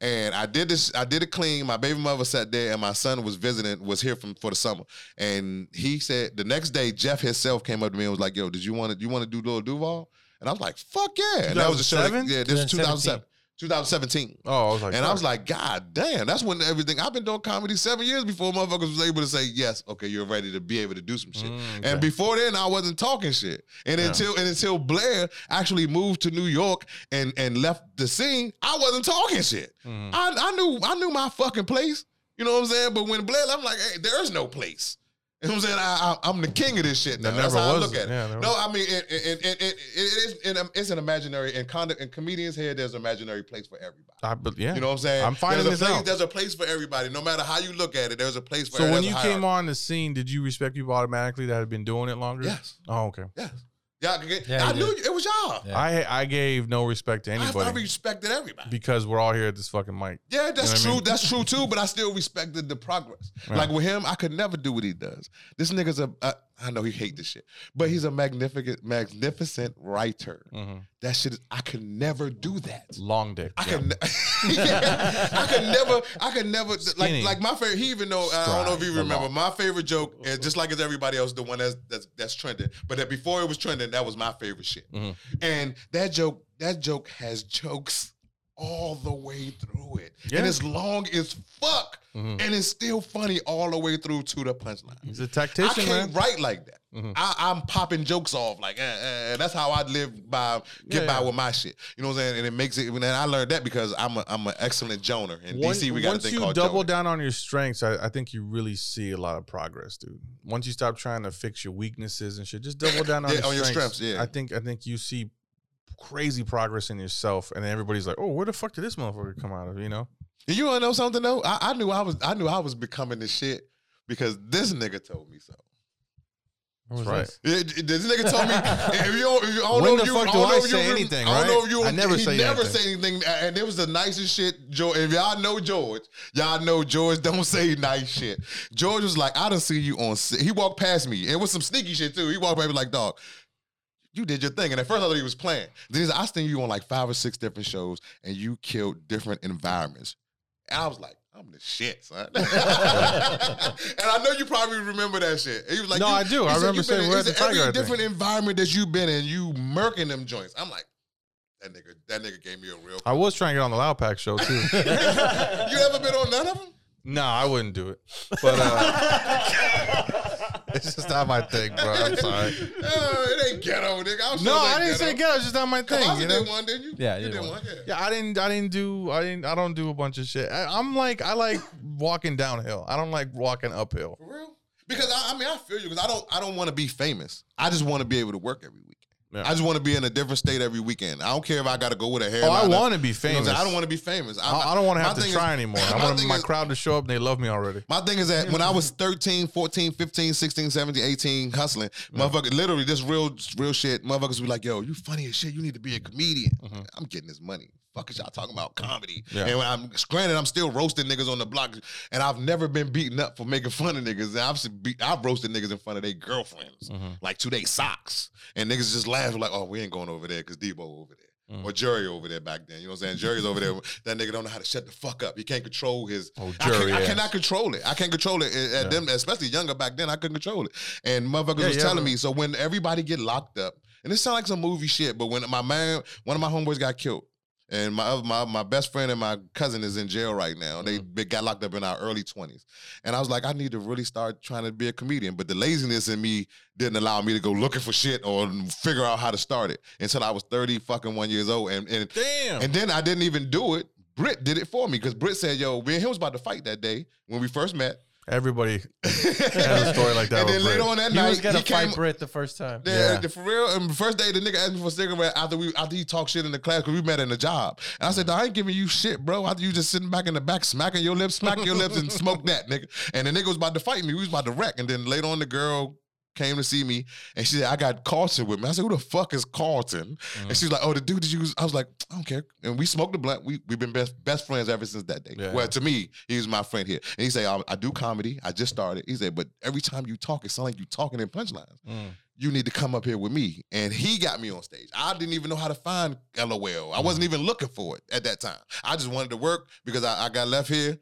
and I did this. I did it clean. My baby mother sat there, and my son was visiting, was here from for the summer, and he said the next day, Jeff himself came up to me and was like, yo, did you want to you want to do Little Duval? And I was like, fuck yeah. And that was the show. that- 2007? yeah, this is 2007. 2017. Oh, I was like, And I was like, God damn, that's when everything. I've been doing comedy seven years before motherfuckers was able to say, yes, okay, you're ready to be able to do some shit. Mm, And before then, I wasn't talking shit. And until and until Blair actually moved to New York and and left the scene, I wasn't talking shit. Mm-hmm. I, I knew I knew my fucking place. You know what I'm saying? But when Blair, left, I'm like, hey, there's no place. You know what I'm saying? I, I, I'm the king of this shit. Now. There That's never how I was- look at it. yeah, there no, I mean, it, it, it, it, it, it is, it, it's an imaginary, in, con- in comedians' head, there's an imaginary place for everybody. I, but yeah. You know what I'm saying? I'm finding there's this a place, out. There's a place for everybody, no matter how you look at it. There's a place for. so when there's you a came hierarchy. on the scene, did you respect people automatically that had been doing it longer? Yes. Oh, okay. y'all could get, Yeah, I you knew you, it was y'all. Yeah. I I gave no respect to I, I anybody respected everybody. because we're all here at this fucking mic. yeah, You know what I that's true. mean? That's true too. But I still respected the progress. Right. Like with him, I could never do what he does. This nigga's a. I, I know he hate this shit, but he's a magnificent, magnificent writer. Mhm. That shit, is, I could never do that. Long dick. I can, yeah, I could never, I could never Skinny. like like my favorite. He even know I don't know if you Stride a remember lot. my favorite joke is just like as everybody else, the one that's that's that's trending. But that before it was trending, that was my favorite shit. Mhm. And that joke, that joke has jokes all the way through it, Yeah. and it's long as fuck, Mhm. and it's still funny all the way through to the punchline. He's a I tactician, can't man. write like that. Mhm. I, I'm popping jokes off like eh, eh, eh. that's how I live by get Yeah, by yeah. with my shit. You know what I'm saying? And it makes it. And I learned that because I'm a, I'm an excellent joner. In One- DC, we got a once thing you called double joning. down on your strengths, I, I think you really see a lot of progress, dude. Once you stop trying to fix your weaknesses and shit, just double down on, Yeah, your, on your strengths. strengths, yeah. I think I think you see crazy progress in yourself, and then everybody's like, "Oh, where the fuck did this motherfucker come out of?" You know? And you wanna know something though? I, I knew I was I knew I was becoming this shit because this nigga told me so. That's right. It- it- This nigga told me if you don't, if you, I don't When know the if you, fuck I do don't know I if you say rem- anything, I don't know right? if you. I never he say never anything. say anything, and it was the nicest shit. George, if y'all know George, y'all know George don't say nice shit. George was like, I done see you on. se-" He walked past me, and it was some sneaky shit too. He walked by me like, dog. You did your thing, and at first I thought he was playing. Then he's like, I seen you on like five or six different shows, and you killed different environments. And I was like, I'm the shit, son. and I know you probably remember that shit. He was like, No, you- I do. he I said, remember "You been saying in- we're he at the said, every Tiger, I think." different environment that you've been in, you murking them joints. I'm like, that nigga, that nigga gave me a real. I was trying to get on the Loud Pack show too. Uh, you ever been on none of them? no, I wouldn't do it, but uh, it's just not my thing, bro. I'm sorry. Uh, it ain't ghetto, nigga. I'm sure No, it ain't I didn't say ghetto. ghetto. It's just not my Kamasi thing. You know? did one, didn't you? Yeah, I you did did one. one. yeah. Yeah, I didn't. I didn't do. I didn't. I don't do a bunch of shit. I, I'm like. I like walking downhill. I don't like walking uphill. For real? Because I, I mean, I feel you. Because I don't, I don't want to be famous. I just want to be able to work every week. Yeah. I just want to be in a different state every weekend. I don't care if I got to go with a hair. Oh, I want to be You know what I'm famous. saying? I don't want to be famous. I'm- I I don't want to have my to thing is- try anymore. I my want thing my is- crowd to show up and they love me already. My thing is that when I was 13, 14, 15, 16, 17, 18, hustling, motherfucker, literally this real real shit, motherfuckers be like, yo, you funny as shit. You need to be a comedian. I'm getting this money. Fuck is y'all talking about comedy. Mm-hmm. Yeah. And when I'm granted, I'm still roasting niggas on the block. And I've never been beaten up for making fun of niggas. And I've s- be- I've roasted niggas in front of their girlfriends, Mm-hmm. like to their socks. And niggas just laugh like, oh, we ain't going over there because Debo over there. Mm. Or Jerry over there back then. You know what I'm saying? Jerry's over there. That nigga don't know how to shut the fuck up. He can't control his Oh, I, can, Jerry I ass. cannot control it. I can't control it. eh, At them, especially younger back then, I couldn't control it. And motherfuckers Yeah, was yeah, telling bro. me. So when everybody get locked up, and this sounds like some movie shit, but when my man, one of my homeboys got killed. And my, other- my my best friend and my cousin is in jail right now. They, Mm-hmm. they got locked up in our early twenties, and I was like, I need to really start trying to be a comedian. But the laziness in me didn't allow me to go looking for shit or figure out how to start it until I was thirty fucking one years old. And and Damn. and then I didn't even do it. Britt did it for me because Britt said, "Yo, me and him was about to fight that day when we first met." Everybody has a story like that. and with then later Brit. on that He night, was gonna he fight came. Britt the first time. Yeah, Yeah. the- for real. And the first day, the nigga asked me for a cigarette after we after he talked shit in the class because we met in the job. And I said, "Dawg, "I ain't giving you shit, bro. After you just sitting back in the back, smacking your lips, smacking your lips, and smoke that nigga." And the nigga was about to fight me. We was about to wreck. And then later on, the girl came to see me and she said, I got Carlton with me. I said, Who the fuck is Carlton? And she was like, Oh, the dude that you was I was like, I don't care. And we smoked the blunt. We we've been best best friends ever since that day. Yeah. Well, to me, he was my friend here. And he said, I, I do comedy. I just started. He said, but every time you talk, it sounds like you talking in punchlines. Mm. You need to come up here with me. And he got me on stage. I didn't even know how to find LOL. I Mm-hmm. wasn't even looking for it at that time. I just wanted to work because I, I got left here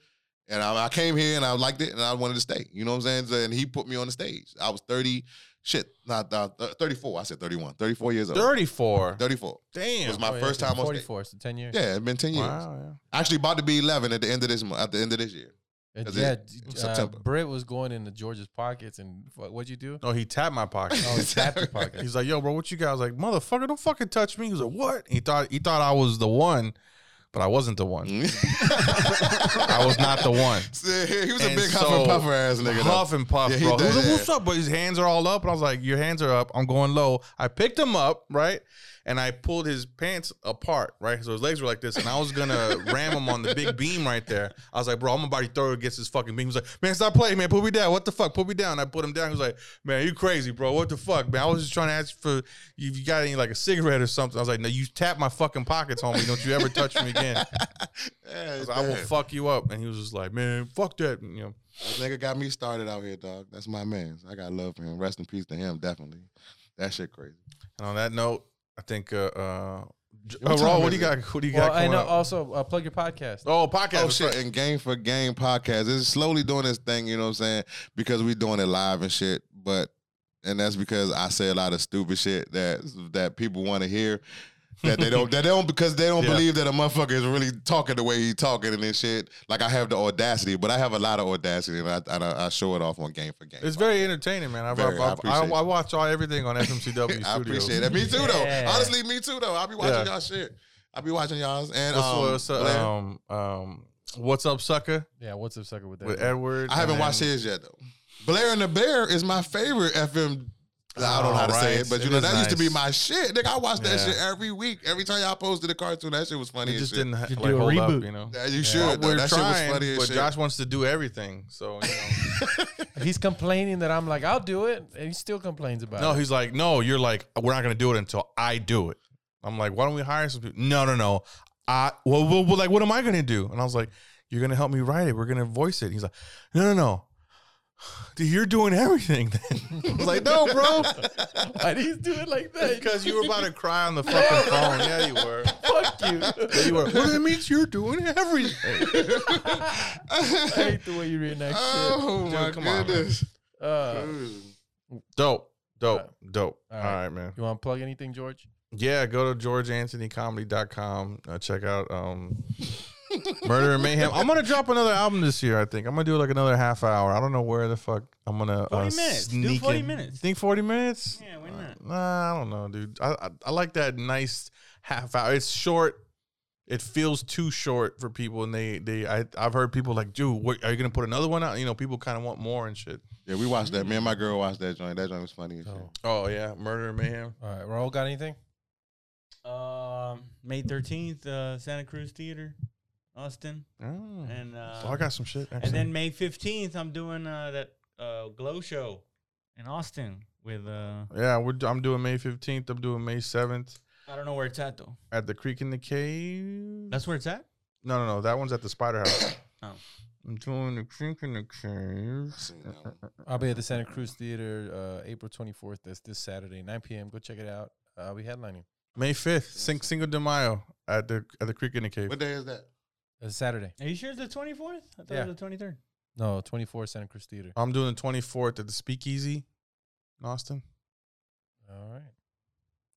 and I, I came here and I liked it and I wanted to stay. You know what I'm saying? So- And he put me on the stage. I was 30, shit, not uh, th- 34. I said 31, 34 years old. 34. 34 Damn. was my Oh, yeah, first time on stage. 44, so 10 years. Yeah, it's been 10 years. Wow, Actually, about to be 11 at the end of this month, at the end of this year. And That's yeah, it. d- In uh, September. Britt was going into George's pockets, and what, what'd you do? yeah. No, he tapped my pocket. Oh, it's that the pocket. He's like, yo, bro, what you got? I was like, motherfucker, don't fucking touch me. He was like, what? He thought he thought I was the one, but I wasn't the one. I was not the one. See, he was a And big huff so- and puffer ass nigga. though. Huff and puff, Yeah, he bro. He was like, did. what's up? But his hands are all up. And I was like, your hands are up. I'm going low. I picked him up, right? And I pulled his pants apart, right? So his legs were like this. And I was going to ram him on the big beam right there. I was like, bro, I'm about to throw it against his fucking beam. He was like, man, stop playing, man. Put me down. What the fuck? Put me down. I put him down. He was like, man, you crazy, bro. What the fuck, man? I was just trying to ask for, if you got any, like a cigarette or something. I was like, no, you tap my fucking pockets, homie. Don't you ever touch me again. Yeah, I was like, I will damn. fuck you up. And he was just like, man, fuck that. You know. That nigga got me started out here, dog. That's my man. I got love for him. Rest in peace to him, definitely. That shit crazy. And on that note, I think uh, uh, J- What uh, time Raul, is what do you it? got? What do you Well, got? and coming uh, up? also uh, plug your podcast. oh, podcast. Oh shit! And game for game podcast. It's slowly doing this thing, you know what I'm saying? Because we doing it live and shit. But and that's because I say a lot of stupid shit that that people want to hear. That they don't. that they don't because they don't Yeah. believe that a motherfucker is really talking the way he talking and this shit. Like I have the audacity, but I have a lot of audacity, and I and I, I show it off on game for game. It's very entertaining, man. I've, Very, I I've, I, I, appreciate I watch all everything on FMCW Studios. I appreciate that. Me too, though. Yeah. Honestly, me too, though. I be watching Yeah. y'all shit. I be watching y'all's and What's, um, what's, uh, Blair. um, um, what's up, sucker? Yeah, what's up, sucker with that? With Edward. I haven't and watched then- his yet though. Blair and the Bear is my favorite FM. I don't know how to say Alright. it, but you It know is that used to be nice. my shit. Nigga, I watched that Yeah. shit every week. Every time y'all posted a cartoon, that shit was funny. It as just shit. didn't ha- You like, do a hold up, reboot. you know. Yeah, you Well, should. though. we're That shit was trying, funny as but shit. Josh wants to do everything. So you know. He's complaining that I'm like, I'll do it, and he still complains about no, it. he's like, no, you're like, we're not gonna do it until I do it. I'm like, why don't we hire some people? No, no, no. I well, well, well, like, what am I gonna do? And I was like, you're gonna help me write it. We're gonna voice it. He's like, no, no, no. Dude, you're doing everything. Then I was like, no, bro, Why do you do it like that? because you were about to cry on the fucking phone. Yeah, you were. fuck you. Yeah, you were. Well, that means you're doing everything. I hate the way you reenact shit. oh Dude, my come on, man. goodness. Uh, Dope, dope, dope. All All right. right, man. you want to plug anything, George? Yeah, go to georgeanthonycomedy.com. Uh, check out um, Murder and Mayhem. I'm going to drop another album this year, I think. I'm going to do like another half hour. I don't know where the fuck I'm going to. 40 minutes. Do 40 minutes. You think 40 minutes? Uh, Yeah, why not? Nah, I don't know, dude. I, I, I like that nice half hour. It's short. it feels too short for people, and they they I I've heard people like, dude, what, are you gonna put another one out? You know, people kind of want more and shit. Yeah, we watched that. Me and my girl watched that joint. That joint was funny as shit. Oh. Oh yeah, murder and mayhem. All right, Raul, got anything? Um, May thirteenth, uh, Santa Cruz Theater, Austin, Oh. and uh, So I got some shit. and actually. then May fifteenth, I'm doing uh, that uh, glow show in Austin with uh, yeah, we're, I'm doing May fifteenth. I'm doing May seventh I don't know where it's at though. at the Creek in the Cave. That's where it's at. no, no, no. That one's at the Spider House. Oh. I'm doing the Creek in the Cave. Seen that one. I'll be at the Santa Cruz Theater uh, April 24th. That's this Saturday, 9 p.m. Go check it out. I'll be headlining. May fifth, Sing- Cinco de Mayo at the at the Creek in the Cave. What day is that? It's Uh, Saturday. Are you sure it's the twenty fourth? I thought Yeah. it was the twenty third. No, 24th Santa Cruz Theater. I'm doing the 24th at the Speakeasy in Austin. All right.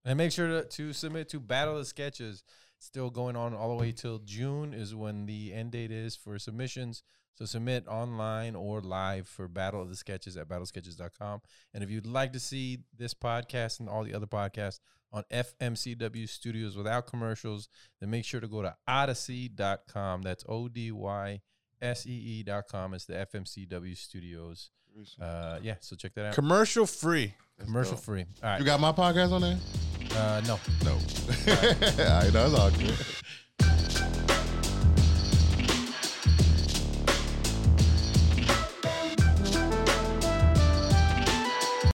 And make sure to, to submit to Battle of Sketches. Still going on all the way till June is when the end date is for submissions. So submit online or live for Battle of the Sketches at battlesketches.com. And if you'd like to see this podcast and all the other podcasts on FMCW Studios without commercials, then make sure to go to odyssey.com. That's O D Y S E E dot com. It's the FMCW Studios. Uh, yeah, so check that out. Commercial free. Commercial free. All right. You got my podcast on there? uh, no. No. All right, that's all good.